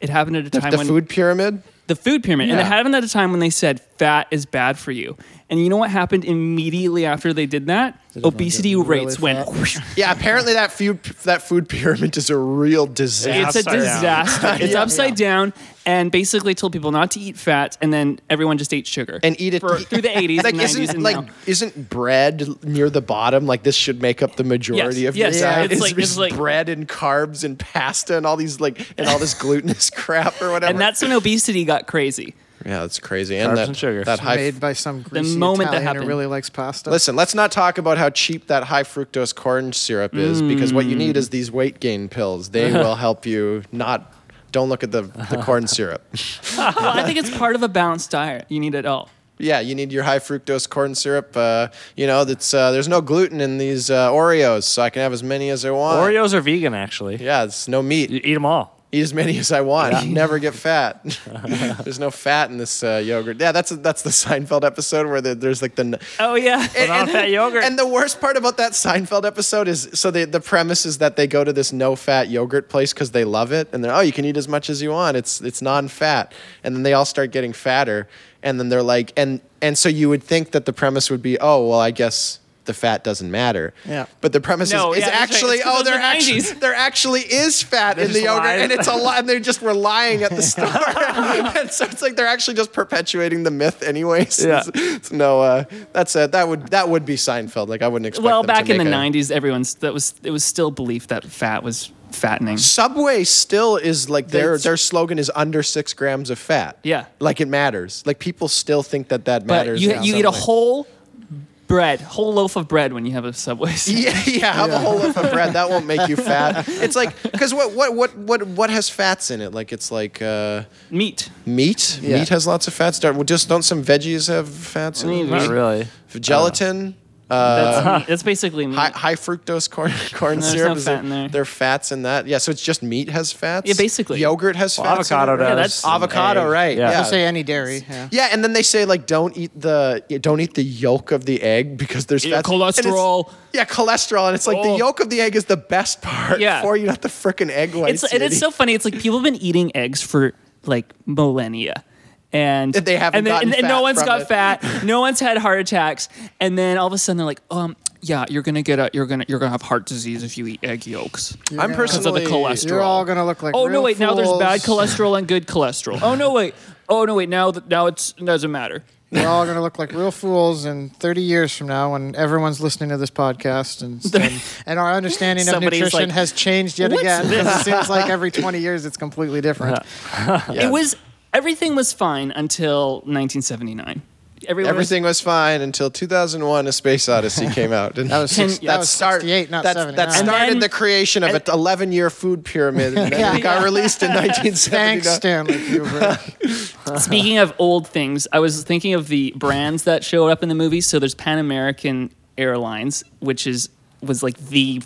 It happened at a time
the
when
food pyramid?
the food pyramid, and it
Yeah.
happened at a time when they said fat is bad for you. And you know what happened immediately after they did that? Obesity
really
rates went.
Yeah, apparently that food that food pyramid is a real disaster.
It's a
Upside down.
disaster. It's upside down, and basically told people not to eat fat, and then everyone just ate sugar
and eat it
For- through the 80s,
Like
and 90s,
isn't
and
like
now.
isn't bread near the bottom? Like this should make up the majority
Yes,
of your
yes,
diet.
it's
Is
like-
just
it's like-
bread and carbs and pasta and all these like and all this glutinous crap or whatever.
and that's when obesity got crazy.
yeah, that's crazy. And
Carbs
that
and sugar.
that high.
made by some greasy
moment that
Italian who
happened.
really likes pasta.
Listen, let's not talk about how cheap that high fructose corn syrup is because what you need is these weight gain pills. They will help you not. Don't look at the, the corn syrup.
well, I think it's part of a balanced diet. You need it all.
Yeah, you need your high fructose corn syrup. Uh, you know, that's uh, there's no gluten in these uh, Oreos, so I can have as many as I want.
Oreos are vegan, actually.
Yeah, it's no
You
meat.
eat them all.
Eat as many as I want. Never get fat. there's no fat in this uh, yogurt. Yeah, that's that's the Seinfeld episode where the, there's like the. n-
Oh yeah.
Without fat yogurt.
And the worst part about that Seinfeld episode is so the the premise is that they go to this no fat yogurt place because they love it and they're oh you can eat as much as you want it's it's non fat and then they all start getting fatter and then they're like and and so you would think that the premise would be oh well I guess the fat doesn't matter
Yeah.
but the premise
No,
is, is
yeah, that's right.
actually
It's 'cause
oh
it was
there
the
actually
90s.
there actually is fat in the
just
yogurt
lying.
and it's a lie and they just were lying at the store and so it's like they're actually just perpetuating the myth anyways
Yeah.
So, no, uh, that's it. That would that would be Seinfeld. Like I wouldn't expect.
well,
them
back
to
in the
make a-
'90s, everyone's that was it was still belief that fat was fattening.
Subway still is like their
That's-
their slogan is under six grams of fat.
Yeah.
like it matters. Like people still think that that
But
matters.
you
in
you
some
eat a
way.
whole bread, whole loaf of bread when you have a Subway. sandwich.
Yeah, yeah, have a whole loaf of bread. That won't make you fat. It's like because what what what what what has fats in it? Like it's like uh,
Meat.
meat.
Yeah.
Meat has lots of fats. Don't, well, just don't some veggies have fats? In
I mean,
it?
Not
really.
Gelatin.
that's, me. that's basically me.
High, high fructose corn corn
There's
syrup.
no
is
fat
there-
in there.
There are fats in that. Yeah, so it's just meat has fats.
Yeah, basically.
Yogurt has
Well,
fats. in
avocado
it, right?
does.
Yeah, that's-
avocado,
Egg.
right?
Yeah.
Yeah.
I'll
I'll say any dairy. Yeah.
Yeah, and then they say like don't eat the yeah, don't eat the yolk of the egg because there's
Yeah,
fats. And it's-
cholesterol.
Yeah, cholesterol, and it's like
Oh.
the yolk of the egg is the best part.
Yeah.
before you not the freaking egg whites.
It's and it's
Yeti.
so funny. It's like people have been eating eggs for like millennia. And
And they haven't
and, then-
gotten
and, and no
fat
one's
from
got
it.
fat. No one's had heart attacks. And then all of a sudden they're like, um, yeah, you're gonna get a you're gonna you're gonna have heart disease if you eat egg yolks.
I'm
Because of the
personally
cholesterol.
You're all gonna look like.
oh no
real
wait, now there's
fools.
bad cholesterol and good cholesterol. Oh no wait. Oh no wait, now th- now it's it doesn't matter.
We're all gonna look like real fools in 30 years from now when everyone's listening to this podcast and and, and our understanding of
Somebody's
nutrition
like,
has changed yet
"What's
again. 'cause
this?"
It seems like every 20 years it's completely different.
Yeah.
It was everything was fine until 1979. Everyone was-
Everything was fine until 2001: A Space Odyssey came out, and that
was six- that was 68, not
that,
79.
that
And
started
then-
the creation of an 11-year food pyramid, and then it got released in 1979.
Thanks, Stanley Kubrick.
Speaking of old things, I was thinking of the brands that showed up in the movie. So there's Pan American Airlines, which is was like the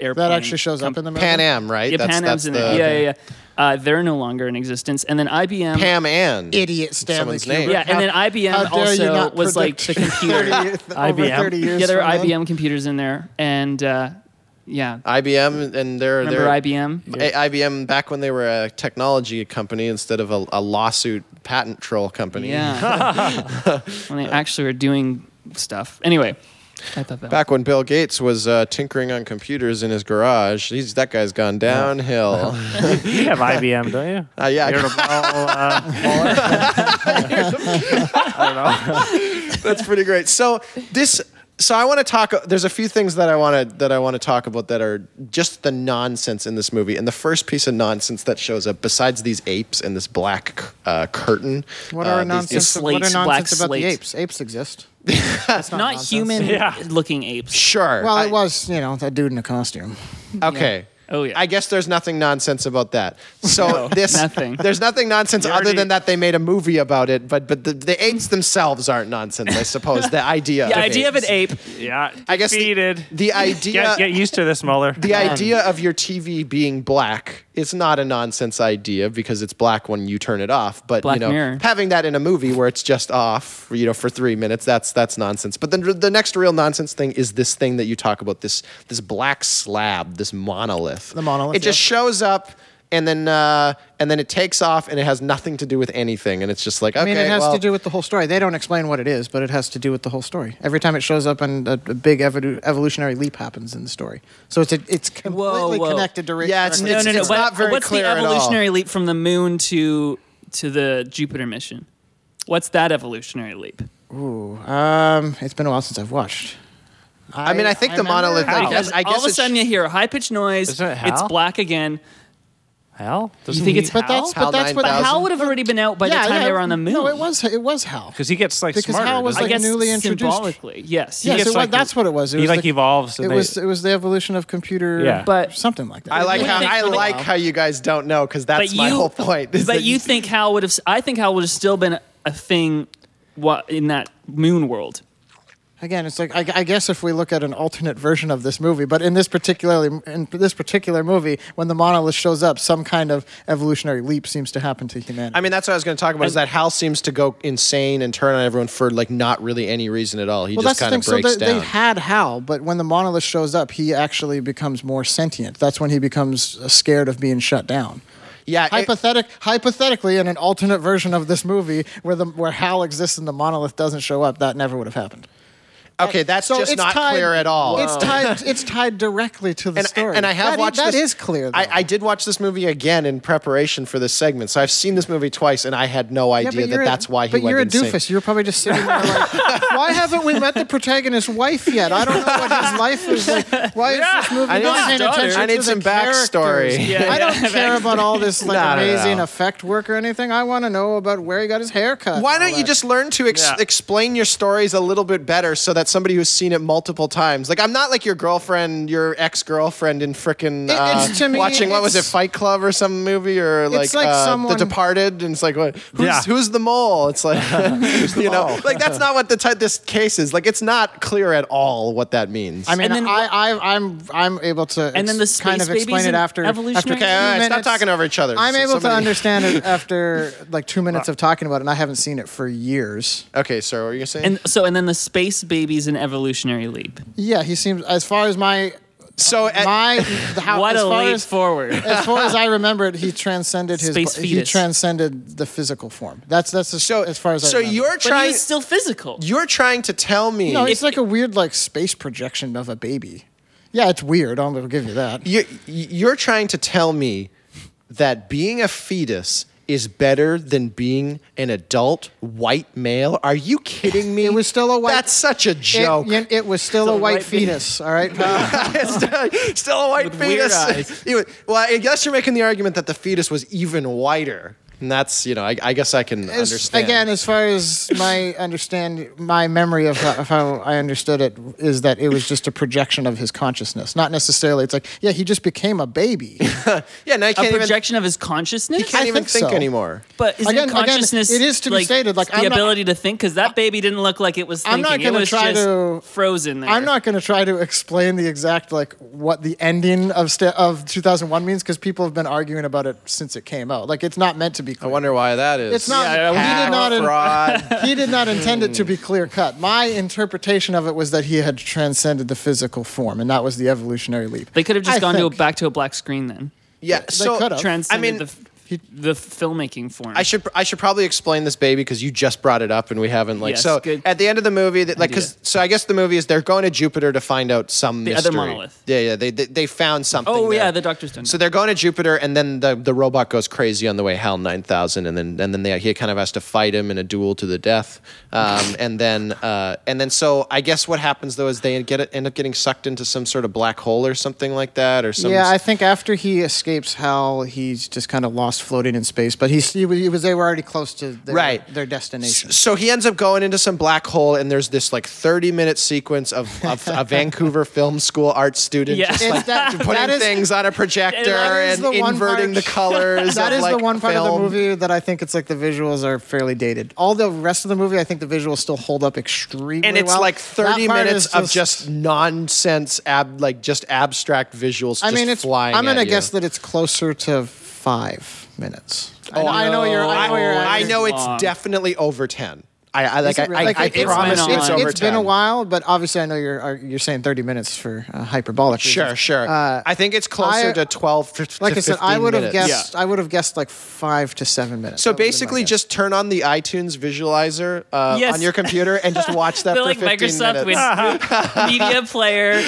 airplane
That actually shows up in the movie.
Pan Am, right?
Yeah, Pan Am's in there. Yeah, yeah, yeah. Uh, they're no longer in existence. And then IBM.
Pam Ann.
Idiot Stanley
Someone's name.
Kubrick.
yeah, and then
How-
IBM
how dare you
also
not
was like
predict
the computer.
30,
yeah,
Over
IBM.
30 years
there are
from now.
IBM computers in there, and uh, yeah,
IBM, and they're
remember
they're,
IBM?
I- IBM back when they were a technology company instead of a, a lawsuit patent troll company.
Yeah, when they actually were doing stuff. Anyway, I thought that.
Back when Bill Gates was uh, tinkering on computers in his garage, he's, that guy's gone downhill.
You have IBM, don't you?
Uh, yeah, I-
Irritable, uh,
That's pretty great. So this. So I want to talk. There's a few things that I want to that I want to talk about that are just the nonsense in this movie. And the first piece of nonsense that shows up, besides these apes and this black uh, curtain,
What
uh,
are
these-
nonsense?
these
what are
slates, black
nonsense about
slates.
the apes? Apes exist.
That's not,
nonsense.
human-looking apes.
Sure.
Well,
I-
it was you know a dude in a costume.
Okay.
Oh, yeah.
I guess there's nothing nonsense about that. So this
nothing.
There's nothing nonsense
You
other
already-
than that they made a movie about it. But but the, the apes themselves aren't nonsense. I suppose the idea. of
The idea of an
apes.
ape.
yeah,
I guess the-
defeated.
The idea.
get, get used to this, Muller.
the uh, idea of your TV being black is not a nonsense idea because it's black when you turn it off. But
Black
you know,
Mirror.
having that in a movie where it's just off, you know, for three minutes, that's that's nonsense. But then the next real nonsense thing is this thing that you talk about this this black slab, this monolith.
The monolith,
It just shows up. And then, uh, and then it takes off, and it has nothing to do with anything, and it's just like okay.
I mean, it has
well,
to do with the whole story. They don't explain what it is, but it has to do with the whole story. Every time it shows up, and a, a big evolu- evolutionary leap happens in the story. So it's a, it's completely
whoa.
connected to.
Yeah, it's-
no, no, no.
it's
but
not very
what's
clear
the
at all.
evolutionary leap from the moon to to the Jupiter mission? What's that evolutionary leap?
Um, it's been a while since I've watched.
I mean, I think the
remember-
monolith- I
How?
guess- I
all of a
it's-
sudden you hear a high pitched noise.
Isn't it
It's
Hal?
black again.
Hal?
You think it's
But that's
Hal
but that's what
but
9000?
Hal would have already been out by the time they were on the moon.
No, it was it was Hal.
because he gets like
Because
smarter.
Hal was,
I
doesn't
like,
guess
newly introduced.
symbolically. Yes.
Yes,
gets,
it was,
like,
that's what it was. It
he,
was
like, evolves
It
and
was
they-
it was the evolution of computer.
Yeah.
But-
something like that.
I like
You
how
think-
I
but-
like how you guys don't know because that's
but
my
you,
whole point. is
But
that
you think Hal would have? s- I think Hal would have still been a thing. What in that moon world?
Again, it's like I, I guess if we look at an alternate version of this movie, but in this particularly in this particular movie, when the monolith shows up, some kind of evolutionary leap seems to happen to humanity.
I mean, that's what I was going to talk about. is that Hal seems to go insane and turn on everyone for like not really any reason at all. He
well,
just
that's the
kind
thing.
of
So
breaks
they, they
down.
had Hal, but when the monolith shows up, he actually becomes more sentient. That's when he becomes uh, scared of being shut down.
yeah, it-
Hypothetic, hypothetically, in an alternate version of this movie where the where Hal exists and the monolith doesn't show up, that never would have happened.
okay, that's just not clear at all.
It's tied. It's tied directly to the
and,
story.
and I have
That i-
watched.
That
this,
is clear. Though.
I, I did watch this movie again in preparation for this segment, so I've seen this movie twice, and I had no
Yeah,
idea
but
that
you're a-
that's why he
But
went
you're a
insane.
doofus. You're probably just sitting there like, why haven't we met the protagonist's wife yet? I don't know what his life is like. Why is this movie
I need
not
some
paying
daughter.
attention
I need
to
some
the characters?
backstory.
Yeah,
I don't
yeah.
care about all this like
No, no, no.
amazing effect work or anything. I want to know about where he got his hair cut.
Why
and all
don't you
that.
just learn to ex-
Yeah.
explain your stories a little bit better so that that somebody who's seen it multiple times. Like I'm not like your girlfriend, your ex girlfriend in frickin' uh,
it's- to me,
watching what was it,
it's-
Fight Club or some movie or like,
like
uh,
someone-
The Departed, and it's like what, who's,
Yeah.
who's the mole? It's like you know, like that's not what the type this case is. Like it's not clear at all what that means.
I mean,
And then
I, I, I'm, I'm able to
And then
ex-
the
kind
space
of explain
babies
it
and
after.
evolutionary-
after
Okay,
two
all right, stop
minutes.
talking over each other.
I'm
So
able to
somebody-
understand it after like two minutes of talking about it, and I haven't seen it for years.
Okay, sir, what are you saying?
And so, and then the space babies and evolutionary leap.
Yeah, he seems as far as my
so at,
my how,
what
as
a
far
leap
as,
forward.
as far as I remembered, he transcended his
Space
he
fetus.
transcended the physical form. That's that's as,
so
as far as I
so
remember.
you're
but he
trying
was still physical.
you're trying to tell me
no, it's like a weird like space projection of a baby. Yeah, it's weird. I'll give you that.
you're, you're trying to tell me that being a fetus is better than being an adult white male? Are you kidding me?
It was still a white-
That's such a joke.
It, it was still a
Still
white
white baby.
fetus. All right, pal?
It's still- still a white
With weird eyes.
fetus. You- well, I guess you're making the argument that the fetus was even whiter. And that's, you know, I, I guess I can
As-
understand.
Again, as far as my understand, my memory of how, of how I understood it is that it was just a projection of his consciousness, not necessarily. It's like, yeah, he just became a baby.
yeah, now I
a
can't even,
projection of his consciousness.
can't
I
even
think
think
so.
anymore.
But isn't
Again- again,
consciousness?
it is to be
like,
stated, like,
the
I'm not-
ability to think, because that baby didn't look like it was
I'm
thinking.
not
it
gonna
was
try
just
to-
frozen there.
I'm not going to try to explain the exact like what the ending of sta of 2001 means because people have been arguing about it since it came out. Like, it's not meant to be.
I
Clear.
wonder why that is.
It's not.
Yeah,
he did not. in-
fraud.
he did not intend it to be clear cut. My interpretation of it was that he had transcended the physical form, and that was the evolutionary leap.
They could have just
I
gone to a,
think.
back to a black screen then.
yeah, so
could've.
Transcended
I mean,
the, f- the filmmaking form.
I should I should probably explain this baby because you just brought it up and we haven't like
Yes,
so
good
at the end of the movie that like
idea.
because so I guess the movie is they're going to Jupiter to find out some
The other
mystery.
monolith.
Yeah, yeah, they they, they found something.
Oh,
there.
yeah, the doctor's done
So they're going to Jupiter and then the the robot goes crazy on the way HAL nine thousand and then and then they, he kind of has to fight him in a duel to the death. Um, and then uh, and then so I guess what happens though is they get it, end up getting sucked into some sort of black hole or something like that or some
Yeah, I think after he escapes hell, he's just kind of lost floating in space. But he's, he was, he was they were already close to their,
Right.
their destination.
So he ends up going into some black hole, and there's this like 30 minute sequence of, of a Vancouver film school art student
Yeah.
just
It's
like
that-
putting
that is-
things on a projector
That is
and
the one
inverting
part-
the colors.
That
of,
is
like,
the one part of
film.
the movie that I think it's like the visuals are fairly dated. All the rest of the movie, I think the visuals still hold up extremely
And it's
well.
like
That
30
part
minutes
is
of just nonsense, ab like just abstract visuals.
I mean,
just
it's.
flying.
I'm gonna
at you.
guess that it's closer to five minutes. I
Oh,
know- I know you're. I know you're.
no.
I
it's
know it's
long.
definitely over 10. I, I like.
Is it
I,
really?
I, I
It's
promise
been
you it's
on-
over
It's been a
10.
while, but obviously, I know you're are- you're saying 30 minutes for uh, hyperbolic.
Sure,
reasons.
sure.
Uh,
I think it's closer
I-
to 12 to
like I said, I
15
would have
minutes.
guessed. I would have guessed like five to seven minutes.
So
That would've been my
basically,
guess.
just turn on the iTunes visualizer uh,
Yes.
on your computer and just watch that
They're
for
like
15
Microsoft
minutes.
Win- Media Player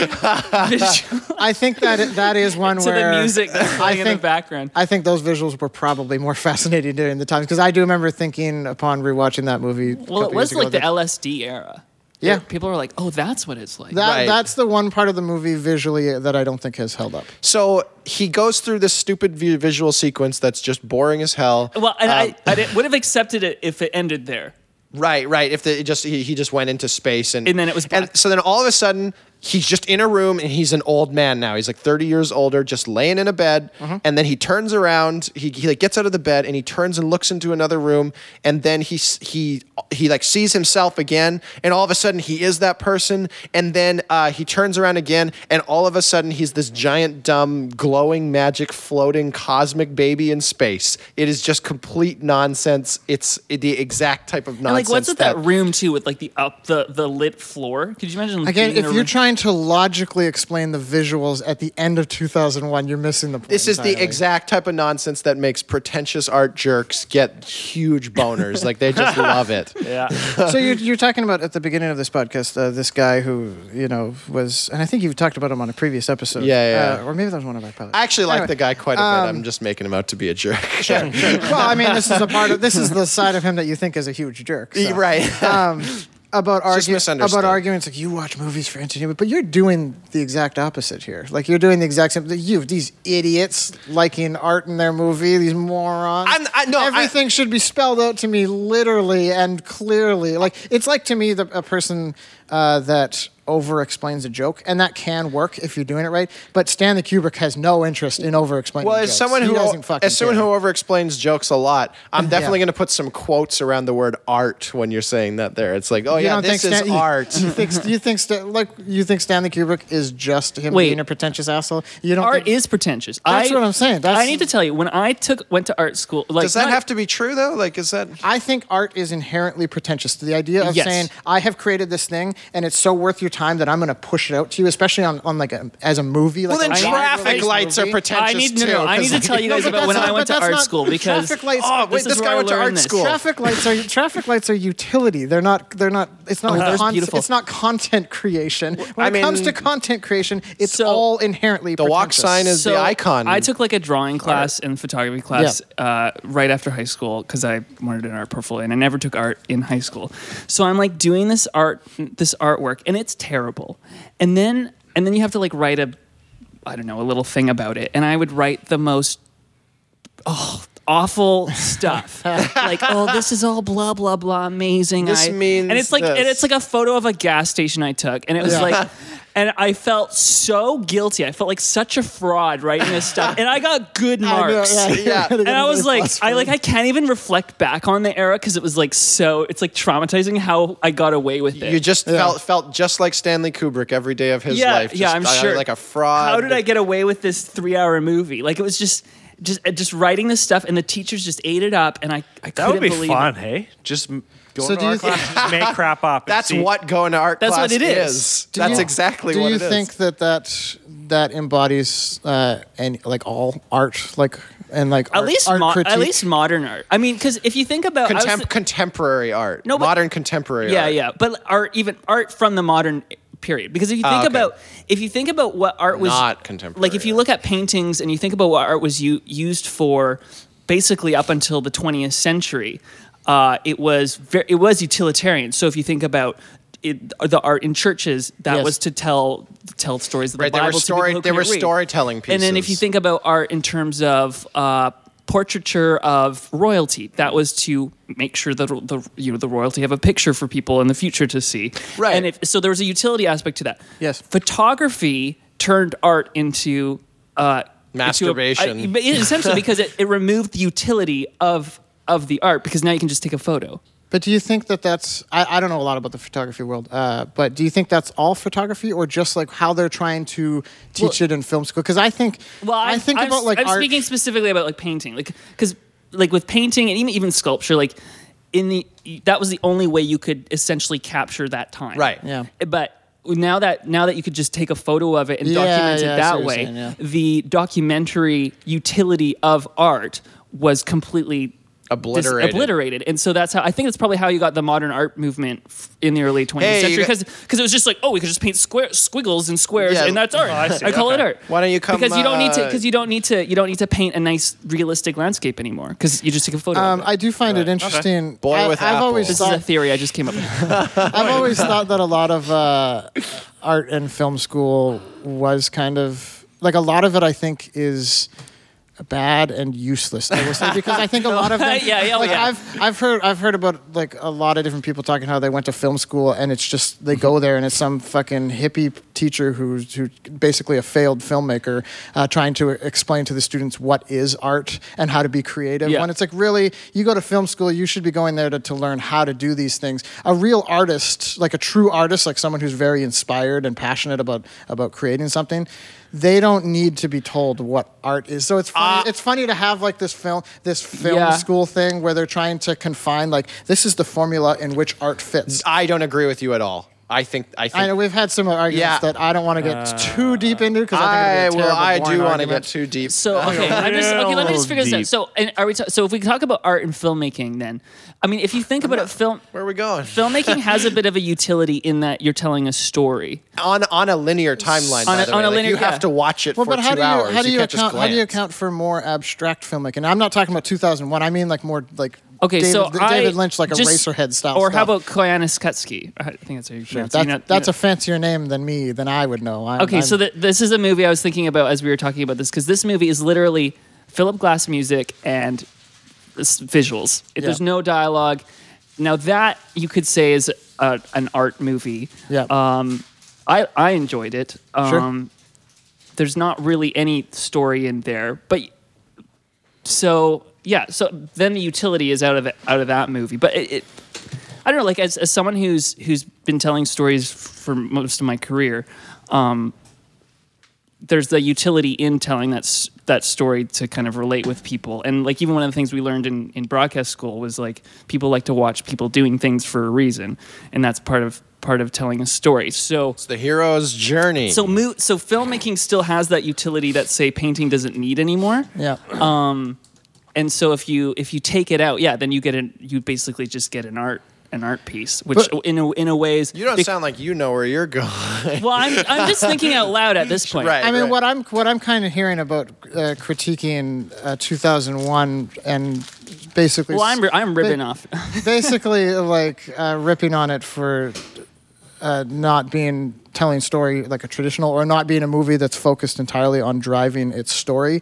visual
I think that that is one
to
where
the music that's playing in
think-
the background.
I think those visuals were probably more fascinating during the times because I do remember thinking upon rewatching that movie. a
Well, it
couple years
was
ago
like the
that-
LSD era.
Yeah.
people were like, "Oh, that's what it's like."
That,
Right.
That's the one part of the movie visually that I don't think has held up.
So he goes through this stupid vi- visual sequence that's just boring as hell.
well, and
Um,
I, I did, would have accepted it if it ended there.
Right, right. If the, it just he, he just went into space and
And then it was
and
black.
so then all of a sudden he's just in a room and he's an old man now. He's like thirty years older, just laying in a bed.
Mm-hmm.
And then he turns around. He, he like gets out of the bed and he turns and looks into another room. And then he s- he he like sees himself again. And all of a sudden he is that person. And then uh, he turns around again. And all of a sudden he's this giant, dumb, glowing, magic, floating cosmic baby in space. It is just complete nonsense. It's the exact type of nonsense.
And like, what's with that,
that
room too? With like the up the the lit floor? Could you imagine?
Again,
being in
if
a
you're
room-
trying to logically explain the visuals at the end of 2001, you're missing the point.
This is the
entirely.
exact type of nonsense that makes pretentious art jerks get huge boners. like they just love it.
Yeah.
so you're, you're talking about at the beginning of this podcast uh, this guy who you know was, and I think you talked about him on a previous episode.
Yeah, yeah,
Uh,
yeah.
or maybe that was one of our pilots.
I actually like
Anyway.
the guy quite a bit.
Um,
I'm just making him out to be a jerk. Sure,
well, I mean, this is a part of this is the side of him that you think is a huge jerk. so.
right.
um, about
It's just
arguing
misunderstood.
about arguments like you watch movies for entertainment, but you're doing the exact opposite here. Like you're doing the exact same. You these idiots liking art in their movie, these morons.
I'm, I- no, I-
everything should be spelled out to me literally and clearly. Like it's like to me the a person uh, that over explains a joke, and that can work if you're doing it right. But Stanley Kubrick has no interest in over explaining.
Well, as someone who
doesn't fucking
as someone
care.
who over explains jokes a lot, I'm definitely going to put some quotes around the word art when you're saying that. There, it's like, oh
you
yeah,
don't
this
think
is
Stan- you-
art.
You think you think Stan- like you think Stanley Kubrick is just him
Wait.
being a pretentious asshole? You don't.
Art
think,
is pretentious.
That's
I,
what I'm saying. That's-
I need to tell you, when I took went to art school, like
Does that
not-
have to be true though? Like, is that
I think art is inherently pretentious. The idea of
Yes.
saying I have created this thing and it's so worth your time that I'm going to push it out to you, especially on, on like a, as a movie. Like
well? Then
a
I-
traffic
wide-release
lights are
movie.
pretentious
I need
too.
no, no, I need to
'cause-
tell you
No,
guys
but
about when
that's
I
not-
went
but
to
that's
art
not-
school because
traffic lights-
Oh, wait,
is
this
where
guy
I
went to art
learned this.
school.
Traffic lights are traffic lights are utility. They're not. They're not. It's not.
that's
con-
Oh, beautiful.
It's not content creation. When
I
it comes to
mean-
content creation, it's
So-
all inherently.
the walk
pretentious.
sign is the icon.
I took like a drawing class and photography class uh, right after high school because I wanted an art portfolio, and I never took art in high school. So I'm like doing this art, this artwork, and it's terrible. And then and then you have to like write a, I don't know, a little thing about it, and I would write the most oh, awful stuff. like, oh, this is all blah blah blah amazing.
This
I,
means
and it's like and
this.
it's like a photo of a gas station I took, and it was
Yeah.
like, and I felt so guilty. I felt like such a fraud writing this stuff, and I got good
I know,
marks.
Yeah.
You're
And
gonna
I
get
was
a
like,
plus
I
for
like,
it.
I can't even reflect back on the era because it was like so. It's like traumatizing how I got away with it.
You just felt felt just like Stanley Kubrick every day of his
yeah,
life.
yeah,
Just,
I'm
uh,
sure.
Like a fraud.
How did I get away with this three-hour movie? Like it was just, just, uh, just writing this stuff, and the teachers just ate it up, and I, I
That would
couldn't
be
believe
fun,
it.
hey? Just m- go
So
to
do you
art class, just make crap up. and
That's
see-
what going to art
That's
class
what it is.
is.
Do
That's
you-
exactly
do
what
you
it is.
think that that that embodies uh and like all art like and like
At
art,
least,
art
mo- at
critique?
least modern art. I mean, because if you think about I was
Contem-
th-
contemporary art.
No, but-
modern contemporary
yeah,
art.
yeah, but art even art from the modern period. Because if you think
Ah, okay.
about if you think about what art was
Not contemporary
like if you
art.
look at paintings and you think about what art was u- used for, basically up until the 20th century, uh, it was ver- it was utilitarian. So if you think about it, the art in churches that
Yes.
was to tell tell stories of
Right,
the
they were
Bible. to people
story-
who
they were
couldn't read.
storytelling
And then if
pieces.
you think about art in terms of uh, portraiture of royalty, that was to make sure that the you know the royalty have a picture for people in the future to see.
Right.
And if, so there was a utility aspect to that.
Yes.
Photography turned art into uh,
Masturbation.
into a- I- but essentially, because it, it removed the utility of of the art because now you can just take a photo.
But do you think that that's? I, I don't know a lot about the photography world, uh, but do you think that's all photography, or just like how they're trying to teach it in film school? Because I think,
Well,
I
I'm,
think
I'm-
about like
I'm
art.
speaking specifically about like painting, like because like with painting and even even sculpture, like in the that was the only way you could essentially capture that time,
Right.
Yeah.
But now that now that you could just take a photo of it and
Yeah,
document
yeah, I
it
see what
that
you're
way,
saying, yeah.
the documentary utility of art was completely. dis-
Obliterated.
obliterated, and so that's how I think that's probably how you got the modern art movement f- in the early 20th
Hey, you
century
got-
because because it was just like oh we could just paint square squiggles and squares
Yeah.
and that's art
Oh, I see.
call it
Okay.
art
Why don't you come,
because you don't need to
uh,
because you don't need to you don't need to paint a nice realistic landscape anymore because you just take a photo.
Um,
of it.
I do find it interesting.
Boy
I,
with
I've
apple.
always
This is a
thought,
theory I just came up with.
I've always thought that a lot of uh, art and film school was kind of like a lot of it. I think is bad and useless. I will say because I think a lot of them,
Yeah, yeah, oh,
like,
yeah.
I've I've heard I've heard about like a lot of different people talking how they went to film school and it's just they go there and it's some fucking hippie teacher who's who basically a failed filmmaker uh, trying to explain to the students what is art and how to be creative.
Yeah.
When it's like really you go to film school, you should be going there to, to learn how to do these things. A real artist, like a true artist, like someone who's very inspired and passionate about about creating something. They don't need to be told what art is. So it's funny, it's funny to have like this film this film
Uh, Yeah.
school thing where they're trying to confine like this is the formula in which art fits.
I don't agree with you at all. I think I think
I know we've had similar arguments
Yeah.
that I don't want to get
Uh,
too deep into because
I
I think it'd be a
well,
terrible,
I
boring
do want to get
argument.
too deep.
So okay, I'm just, okay. Let me just figure this out. So and are we ta- so if we talk about art and filmmaking, then I mean if you think about it, film
Where are we going?
filmmaking has a bit of a utility in that you're telling a story.
On on a linear timeline.
On
by
a-
the
on
way.
a
Like,
linear-
you
yeah.
have to watch it
Well,
for
but how
two
do you
hours.
how do you
can't just
account how do you
glance.
account for more abstract filmmaking? I'm not talking about 2001. I mean like more like
Okay,
David,
so
the-
I,
David Lynch like a
just-
Eraserhead style.
Or how
stuff.
about Koyanis Kutsky? I think that's how you pronounce it.
that's,
You know-
that's
you
a fancier name than me than I would know. I'm,
Okay,
I'm,
so th- this is a movie I was thinking about as we were talking about this because this movie is literally Philip Glass music and s- visuals. If
Yeah.
There's no dialogue. Now that you could say is a, an art movie.
Yeah.
Um, I I enjoyed it.
Sure.
Um, There's not really any story in there, but so yeah. So then the utility is out of it, out of that movie, but it. it I don't know, like as, as someone who's who's been telling stories f- for most of my career, um, there's the utility in telling that s- that story to kind of relate with people. And like even one of the things we learned in in broadcast school was like people like to watch people doing things for a reason, and that's part of part of telling a story. So
It's the hero's journey.
so mo- so filmmaking still has that utility that say painting doesn't need anymore.
Yeah.
Oh, And so if you if you take it out, yeah, then you get an you basically just get an art an art piece, which
But-
in a, in a ways
you don't sound like you know where you're going.
well. I'm I'm just thinking out loud at this point.
Right.
I mean, what I'm what I'm kind of hearing about uh, critiquing uh, 2001 and basically
Well, I'm I'm ripping
ba-
off.
basically like uh, ripping on it for uh, not being telling story like a traditional or not being a movie that's focused entirely on driving its story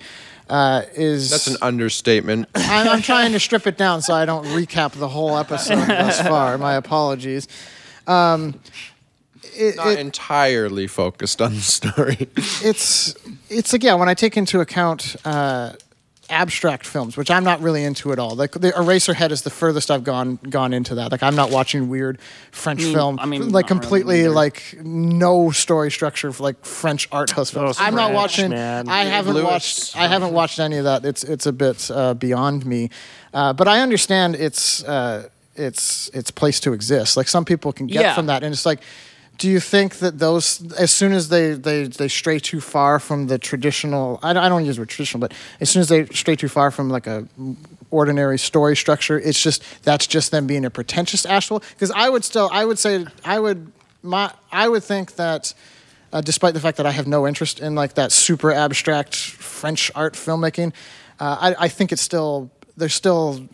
uh, is
That's an understatement.
I'm, I'm trying to strip it down so I don't recap the whole episode thus far. My apologies. Um, it-
Not
it-
entirely focused on the story.
it's it's again when I take into account uh, abstract films, which I'm not really into at all. Like the Eraserhead is the furthest I've gone gone into that. Like I'm not watching weird French
mean-
film,
Mm, I mean, not
like
really
completely
either.
like no story structure, for, like French art house films. I'm not
French,
watching.
man.
I haven't
Lewis.
watched. I haven't watched any of that. It's it's a bit uh, beyond me, uh, but I understand it's. Uh, its its place to exist. Like some people can get
Yeah.
from that, and it's like, do you think that those as soon as they they they stray too far from the traditional? I, don't- I don't use the word traditional, but as soon as they stray too far from like a ordinary story structure, it's just that's just them being a pretentious asshole. Because I would still I would say I would my I would think that. Uh, despite the fact that I have no interest in like that super abstract French art filmmaking, uh, I, I think it's still there's still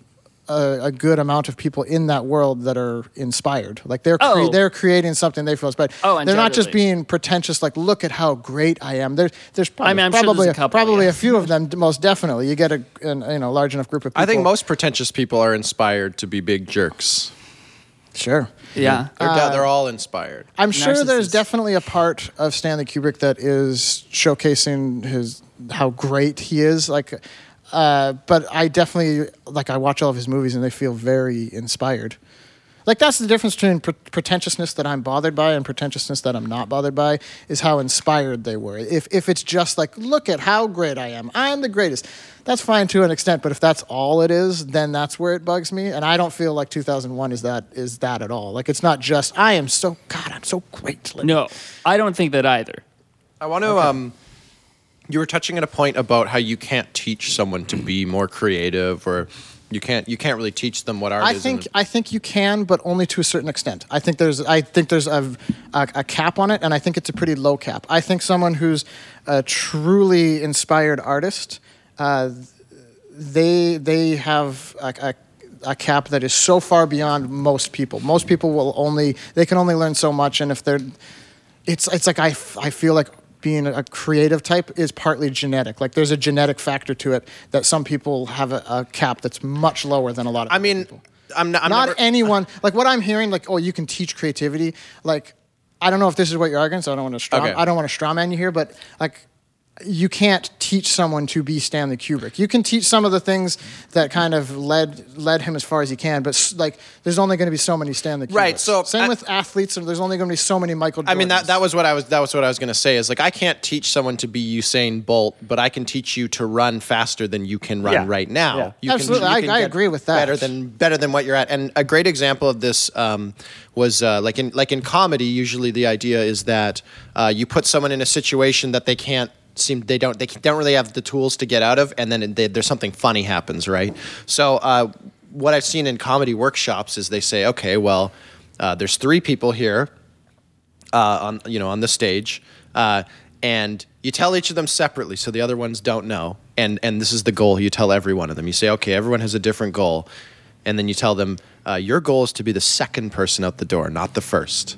a, a good amount of people in that world that are inspired. Like they're cre-
Oh.
they're creating something they feel inspired.
Oh,
they're not just
undoubtedly.
being pretentious. Like, look at how great I am. There's there's probably
I mean, I'm sure
probably
there's a couple,
probably
yeah.
a few of them. Most definitely, you get a an, you know large enough group of people.
I think most pretentious people are inspired to be big jerks.
sure.
Yeah.
They're, de- they're all inspired.
I'm sure there's
narcissists.
definitely a part of Stanley Kubrick that is showcasing his how great he is. Like, uh, but I definitely like I watch all of his movies and they feel very inspired. Like that's the difference between pre- pretentiousness that I'm bothered by and pretentiousness that I'm not bothered by is how inspired they were. If if it's just like look at how great I am, I'm the greatest. That's fine to an extent, but if that's all it is, then that's where it bugs me. And I don't feel like 2001 is that is that at all. Like it's not just I am so God, I'm so great. Like,
No, I don't think that either.
I want to. Um, you were touching at a point about how you can't teach someone to be more creative, or you can't you can't really teach them what art
I
is.
think
and-
I think you can, but only to a certain extent. I think there's I think there's a, a, a cap on it, and I think it's a pretty low cap. I think someone who's a truly inspired artist, uh, they they have a, a, a cap that is so far beyond most people. Most people will only they can only learn so much, and if they're it's it's like I, f- I feel like being a creative type is partly genetic. Like there's a genetic factor to it that some people have a, a cap that's much lower than a lot of.
I
other
mean,
people
I'm not. I'm
not
never-
anyone. Like what I'm hearing, like oh, you can teach creativity. Like I don't know if this is what you're arguing, so I don't want to straw.
Okay.
I don't want to straw man you here, but like you can't teach someone to be Stanley Kubrick. You can teach some of the things that kind of led led him as far as he can, but s- like there's only going to be so many Stanley. Kubricks.
Right, so
same
I-
with athletes, and there's only going to be so many Michael. Jordans.
I mean that, that was what I was that was what I was gonna say is like I can't teach someone to be Usain Bolt, but I can teach you to run faster than you can run
Yeah.
right now.
Yeah.
You can-
Absolutely. I- I
get
agree with that.
Better than better than what you're at. And a great example of this um, was uh, like in like in comedy. Usually the idea is that uh, you put someone in a situation that they can't seem they don't they don't really have the tools to get out of, and then they, there's something funny happens, right? So. Uh, what I've seen in comedy workshops is they say, okay, well, uh, there's three people here uh, on you know on the stage, uh, and you tell each of them separately, so the other ones don't know. And and this is the goal. You tell every one of them. You say, okay, everyone has a different goal, and then you tell them uh, your goal is to be the second person out the door, not the first.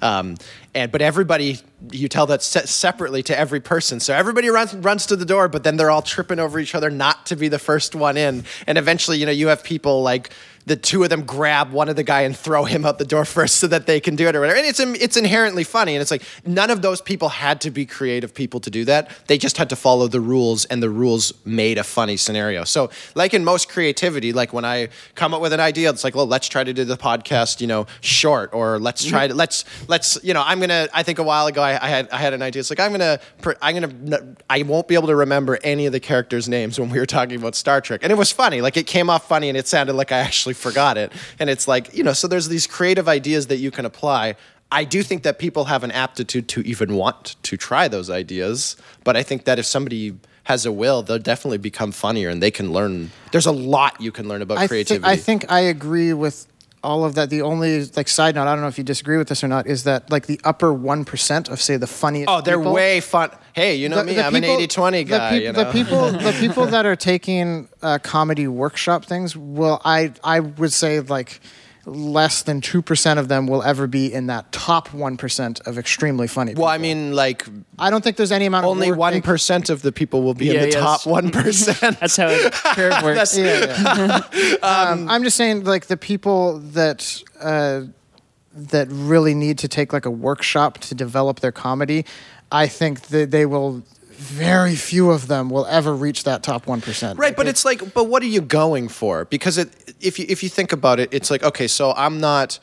Um, and but everybody, you tell that se- separately to every person. So everybody runs runs to the door, but then they're all tripping over each other not to be the first one in. And eventually, you know, you have people like the two of them grab one of the guy and throw him out the door first so that they can do it or whatever. And it's it's inherently funny. And it's like none of those people had to be creative people to do that. They just had to follow the rules, and the rules made a funny scenario. So like in most creativity, like when I come up with an idea, it's like, well, let's try to do the podcast, you know, short, or let's try to let's let's you know, I'm gonna. I think a while ago I, I had I had an idea. It's like I'm gonna pr- I'm gonna I won't be able to remember any of the characters' names when we were talking about Star Trek, and it was funny. Like it came off funny, and it sounded like I actually forgot it. And it's like you know, so there's these creative ideas that you can apply. I do think that people have an aptitude to even want to try those ideas, but I think that if somebody has a will, they'll definitely become funnier and they can learn. There's a lot you can learn about
I, thi-
creativity.
I think I agree with all of that. The only like side note, I don't know if you disagree with this or not, is that like the upper one percent of say the funniest.
Oh, they're
people-
way fun. Hey, you know me. I'm
people-
an 80-20
The,
guy.
peop-
you know?
the people, the people that are taking uh, comedy workshop things, will I I would say like less than two percent of them will ever be in that top one percent of extremely funny.
Well,
Well,
I mean, like
I don't think there's any amount.
only
of work
one
taken-
percent of the people will be
Yeah,
in the
yes.
top one percent.
That's how it curve works.
Yeah, yeah. um, I'm just saying, like the people that uh, that really need to take like a workshop to develop their comedy, I think that they will. Very few of them will ever reach that top one percent.
right, but it's like, but what are you going for? Because it, if you if you think about it, it's like okay, so I'm not,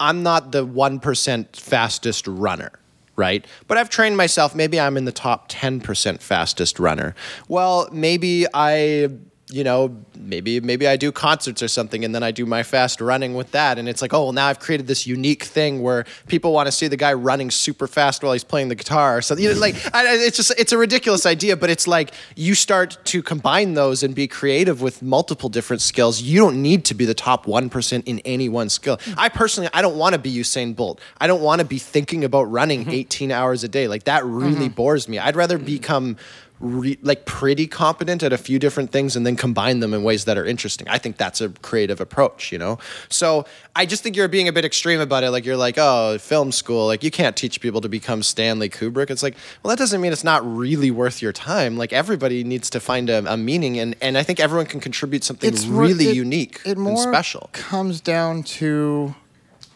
I'm not the one percent fastest runner. Right, but I've trained myself. Maybe I'm in the top ten percent fastest runner. Well, maybe I, you know, maybe maybe I do concerts or something, and then I do my fast running with that, and it's like, oh, well, now I've created this unique thing where people want to see the guy running super fast while he's playing the guitar or something. You know, like, I, I- it's just it's a ridiculous idea, but it's like you start to combine those and be creative with multiple different skills. You don't need to be the top one percent in any one skill. I personally, I don't want to be Usain Bolt. I don't want to be thinking about running 18 hours a day. Like that really bores me. I'd rather become re- like pretty competent at a few different things and then combine them in ways that are interesting. I think that's a creative approach, you know? So I just think you're being a bit extreme about it. Like you're like, oh, film school, like you can't teach people to become Stanley Kubrick. It's like, well, that doesn't mean it's not really worth your time. Like everybody needs to find a, a meaning and, and I think everyone can contribute something
more-
really
it-
unique
it more
and special.
comes down to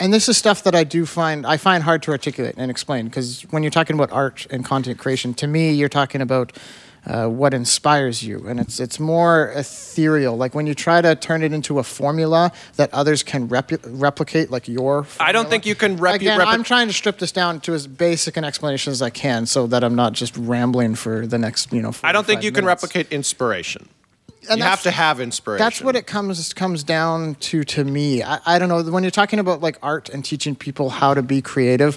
and this is stuff that i do find i find hard to articulate and explain because when you're talking about art and content creation to me you're talking about uh, what inspires you and it's it's more ethereal like when you try to turn it into a formula that others can repu replicate like your formula.
I don't think you can repu-
Again,
repu-
i'm trying to strip this down to as basic an explanation as i can so that i'm not just rambling for the next you know
I don't think
45
you can
minutes.
replicate inspiration.
And
you
that's-
have to have inspiration.
That's what it comes comes down to to me. I, I don't know when you're talking about like art and teaching people how to be creative.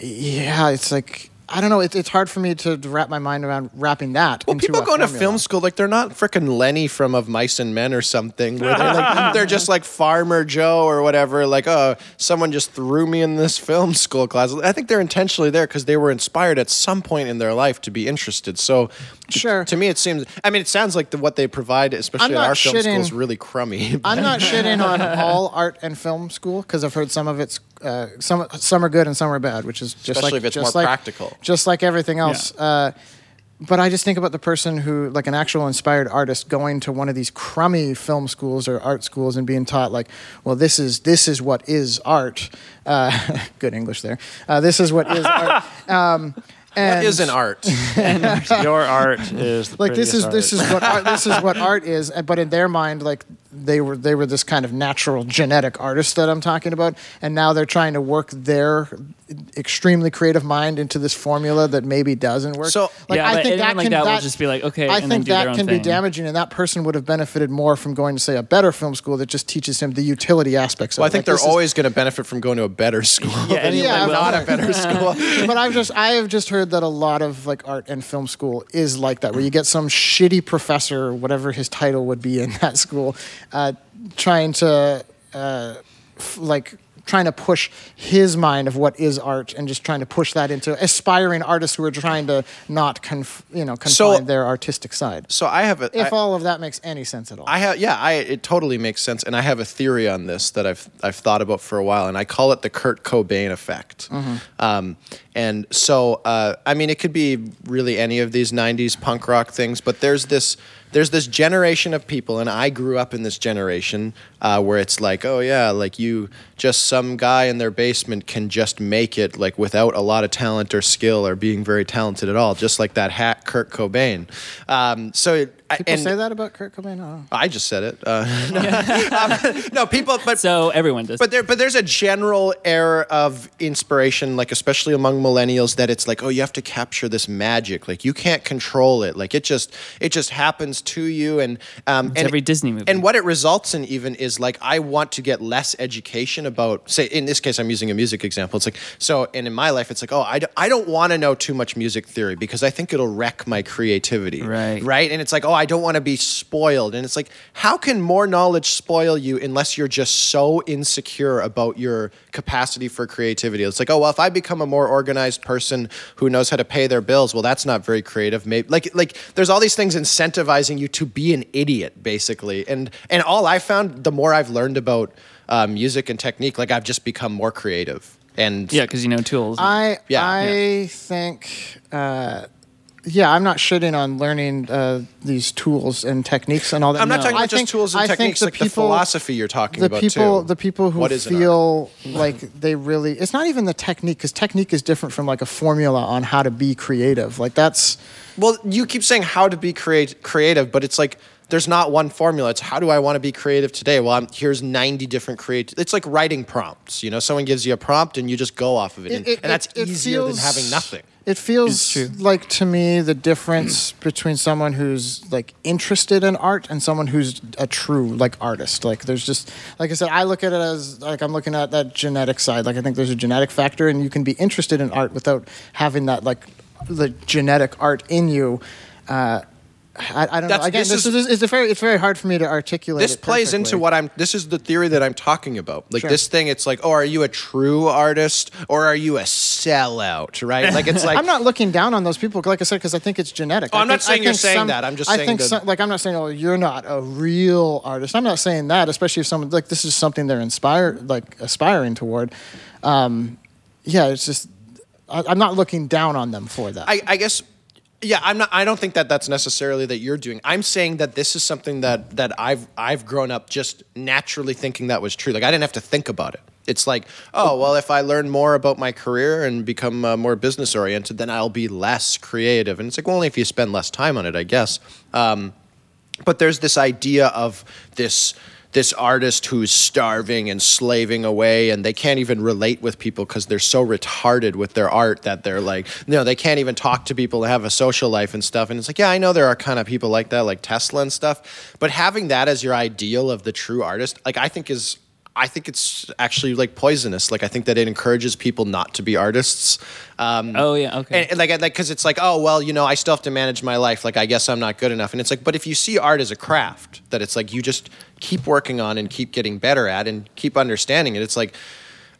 Yeah, it's like I don't know. It, it's hard for me to wrap my mind around wrapping that.
Well,
into
people
a
going to
formula.
film school like they're not freaking Lenny from Of Mice and Men or something. Where they're like they're just like Farmer Joe or whatever. Like, oh, someone just threw me in this film school class. I think they're intentionally there because they were inspired at some point in their life to be interested. So, t-
Sure.
To me, it seems. I mean, it sounds like the, what they provide, especially at
not
our film school,
shitting-
is really crummy.
I'm not shitting on all art and film school because I've heard some of it's uh, some some are good and some are bad, which is just
Especially
like
if it's
just
more
like-
practical.
just like everything else. Uh, but I just think about the person who, like an actual inspired artist, going to one of these crummy film schools or art schools and being taught, like, well, this is this is what is art. Uh, good English there. Uh, this is what is art. Um, and
What is an art?
Your art is the
like this is
prettiest
this
art.
is what art, this is what art is and- but in their mind like they were they were this kind of natural genetic artist that i'm talking about and now they're trying to work their extremely creative mind into this formula that maybe doesn't work
So-
like
Yeah,
i
but
think
anyone
that
like
can
that will just be like, okay,
i
and then
think
do their
that
own
can be
thing.
damaging and that person would have benefited more from going to say a better film school that just teaches him the utility aspects of
well, I
it.
think
Like,
they're
this is-
always going to benefit from going to a better school.
Yeah,
than
anyone
Yeah,
will.
not a better school.
but I've just I have just heard that a lot of like art and film school is like that, where you get some shitty professor, whatever his title would be in that school, uh, trying to uh, f- like trying to push his mind of what is art and just trying to push that into aspiring artists who are trying to not conf, you know confine their artistic side.
So I have a.
If
I-
all of that makes any sense at all.
I have, yeah, I it totally makes sense, and I have a theory on this that I've I've thought about for a while, and I call it the Kurt Cobain effect.
Mm-hmm.
Um, and so, uh, I mean, it could be really any of these '90s punk rock things, but there's this there's this generation of people, and I grew up in this generation uh, where it's like, oh yeah, like you just some guy in their basement can just make it, like without a lot of talent or skill or being very talented at all, just like that hat Kurt Cobain. Um, so. It, I-
People
and-
say that about Kurt Cobain. I don't know.
I just said it. Uh, no, Um, no, people, but
So everyone does.
but there, but there's a general air of inspiration, like especially among millennials, that it's like, oh, you have to capture this magic. Like you can't control it. Like it just, it just happens to you. And um, and,
every Disney movie.
And what it results in even is like, I want to get less education about. Say, in this case, I'm using a music example. It's like so, and in my life, it's like, oh, I, d- I don't want to know too much music theory because I think it'll wreck my creativity.
Right.
Right. And it's like, oh, I don't want to be spoiled. And it's like, how can more knowledge spoil you unless you're just so insecure about your capacity for creativity? It's like, oh, well, if I become a more organized person who knows how to pay their bills, well, that's not very creative. Maybe like like there's all these things incentivizing you to be an idiot, basically. And and all I found, the more I've learned about uh, music and technique, like I've just become more creative. And
yeah, because you know tools.
I
Yeah.
I think uh, yeah, I'm not shitting on learning uh, these tools and techniques and all that.
I'm not
No.
talking
I
about just
think-
tools and
I think
techniques,
the
like the
people-
philosophy you're talking
the
about
people
too.
the people who
What is an art?
feel like they really it's not even the technique because technique is different from like a formula on how to be creative like that's
Well, you keep saying how to be create, creative, but it's like there's not one formula. It's how do I want to be creative today? Well, I'm, here's 90 different creative. It's like writing prompts. You know, someone gives you a prompt and you just go off of it, and,
it- it-
and that's
it- it
easier
feels-
than having nothing.
It feels like to me the difference between someone who's like interested in art and someone who's a true like artist. Like there's just like I said, I look at it as like I'm looking at that genetic side. Like I think there's a genetic factor, and you can be interested in art without having that like the genetic art in you. Uh, I, I don't know.
That's-
Again,
this
this, is,
is-
it's a very it's very hard for me to articulate.
This
it
plays into
perfectly.
what I'm. This is the theory that I'm talking about. Like
Sure.
this thing, it's like, oh, are you a true artist or are you a sellout? Right? Like it's like
I'm not looking down on those people, like I said, because I think it's genetic.
Oh,
I
I'm
think-
not
I
saying you're
think
saying that. I'm just
I
saying
think
that-
some- like I'm not saying, oh, you're not a real artist. I'm not saying that, especially if someone like this is something they're inspired, like aspiring toward. Um, yeah, it's just I, I'm not looking down on them for that.
I, I guess yeah i'm not i don't think that that's necessarily that you're doing i'm saying that this is something that that i've i've grown up just naturally thinking that was true like i didn't have to think about it it's like oh well if i learn more about my career and become uh, more business oriented then i'll be less creative and it's like well only if you spend less time on it i guess um, but there's this idea of this this artist who's starving and slaving away and they can't even relate with people because they're so retarded with their art that they're like no they can't even talk to people to have a social life and stuff and it's like yeah i know there are kind of people like that like tesla and stuff but having that as your ideal of the true artist like i think is I think it's actually like poisonous. Like I think that it encourages people not to be artists. Um,
Oh, yeah, okay.
And, and like, I- like, because it's like, oh well, you know, I still have to manage my life. Like I guess I'm not good enough. And it's like, but if you see art as a craft, that it's like you just keep working on and keep getting better at and keep understanding it. It's like,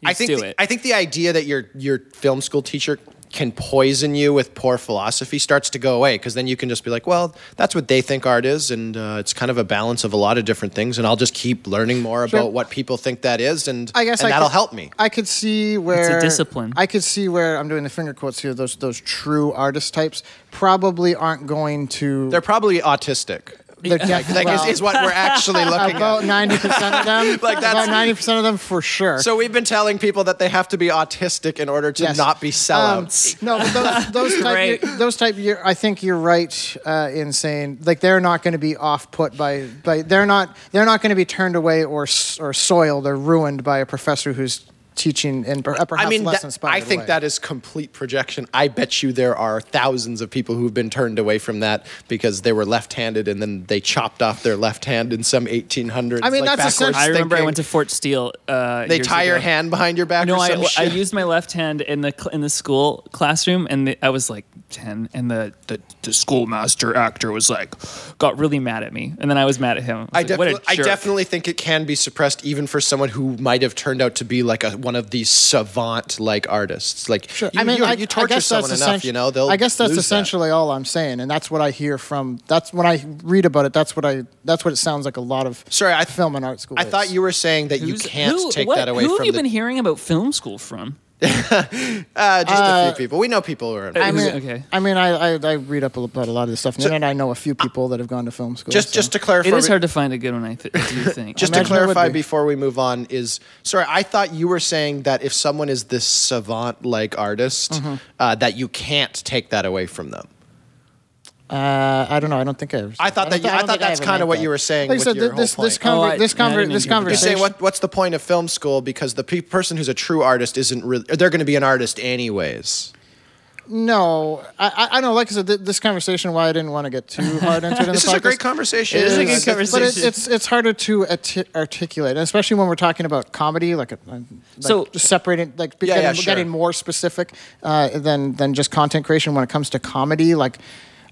I
just
think
do
the-
it.
I think the idea that your your film school teacher can poison you with poor philosophy starts to go away because then you can just be like, well, that's what they think art is, and uh, it's kind of a balance of a lot of different things, and I'll just keep learning more
Sure.
about what people think that is, and
I guess
and
I
that'll
could-
help me.
I could see where
discipline.
I could see where I'm doing the finger quotes here. Those those true artist types probably aren't going to.
They're probably autistic.
they're
Like, like is, is what we're actually looking at.
about ninety percent of them.
Like, that's-
about ninety percent of them for sure.
So we've been telling people that they have to be autistic in order to
Yes.
not be
Um,
sellouts.
no, but those, those type,
Great.
those type. You're, I think you're right uh, in saying like they're not going to be off put by by they're not they're not going to be turned away or s- or soiled or ruined by a professor who's teaching in per- a perhaps
I mean,
less
that-
inspired
I think
way.
that is complete projection. I bet you there are thousands of people who've been turned away from that because they were left-handed and then they chopped off their left hand in some 1800s.
I mean, that's
like, backwards
essentially-
I remember I
thinking.
went to Fort Steele. Uh,
They
years
tie your
ago.
hand behind your back.
No,
or
I,
some
I
shit.
used my left hand in the cl- in the school classroom, and the, I was like ten, and the the, the schoolmaster actor was like, got really mad at me, and then I was mad at him. was
I,
like, what a
definitely, I
jerk.
definitely think it can be suppressed, even for someone who might have turned out to be like a, one of these savant like artists. Like, you,
I mean,
you,
I,
you
I
torture
guess that's
someone enough,
essenti-
you know, they'll.
I guess that's
lose that.
essentially all I'm saying, and that's what I hear from. That's when I read about it. That's what I. That's what it sounds like. A lot of
Sorry, I
film and art school.
I
is.
thought you were saying that you
Who's-
can't
who-
take
what-
that away
Who
from
have you
the,
been hearing about film school from?
uh, just a few people. We know people who are.
I mean,
okay.
I mean, I, I, I read up about a lot of this stuff, and then I know a few people that have gone to film school.
just,
so-
just to clarify,
It is hard to find a good one. I th- do think.
just
I imagine it
to
would
clarify
be.
before we move on is sorry i thought you were saying that if someone is this savant like artist
Mm-hmm.
uh, that you can't take that away from them
Uh, I don't know. I don't think I.
I thought
don't
that
thi-
you- I
don't
thought
think I
that's
ever
kinda
made
what
that.
you were saying
Like I
with
said,
your
th- this
whole
this,
point.
conver-
Oh, I-
this,
yeah, I
conver- this
didn't hear what you
you're
Right.
conversation.
saying what, what's the point of film school because the pe- person who's a true artist isn't really they're going to be an artist anyways
No, I, I, I know. Like I said, th- this conversation. Why I didn't want to get too hard into it. In
this
the
is a
podcast.
great conversation
It is a good
But it's- But
conversation.
it's, it's it's harder to ati- articulate, especially when we're talking about comedy, like, a, like
So-
just separating, like be-
Yeah, yeah,
getting,
sure.
getting more specific uh, than than just content creation. When it comes to comedy, like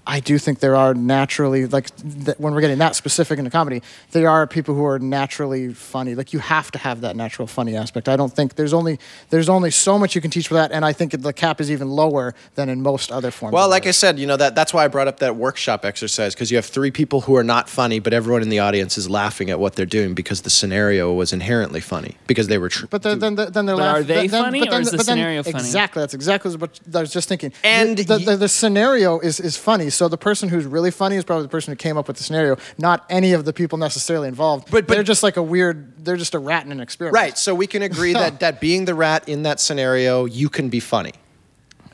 I do think there are naturally like th- when we're getting that specific into comedy, there are people who are naturally funny. Like you have to have that natural funny aspect. I don't think there's only there's only so much you can teach for that, and I think the cap is even lower than in most other forms.
well
of
like
art.
i said you know that that's why i brought up that workshop exercise because you have three people who are not funny but everyone in the audience is laughing at what they're doing because the scenario was inherently funny because they were true
But then, then, then they're
But are
laughing.
they
then, then-
funny
but then,
or is the
but then-
scenario funny?
Exactly. That's exactly what I was just thinking.
And
the, the,
y-
the scenario is, is funny. So the person who's really funny is probably the person who came up with the scenario, not any of the people necessarily involved.
But- but-
they're just like a weird. They're just a rat in an experiment.
Right. So we can agree that that being the rat in that scenario, you can be funny.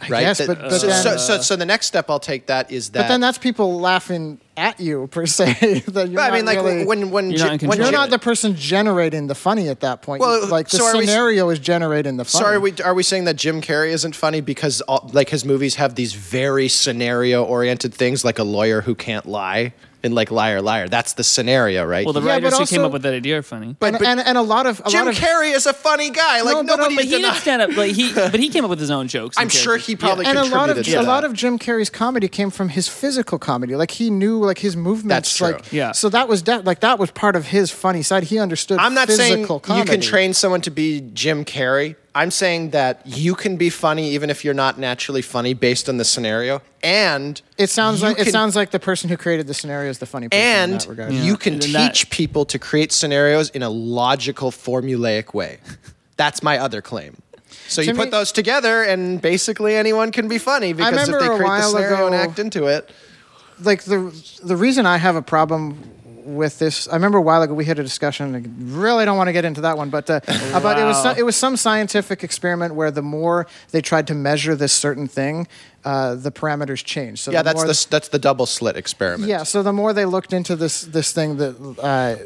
Right.
guess,
That-
but- but
so,
then-
so, so, so the next step I'll take that is that.
But then that's people laughing at you per se. that you're
But I mean,
not
like
really-
when when
You're
Ji-
not in
when
control.
You're
Ji-
not the person generating the funny at that point.
Well,
like the
so are we-
scenario is generating the funny.
Sorry, we, are we saying that Jim Carrey isn't funny because all, like his movies have these very scenario-oriented things, like a lawyer who can't lie and like liar liar. That's the scenario, right?
well, the
Yeah,
writers
but
who came
also-
up with that idea are funny.
and,
but-
and, and a lot of a
Jim
lot of,
Carrey is a funny guy.
No,
Like
but- um,
nobody
but
but he didn't
denies.
stand up. Like he, but he came up with his own jokes. and
I'm sure
characters.
he probably
and a lot of
contributed to
a
that.
lot of Jim Carrey's comedy came from his physical comedy. Like he knew like his movements.
That's true.
Like,
Yeah.
So that was de- like that was part of his funny side. He understood.
I'm not saying
physical
you
comedy.
can train someone to be Jim Carrey. I'm saying that you can be funny even if you're not naturally funny based on the scenario. And
It sounds
you
like it
can-
sounds like the person who created the scenario is the funny person. in
and
that regard.
you can
And
teach
that-
people to create scenarios in a logical, formulaic way. That's my other claim. So you
To
put
me-
those together, and basically anyone can be funny because if
remember
they
a
create the
while
scenario and
ago-
act into it,
like the the reason I have a problem with this, I remember a while ago we had a discussion. I really don't want to get into that one, but uh, about it was
Wow.
so- it was some scientific experiment where the more they tried to measure this certain thing, uh, the parameters changed. So
yeah,
the
that's
more
the that's the double slit experiment.
Yeah. So the more they looked into this this thing, that uh,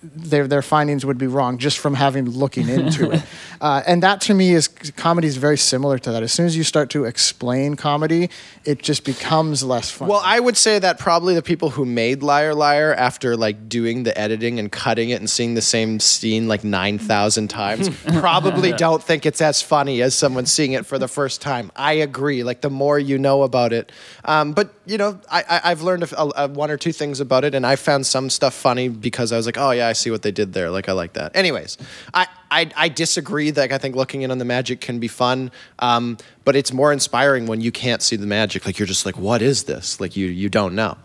their their findings would be wrong just from having looking into it. Uh, and that to me is comedy is very similar to that. As soon as you start to explain comedy, it just becomes less fun.
Well, I would say that probably the people who made Liar Liar after like doing the editing and cutting it and seeing the same scene like 9,000 times probably don't think it's as funny as someone seeing it for the first time. I agree. Like the more you know about it. Um, but, you know, I, I, I've learned a, a, one or two things about it and I found some stuff funny because I was like, oh, yeah, I see what they did there. Like, I like that. Anyways, I, I, I disagree. Like, I think looking in on the magic can be fun, um, but it's more inspiring when you can't see the magic. Like, you're just like, what is this? Like, you, you don't know.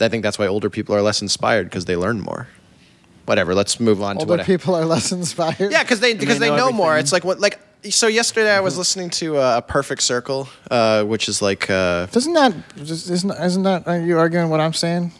I think that's why older people are less inspired because they learn more. Whatever. Let's move on to
older
what. I-
people are less inspired.
yeah, because they because they, know,
know
more.
everything.
It's like what like. So yesterday I was listening to uh, a Perfect Circle, uh, which is like uh,
Doesn't that just- isn't isn't that are you arguing what I'm saying?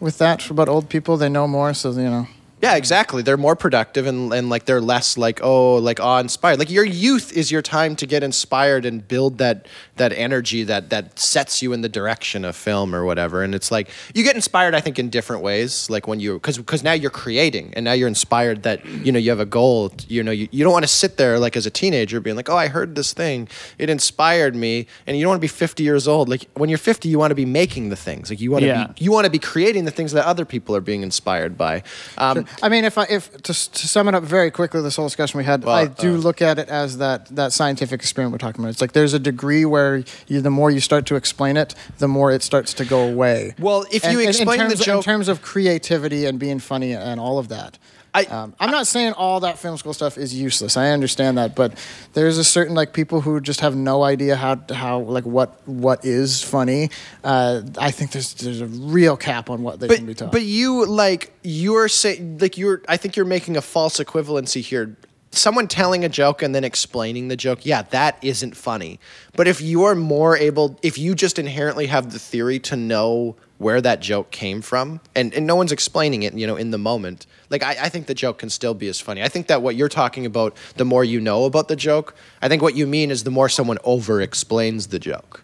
With that about old people, they know more, so you know.
Yeah, exactly. They're more productive and, and like they're less like oh like awe inspired. Like your youth is your time to get inspired and build that that energy that that sets you in the direction of film or whatever. And it's like you get inspired, I think, in different ways. Like when you because because now you're creating and now you're inspired that you know you have a goal. You know you, you don't want to sit there like as a teenager being like oh I heard this thing it inspired me and you don't want to be 50 years old. Like when you're 50, you want to be making the things. Like you want to
Yeah.
be you want to be creating the things that other people are being inspired by. Um,
fun. I mean, if I, if to, s- to sum it up very quickly, this whole discussion we had,
Well,
I do
uh,
look at it as that that scientific experiment we're talking about. It's like there's a degree where you, the more you start to explain it, the more it starts to go away.
Well, if you
in
explain the
terms- in
joke-
terms of creativity and being funny and all of that.
I-
um, I'm not saying all that film school stuff is useless. I understand that, but there's a certain like people who just have no idea how how like what what is funny. Uh, I think there's there's a real cap on what they can be
but
taught.
but you like you're saying like you're I think you're making a false equivalency here. Someone telling a joke and then explaining the joke, yeah, that isn't funny. But if you're more able, if you just inherently have the theory to know where that joke came from, and, and no one's explaining it, you know, in the moment, like I, I think the joke can still be as funny. I think that what you're talking about, the more you know about the joke, I think what you mean is the more someone over explains the joke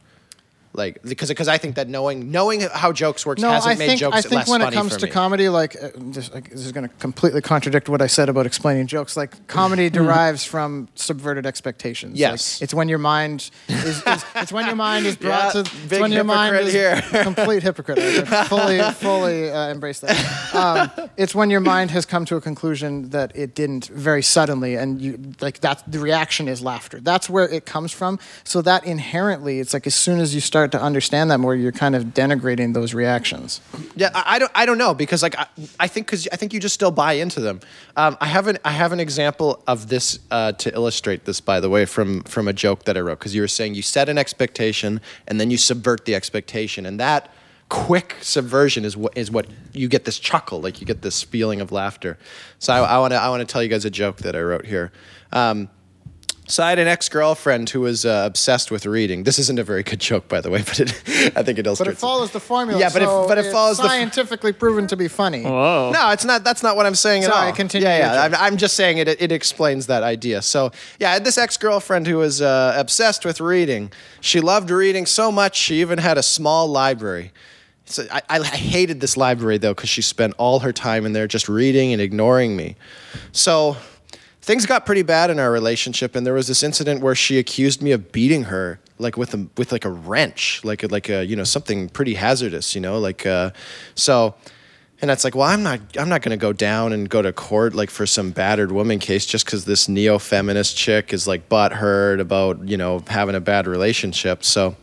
like because because I think that knowing knowing how jokes works hasn't made jokes
I think
less
when
funny
it comes
for
to
me.
comedy, like, uh, this, like this is going to completely contradict what I said about explaining jokes. Like, comedy derives from subverted expectations. Like,
Yes.
it's when your mind is, is it's when your mind is brought to
Yeah,
it's
big
when your mind is
hypocrite here.
complete hypocrite. I can fully fully uh, embrace that. Um, it's when your mind has come to a conclusion that it didn't very suddenly, and you like that the reaction is laughter. That's where it comes from. So that inherently, it's like as soon as you start to understand that more, you're kind of denigrating those reactions.
Yeah, I, I don't I don't know because like I, I think because I think you just still buy into them. Um, I have an I have an example of this uh, to illustrate this by the way from from a joke that I wrote because you were saying you set an expectation and then you subvert the expectation and that quick subversion is what is what you get this chuckle like you get this feeling of laughter. So I want to I want to tell you guys a joke that I wrote here. Um, So I had an ex-girlfriend who was uh, obsessed with reading. This isn't a very good joke, by the way, but it, I think it
But it
illustrates.
follows the formula.
Yeah, but it-
so
but it
it's
follows the f-
scientifically proven to be funny.
Whoa.
No, it's not. That's not what I'm saying at
Sorry,
all.
Oh. continue your
Yeah, yeah. I'm,
joke.
I'm just saying it. It explains that idea. So yeah, I had this ex-girlfriend who was uh, obsessed with reading. She loved reading so much she even had a small library. So I, I hated this library though because she spent all her time in there just reading and ignoring me. So things got pretty bad in our relationship, and there was this incident where she accused me of beating her, like with a with like a wrench, like a, like a you know something pretty hazardous, you know, like uh, so. And it's like, well, I'm not, I'm not going to go down and go to court like for some battered woman case just because this neo-feminist chick is like butthurt about you know having a bad relationship. So,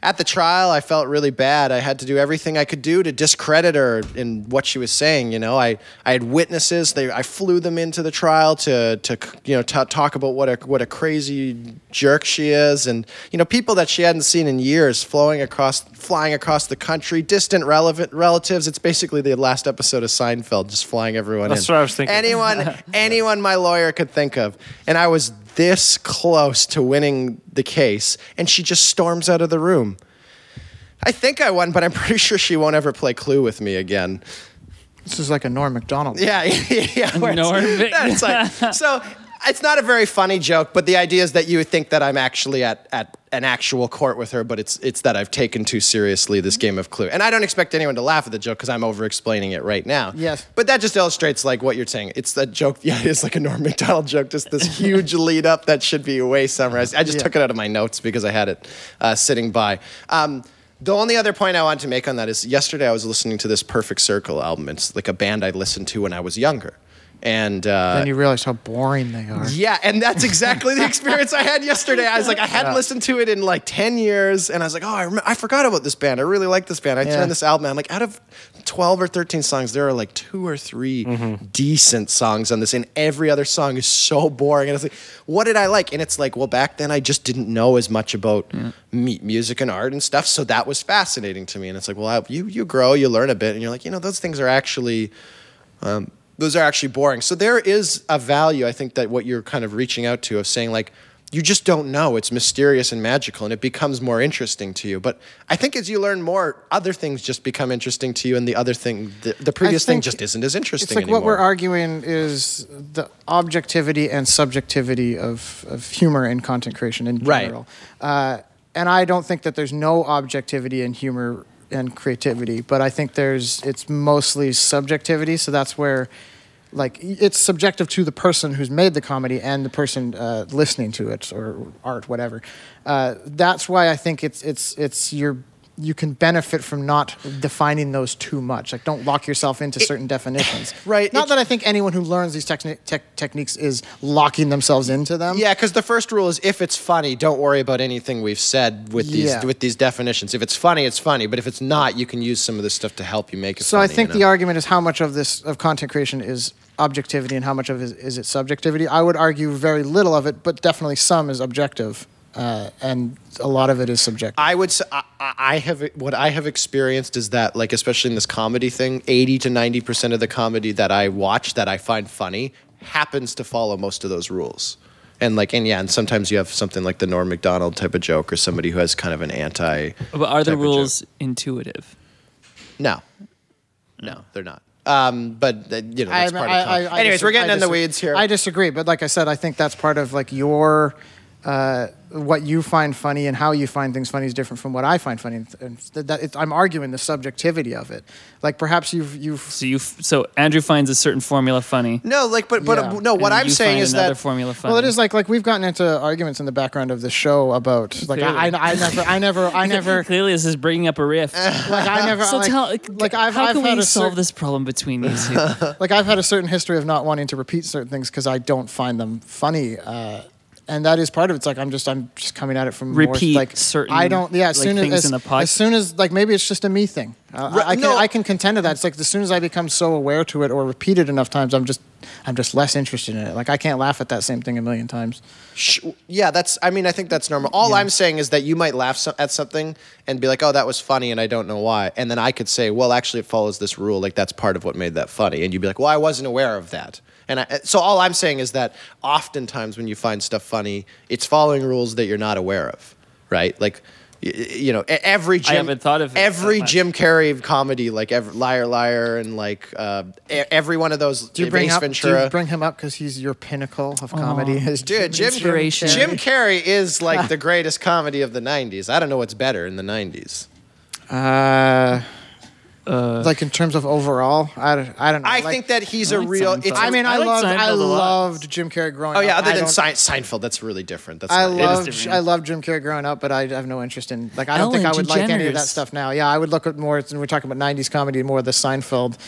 at the trial, I felt really bad. I had to do everything I could do to discredit her in what she was saying. You know, I, I had witnesses. They, I flew them into the trial to, to you know, ta talk about what a, what a crazy jerk she is, and you know, people that she hadn't seen in years, flowing across, flying across the country, distant relevant relatives. It's basically the last episode of Seinfeld, just flying everyone
That's
in.
what I was thinking.
Anyone, anyone my lawyer could think of, and I was this close to winning the case, and she just storms out of the room. I think I won, but I'm pretty sure she won't ever play Clue with me again.
This is like a Norm Macdonald.
Yeah, yeah. yeah where it's-
Norm Vic-
it's like, so it's not a very funny joke, but the idea is that you think that I'm actually at, at an actual court with her, but it's it's that I've taken too seriously this game of Clue, and I don't expect anyone to laugh at the joke because I'm over explaining it right now.
Yes.
but that just illustrates like what you're saying. It's that joke. Yeah, it's like a Norm Macdonald joke. Just this huge lead up that should be way summarized. I just
Yeah.
took it out of my notes because I had it uh, sitting by. Um, the only other point I want to make on that is yesterday I was listening to this Perfect Circle album. It's like a band I listened to when I was younger. And uh,
Then you realize how boring they are.
yeah, and that's exactly the experience I had yesterday. I was like, I hadn't listened to it in like 10 years, and I was like, oh, I, remember, I forgot about this band. I really like this band. I
Yeah.
turned this album, and I'm like, out of 12 or 13 songs, there are like two or 3 decent songs on this, and every other song is so boring. And I was like, what did I like? And it's like, well, back then I just didn't know as much about me- music and art and stuff, so that was fascinating to me. And it's like, well, I, you, you grow, you learn a bit, and you're like, you know, those things are actually those are actually boring. So there is a value, I think, that what you're kind of reaching out to of saying like, you just don't know. It's mysterious and magical, and it becomes more interesting to you. But I think as you learn more, other things just become interesting to you, and the other thing, the, the previous thing,
think
just isn't as interesting
It's like
anymore.
what we're arguing is the objectivity and subjectivity of, of humor in content creation in
Right.
general. Uh, and I don't think that there's no objectivity in humor and creativity, but I think there's it's mostly subjectivity. So that's where like it's subjective to the person who's made the comedy and the person uh, listening to it or art, whatever. Uh, that's why I think it's it's it's your you can benefit from not defining those too much. Like, don't lock yourself into certain definitions.
Right,
Not
it-
that I think anyone who learns these techni- tech techniques is locking themselves into them.
Yeah, because the first rule is if it's funny, don't worry about anything we've said with these
Yeah.
with these definitions. If it's funny, it's funny. But if it's not, you can use some of this stuff to help you make it.
So
funny,
I think
you
the
know?
argument is how much of this of content creation is objectivity and how much of it is, is it subjectivity. I would argue very little of it, but definitely some is objective, uh, and a lot of it is subjective.
I would say I, I I have what I have experienced is that like especially in this comedy thing, eighty to ninety percent of the comedy that I watch that I find funny happens to follow most of those rules. And like and yeah, and sometimes you have something like the Norm Macdonald type of joke or somebody who has kind of an anti.
But are
type
the
of joke.
rules intuitive?
No, no, they're not. Um, but uh, you know, that's
I-
part
I-
of comedy.
I- I
Anyways, we're
disagree-
getting
I
in the
disagree.
weeds here.
I disagree, but like I said, I think that's part of like your uh, what you find funny and how you find things funny is different from what I find funny. And- And th- that it's, I'm arguing the subjectivity of it. Like perhaps you've you've
So you, f- so Andrew finds a certain formula funny.
no, like, but but
Yeah.
uh, no. What
and
I'm
you
saying
find
is
another
that
formula funny.
well, it is like like we've gotten into arguments in the background of the show about like I, I, I never I never I never
Clearly, this is bringing up a riff.
like I never
so
like,
tell,
like I've,
how
I've
can
had
we
a
solve
cer-
this problem between these two?
like I've had a certain history of not wanting to repeat certain things because I don't find them funny. Uh, and that is part of it. It's like I'm just I'm just coming at it from
Repeat
more, like
certain,
I don't yeah as
like,
soon as
things
as,
in the pod-
as soon as like maybe it's just a me thing. Uh, I, I can
no.
I can contend to that. It's like as soon as I become so aware to it or repeat it enough times, I'm just I'm just less interested in it. Like I can't laugh at that same thing a million times.
Sh- yeah, that's. I mean, I think that's normal. All I'm saying is that you might laugh so- at something and be like, "Oh, that was funny," and I don't know why. And then I could say, "Well, actually, it follows this rule. Like that's part of what made that funny." And you'd be like, "Well, I wasn't aware of that." And I, so all I'm saying is that oftentimes when you find stuff funny, it's following rules that you're not aware of, right? Like. y- y- You know, e- every Jim,
haven't thought of it
every
that much.
Jim Carrey comedy, like every, Liar Liar, and like uh, e- every one of those.
Do you bring
Ace
up do
Ventura.
you bring him up because he's your pinnacle of
Oh.
comedy? Is
Dude, Jim,
Inspiration.
Jim Carrey is like the greatest comedy of the 90s. I don't know what's better in the 90s.
uh,
Uh,
like in terms of overall, I don't, I don't know.
I
Like-
think that he's a
like
real.
Seinfeld.
It's,
I mean, I,
I like
loved, I
Seinfeld a lot.
loved Jim Carrey growing
oh,
up.
yeah, other
I
than
don't-
Sein- Seinfeld, that's really different. That's
I
not- it is
loved,
different.
I loved Jim Carrey growing up, but I have no interest in like I don't think I
Ellen
would like any of that
DeGeneres.
stuff now. Yeah, I would look at more. We're talking about '90s comedy, more of the Seinfeld.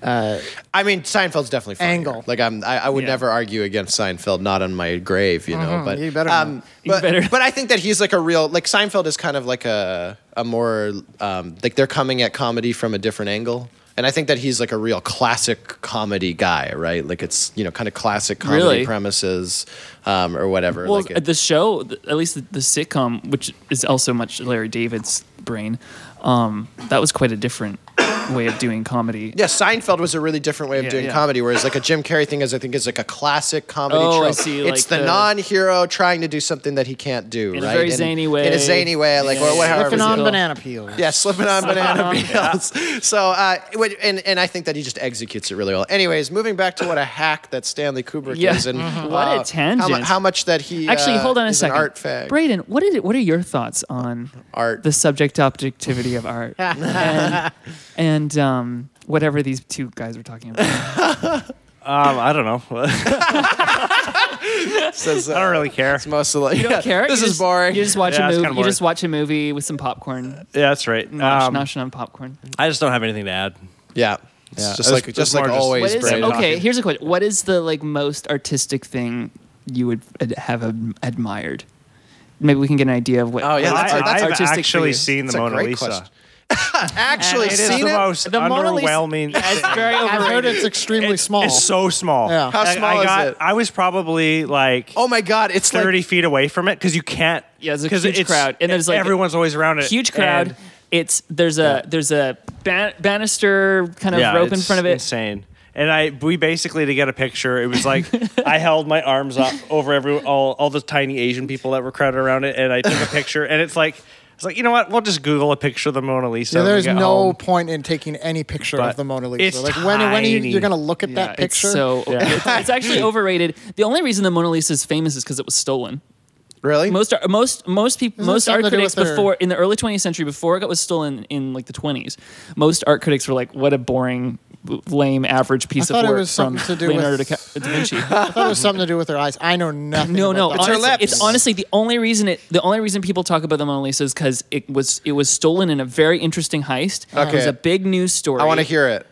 I mean, Seinfeld's definitely funnier.
Angle.
Like I'm, I, I would
Yeah.
never argue against Seinfeld, not on my grave, you know.
Mm-hmm.
But um,
you better not.
You
but,
better-
but I think that he's like a real, like Seinfeld is kind of like a, a more, um, like they're coming at comedy from a different angle. And I think that he's like a real classic comedy guy, right? Like it's you know kind of classic comedy
Really?
premises um, or whatever.
Well, uh,
like it-
the show, th- at least the, the sitcom, which is also much Larry David's brain, um, that was quite a different way of doing comedy.
Yeah, Seinfeld was a really different way of
Yeah,
doing
yeah.
comedy, whereas like a Jim Carrey thing is I think is like a classic comedy
Oh, I
trope.
see,
it's the,
like the-
non-hero trying to do something that he can't do,
In a
right?
very
In-
zany way.
In a zany way, like or
Yeah.
whatever.
Flipping
Seinfeld.
on banana peel.
Yeah, slipping on banana peels. So, uh, which- and and I think that he just executes it really well. Anyways, moving back to what a hack that Stanley Kubrick
Yeah.
is, and
Mhm.
uh, how
What a
mu- How,
tangent.
much that he
Actually,
uh,
hold on a
is
second.
An art fag.
Brayden, what, did, what are your thoughts on
Art.
the subject objectivity of art and, and um, whatever these two guys were talking about?
Um, I don't know. I
Says, uh,
don't really care.
It's mostly like,
You don't care?
This
You
is
just-
boring.
You just watch
Yeah,
a
it's kinda
movie. You
boring. Um,
just watch a movie with some popcorn,
Yeah, that's right.
nosh,
Um,
nosh on popcorn.
I just don't have anything to add.
yeah. It's
Yeah,
just
it was-
like
it was
just like
more just-
always.
What is
brain
Brandon.
okay?
knocking.
Here's a question. What is the like most artistic thing you would ad- have ad- admired? Maybe we can get an idea of what.
Oh, yeah,
what
that's
I,
art- that's
I've
artistic for
actually
you.
seen
That's
the
a
Mona
great
Lisa.
question. Actually,
And
It
it
is
seen
the
it?
most
The Mona Lisa-
underwhelming.
It's very
I've heard
overrated.
it's extremely small.
It's so small.
Yeah. How
Like,
small
I
is
got,
it?
I was probably like
Oh my God! It's
30
like
feet away from it because you can't.
Yeah, it's a
'cause
huge crowd, and there's, like,
everyone's always around it.
huge crowd.
and-
it's there's a there's a ban- banister kind of
yeah,
rope in
it's
front of it.
Insane. And I we basically to get a picture, it was like I held my arms up over every all all the tiny Asian people that were crowded around it, and I took a picture, and it's like. It's like you know what? We'll just Google a picture of the Mona Lisa.
Yeah,
when we
there's
get
no
home.
point in taking any picture
But
of the Mona Lisa.
it's
like when when are you,
tiny.
you're gonna look at
Yeah,
that picture?
It's so it's, it's actually overrated. The only reason the Mona Lisa is famous is because it was stolen.
really
Most ar- most most people
Doesn't it
most
have
art
to do
critics
with their-
before in the early 20th century before it got was stolen in like the 20s. Most art critics were like, "What a boring lame average piece
thought
of
it
work
was
from
something to do with-
Leonardo Dica- da Vinci.
I thought it was something to do with her eyes. I know nothing.
No, no,
about that.
her
honestly,
lips.
it's honestly the only reason it the only reason people talk about the Mona Lisa is because it was it was stolen in a very interesting heist. It was
Okay.
a big news story.
I want to hear it.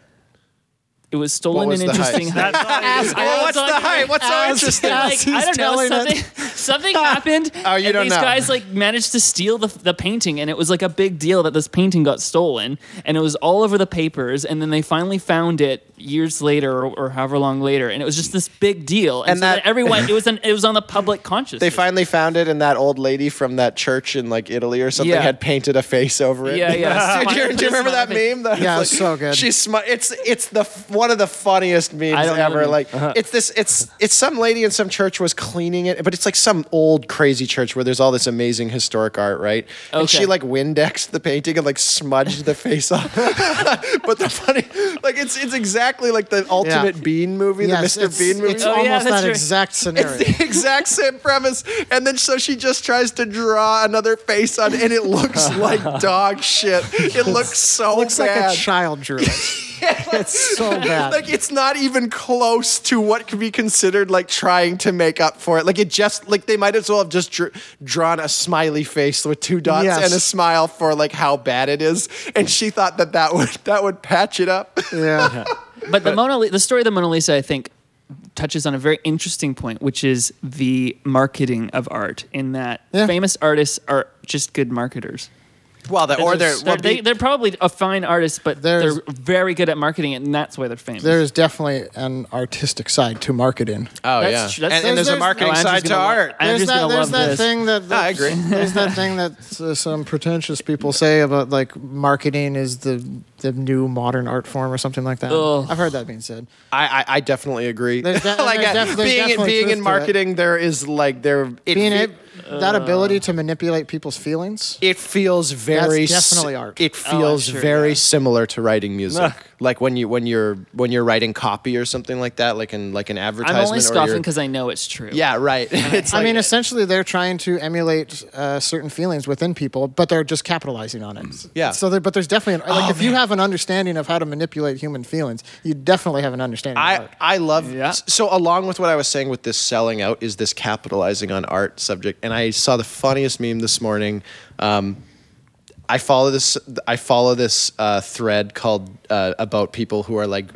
It was stolen
What was
in an
the
interesting
heist?
heist.
That's all.
Well, what's the hype? What's so interesting?
as
Like, I
he's
don't know.
telling
Something,
it.
something happened.
Oh, you
and
don't
these
know.
guys like managed to steal the, the painting, and it was like a big deal that this painting got stolen, and it was all over the papers, and then they finally found it years later, or, or however long later, and it was just this big deal, and,
And
so that,
that-
everyone it was an, it was on the public consciousness.
They finally found it, and that old lady from that church in like Italy or something
Yeah.
had painted a face over it.
Yeah, yeah.
Dude, do, you, do you remember that meme? That
Yeah,
was
it's so good.
She's smi- it's it's the f- one of the funniest memes
I don't Uh-huh. know
ever.
the-
Like it's this it's it's some lady in some church was cleaning it, but it's like some old crazy church where there's all this amazing historic art, right? And
Okay.
she like Windexed the painting and like smudged the face off. but the funny like it's it's exactly like the ultimate Bean movie,
Yes,
the Mr.
it's-
Bean movie.
It's
Oh, yeah,
almost
that's
that
right.
exact scenario.
It's the exact same premise. And then so she just tries to draw another face on it, and it looks like dog shit. It looks so
looks
bad.
like a child drew it. it's so bad.
Like it's not even close to what could be considered like trying to make up for it. Like it just like they might as well have just dr- drawn a smiley face with two dots
Yes.
and a smile for like how bad it is, and she thought that that would that would patch it up.
yeah.
but the Mona, Li- the story of the Mona Lisa, I think, touches on a very interesting point, which is the marketing of art. In that,
Yeah.
famous artists are just good marketers.
Well, that,
They're, they, are probably a fine artist, but they're
There's-
very good at marketing it, and that's why they're famous.
There is definitely an artistic side to marketing.
oh
That's yeah. tr- that's-
and, and there's,
there's-
a marketing
Oh, Andrew's
side to
gonna love-
art.
I- I'm
there's
just
that,
gonna
there's
love
that
this.
thing that, that
I agree.
There's that thing that uh, some pretentious people say about like marketing is the the new modern art form or something like that.
Ugh.
I've heard that being said.
I, I, I definitely agree.
There's de-
like
there's
uh,
def- there's
being in,
definitely
being
truth
in
to
marketing, there is like there it,
Being
fe-
ab that
Uh.
ability to manipulate people's feelings.
it feels very
That's definitely
s-
art. Oh,
It feels
sure,
very
yeah.
similar to writing music.
Ugh.
like when you when you're when you're writing copy or something like that, like in like an
I'm
advertisement.
only
or
scoffing
your-
because I know it's true.
yeah, right. it's
I
like,
mean, essentially, they're trying to emulate uh, certain feelings within people, but they're just capitalizing on it.
Mm. Yeah. Oh,
So, there, but there's definitely an, like if you have an understanding of how to manipulate human feelings, you definitely have an understanding. of
I
art.
I love
Yeah.
so along with what I was saying with this selling out is this capitalizing on art subject, and I saw the funniest meme this morning. Um, I follow this. I follow this uh, thread called uh, about people who are like.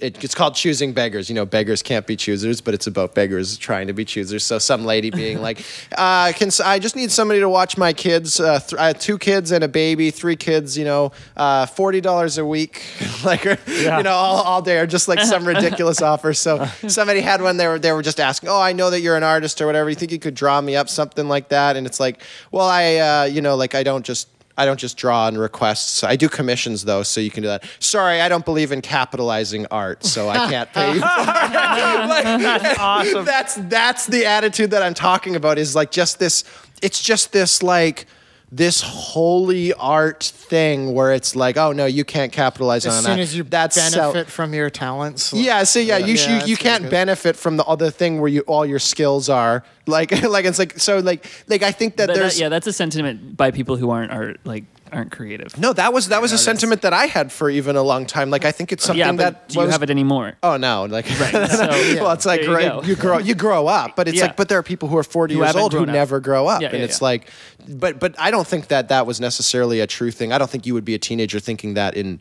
It, it's called choosing beggars. You know, beggars can't be choosers, but it's about beggars trying to be choosers. So some lady being like, uh, "Can s- I just need somebody to watch my kids? Uh, th- I have two kids and a baby, three kids. You know, uh, forty dollars a week, like or, you know, all, all day, or just like some ridiculous offer." So somebody had one. They were they were just asking, "Oh, I know that you're an artist or whatever. You think you could draw me up something like that?" And it's like, "Well, I, uh, you know, like I don't just." I don't just draw on requests. I do commissions though, so you can do that. Sorry, I don't believe in capitalizing art, so I can't pay you. for it. Like,
That's awesome.
that's that's the attitude that I'm talking about. Is like just this. It's just this like this holy art thing where it's like, oh no, you can't capitalize on
as soon
that.
as you
that's
benefit
sell-
from your talents, like-
yeah, so yeah, you
Yeah,
you,
that's
you
really
can't
good.
benefit from the other thing where you all your skills are like like it's like so like like I think that
But that-
there's
yeah, that's a sentiment by people who aren't art like aren't creative.
No, that was that was a sentiment that I had for even a long time. Like I think it's something
Oh, yeah, but
that
do you
was-
have it anymore?
Oh no! Like
so,
well, it's like
there you
right,
go.
you, grow you grow up, but it's
Yeah.
like but there are people who are forty
Who
years
haven't
old who
grown up.
never grow up,
Yeah,
and
yeah,
it's
yeah.
like, but but I don't think that that was necessarily a true thing. I don't think you would be a teenager thinking that in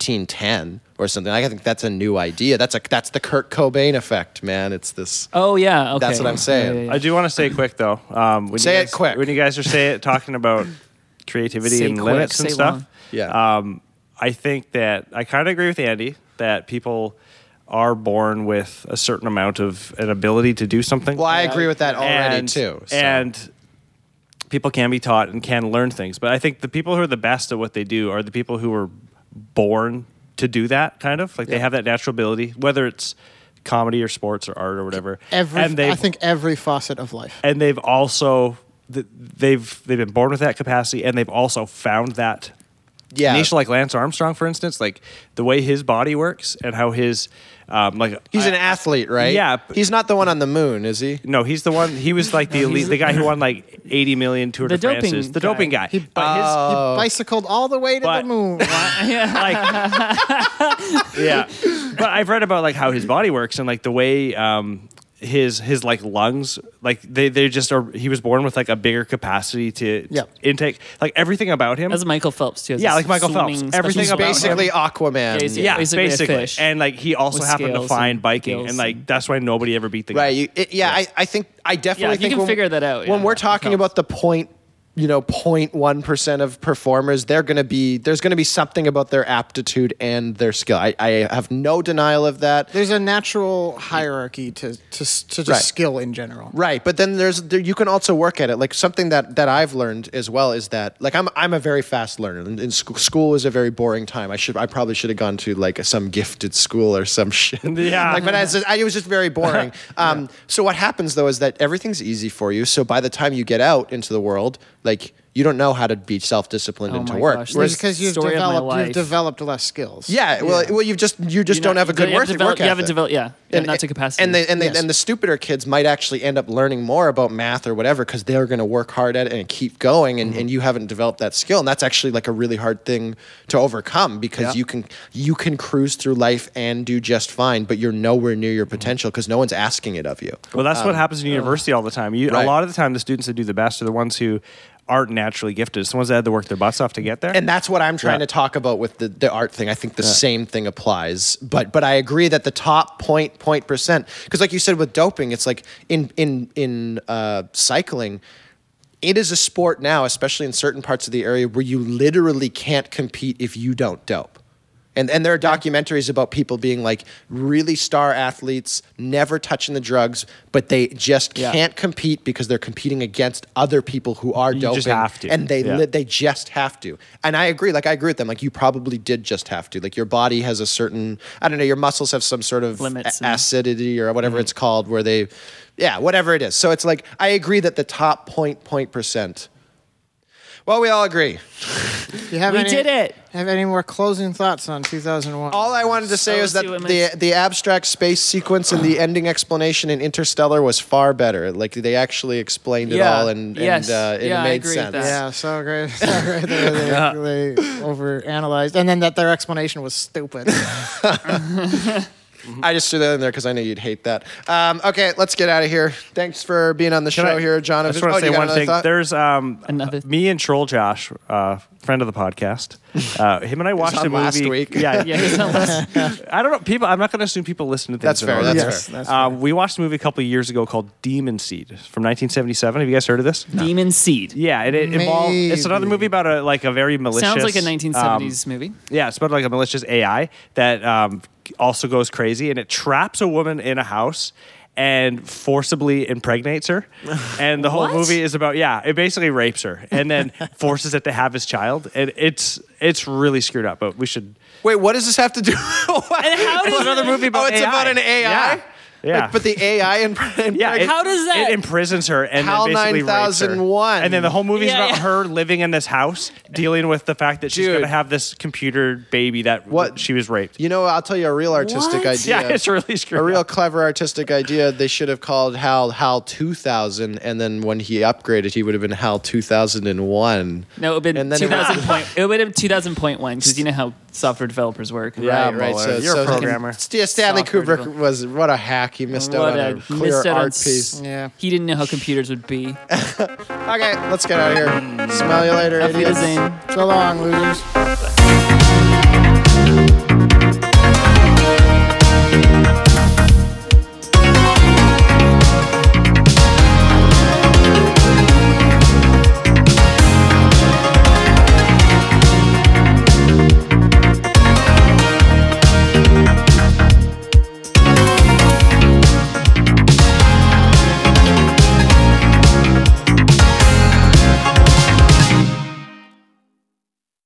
1910 or something. I think that's a new idea. That's a that's the Kurt Cobain effect, man. It's this.
Oh yeah, okay.
That's what I'm saying.
Yeah, yeah, yeah.
I do want to say quick though. Um, when
Say
you
it
guys,
quick.
When you guys are say it, talking about creativity
Say
and
quick,
limits and
say
stuff.
long. Oh,
Yeah.
Um, I think that I kind of agree with Andy that people are born with a certain amount of an ability to do something.
Well, I agree with that already
and,
too. so.
And people can be taught and can learn things, but I think the people who are the best at what they do are the people who were born to do that. Kind of like they have that natural ability, whether it's comedy or sports or art or whatever.
every
and they,
I think every facet of life.
and they've also th- they've they've been born with that capacity, and they've also found that
Yeah.
nation like Lance Armstrong, for instance, like the way his body works and how his um, like
He's
I-
an athlete, right?
Yeah, but-
He's not the one on the moon, is he?
No, he's the one. He was like the elite, the guy who won like eighty million Tour
The
de
doping
France's. The
guy.
doping guy.
He-
But his-
He
Oh.
bicycled all the way to
But-
the moon.
like yeah but i've read about like how his body works and like the way um his his like lungs like they they just are he was born with like a bigger capacity to
Yeah.
intake like everything about him
That's Michael Phelps too.
Yeah, like Michael Phelps.
Swimming
Everything
special
about him.
sport.
Basically,
Yeah,
Aquaman.
he's-
yeah
basically a
basically,
fish
and like he also
with
happened to
scales
find
and
biking and
gills
like
and-
that's why nobody ever beat the guy
Right. You, it, yeah, I, I think I definitely
Yeah, you
think
can
when-
figure that out,
When
yeah.
we're
That
talking
helps.
about the point, you know, point one percent of performers, they're going to be there's going to be something about their aptitude and their skill. I, I have no denial of that.
There's a natural hierarchy to to, to just
Right.
skill in general.
Right, but then there's there, you can also work at it. Like something that that I've learned as well is that like I'm I'm a very fast learner. And, and sc- school is a very boring time. I should I probably should have gone to like some gifted school or some shit.
Yeah.
like but as I, it was just very boring. Um, So what happens though is that everything's easy for you. So by the time you get out into the world, like you don't know how to be self disciplined
Oh
and to
my
work.
gosh,
Whereas-
Because you've
Story of my
developed you've
life.
developed less skills.
yeah, well, well, you've just you just
You're
don't
not-
have a good
you
work,
develop-
work
You haven't
ethic
developed, yeah, and, not to capacity.
and they, and, they,
Yes.
and the stupider kids might actually end up learning more about math or whatever because they're going to work hard at it and keep going
Mm-hmm.
and, and you haven't developed that skill and that's actually like a really hard thing to overcome because you can you can cruise through life and do just fine but you're nowhere near
Mm-hmm.
your potential because no one's asking it of you
Well, that's what happens in university all the time. You,
um, right.
A lot of the time, the students that do the best are the ones who aren't naturally gifted. It's the ones that had to work their butts off to get there.
and that's what I'm trying
Yeah.
to talk about with the, the art thing. I think the same thing applies, but but I agree that the top point point percent, because like you said with doping, it's like in in in uh, cycling, it is a sport now, especially in certain parts of the area where you literally can't compete if you don't dope. And, and there are documentaries about people being like really star athletes, never touching the drugs, but they just
Yeah.
can't compete because they're competing against other people who are
You
doping.
just have to.
And they
Yeah.
li- they just have to. And I agree. Like I agree with them. Like you probably did just have to. Like your body has a certain I don't know. Your muscles have some sort of
Limits
a-
and- Mm-hmm.
acidity or whatever it's called, where they, yeah, whatever it is. So it's like I agree that the top point point percent. Well, we all agree.
You have
We
any-
did it.
Have any more closing thoughts on 2001?
All I wanted to say
So
is that
let's see
the
what
the abstract space sequence and the ending explanation in Interstellar was far better. Like they actually explained it
Yeah.
all, and,
Yes.
and uh, it
Yeah, I
made
agree with
sense.
that.
yeah, so great. So great. They, they, they overanalyzed, and then that their explanation was stupid.
I just threw that in there because I know you'd hate that. Um, okay, let's get out of here. Thanks for being on the show
I-
here, Oh, John.
I just want to say one thing. There's um,
Another-
me and Troll Josh, uh, friend of the podcast. Uh, him and I watched
on
a movie
last week.
Yeah,
yeah, he's not less-
I don't know. People, I'm not going to assume people listen to things.
That's
in
fair,
order.
that's
Yes, fair. that's
Uh, we watched a movie a couple of years ago called Demon Seed from 1977. Have you guys heard of this?
Demon Seed.
Yeah, and it involves. It's another
Maybe.
movie about a like a very malicious.
Sounds like a
um,
1970s movie.
yeah, it's about like a malicious AI that um, also goes crazy and it traps a woman in a house and forcibly impregnates her. And the whole
What?
movie is about yeah, it basically rapes her and then forces it to have his child. And it's it's really screwed up, but we should
Wait, what does this have to do? and how
does
another movie about
Oh, it's
AI.
about an AI.
Yeah. Yeah.
Like, but the AI and
Yeah, it-
how does that-
It imprisons her and
HAL
then basically rapes
9001.
her. And then the whole movie's
Yeah,
about
yeah.
her living in this house, dealing with the fact that she's
Dude.
going to have this computer baby that
What-
she was raped.
You know, I'll tell you a real artistic
What?
idea.
Yeah, it's really screwed
A real
up.
clever artistic idea. They should have called Hal Hal 2000, and then when he upgraded, he would have been Hal 2001.
No, it would have
And
been
then it
2000 point. It would have 2000.1 because you know how software developers work.
Right,
Yeah,
right.
Mueller.
So,
You're a
so-
programmer.
Yeah, Stanley
Software
Kubrick
develop-
was what a hack. He missed out
What
on
a
a clear
missed out on
art
s-
piece.
yeah.
He didn't know how computers would be.
Okay, let's get out of here. Smell you later,
Auf
idiots.
Wiedersehen.
So long, losers.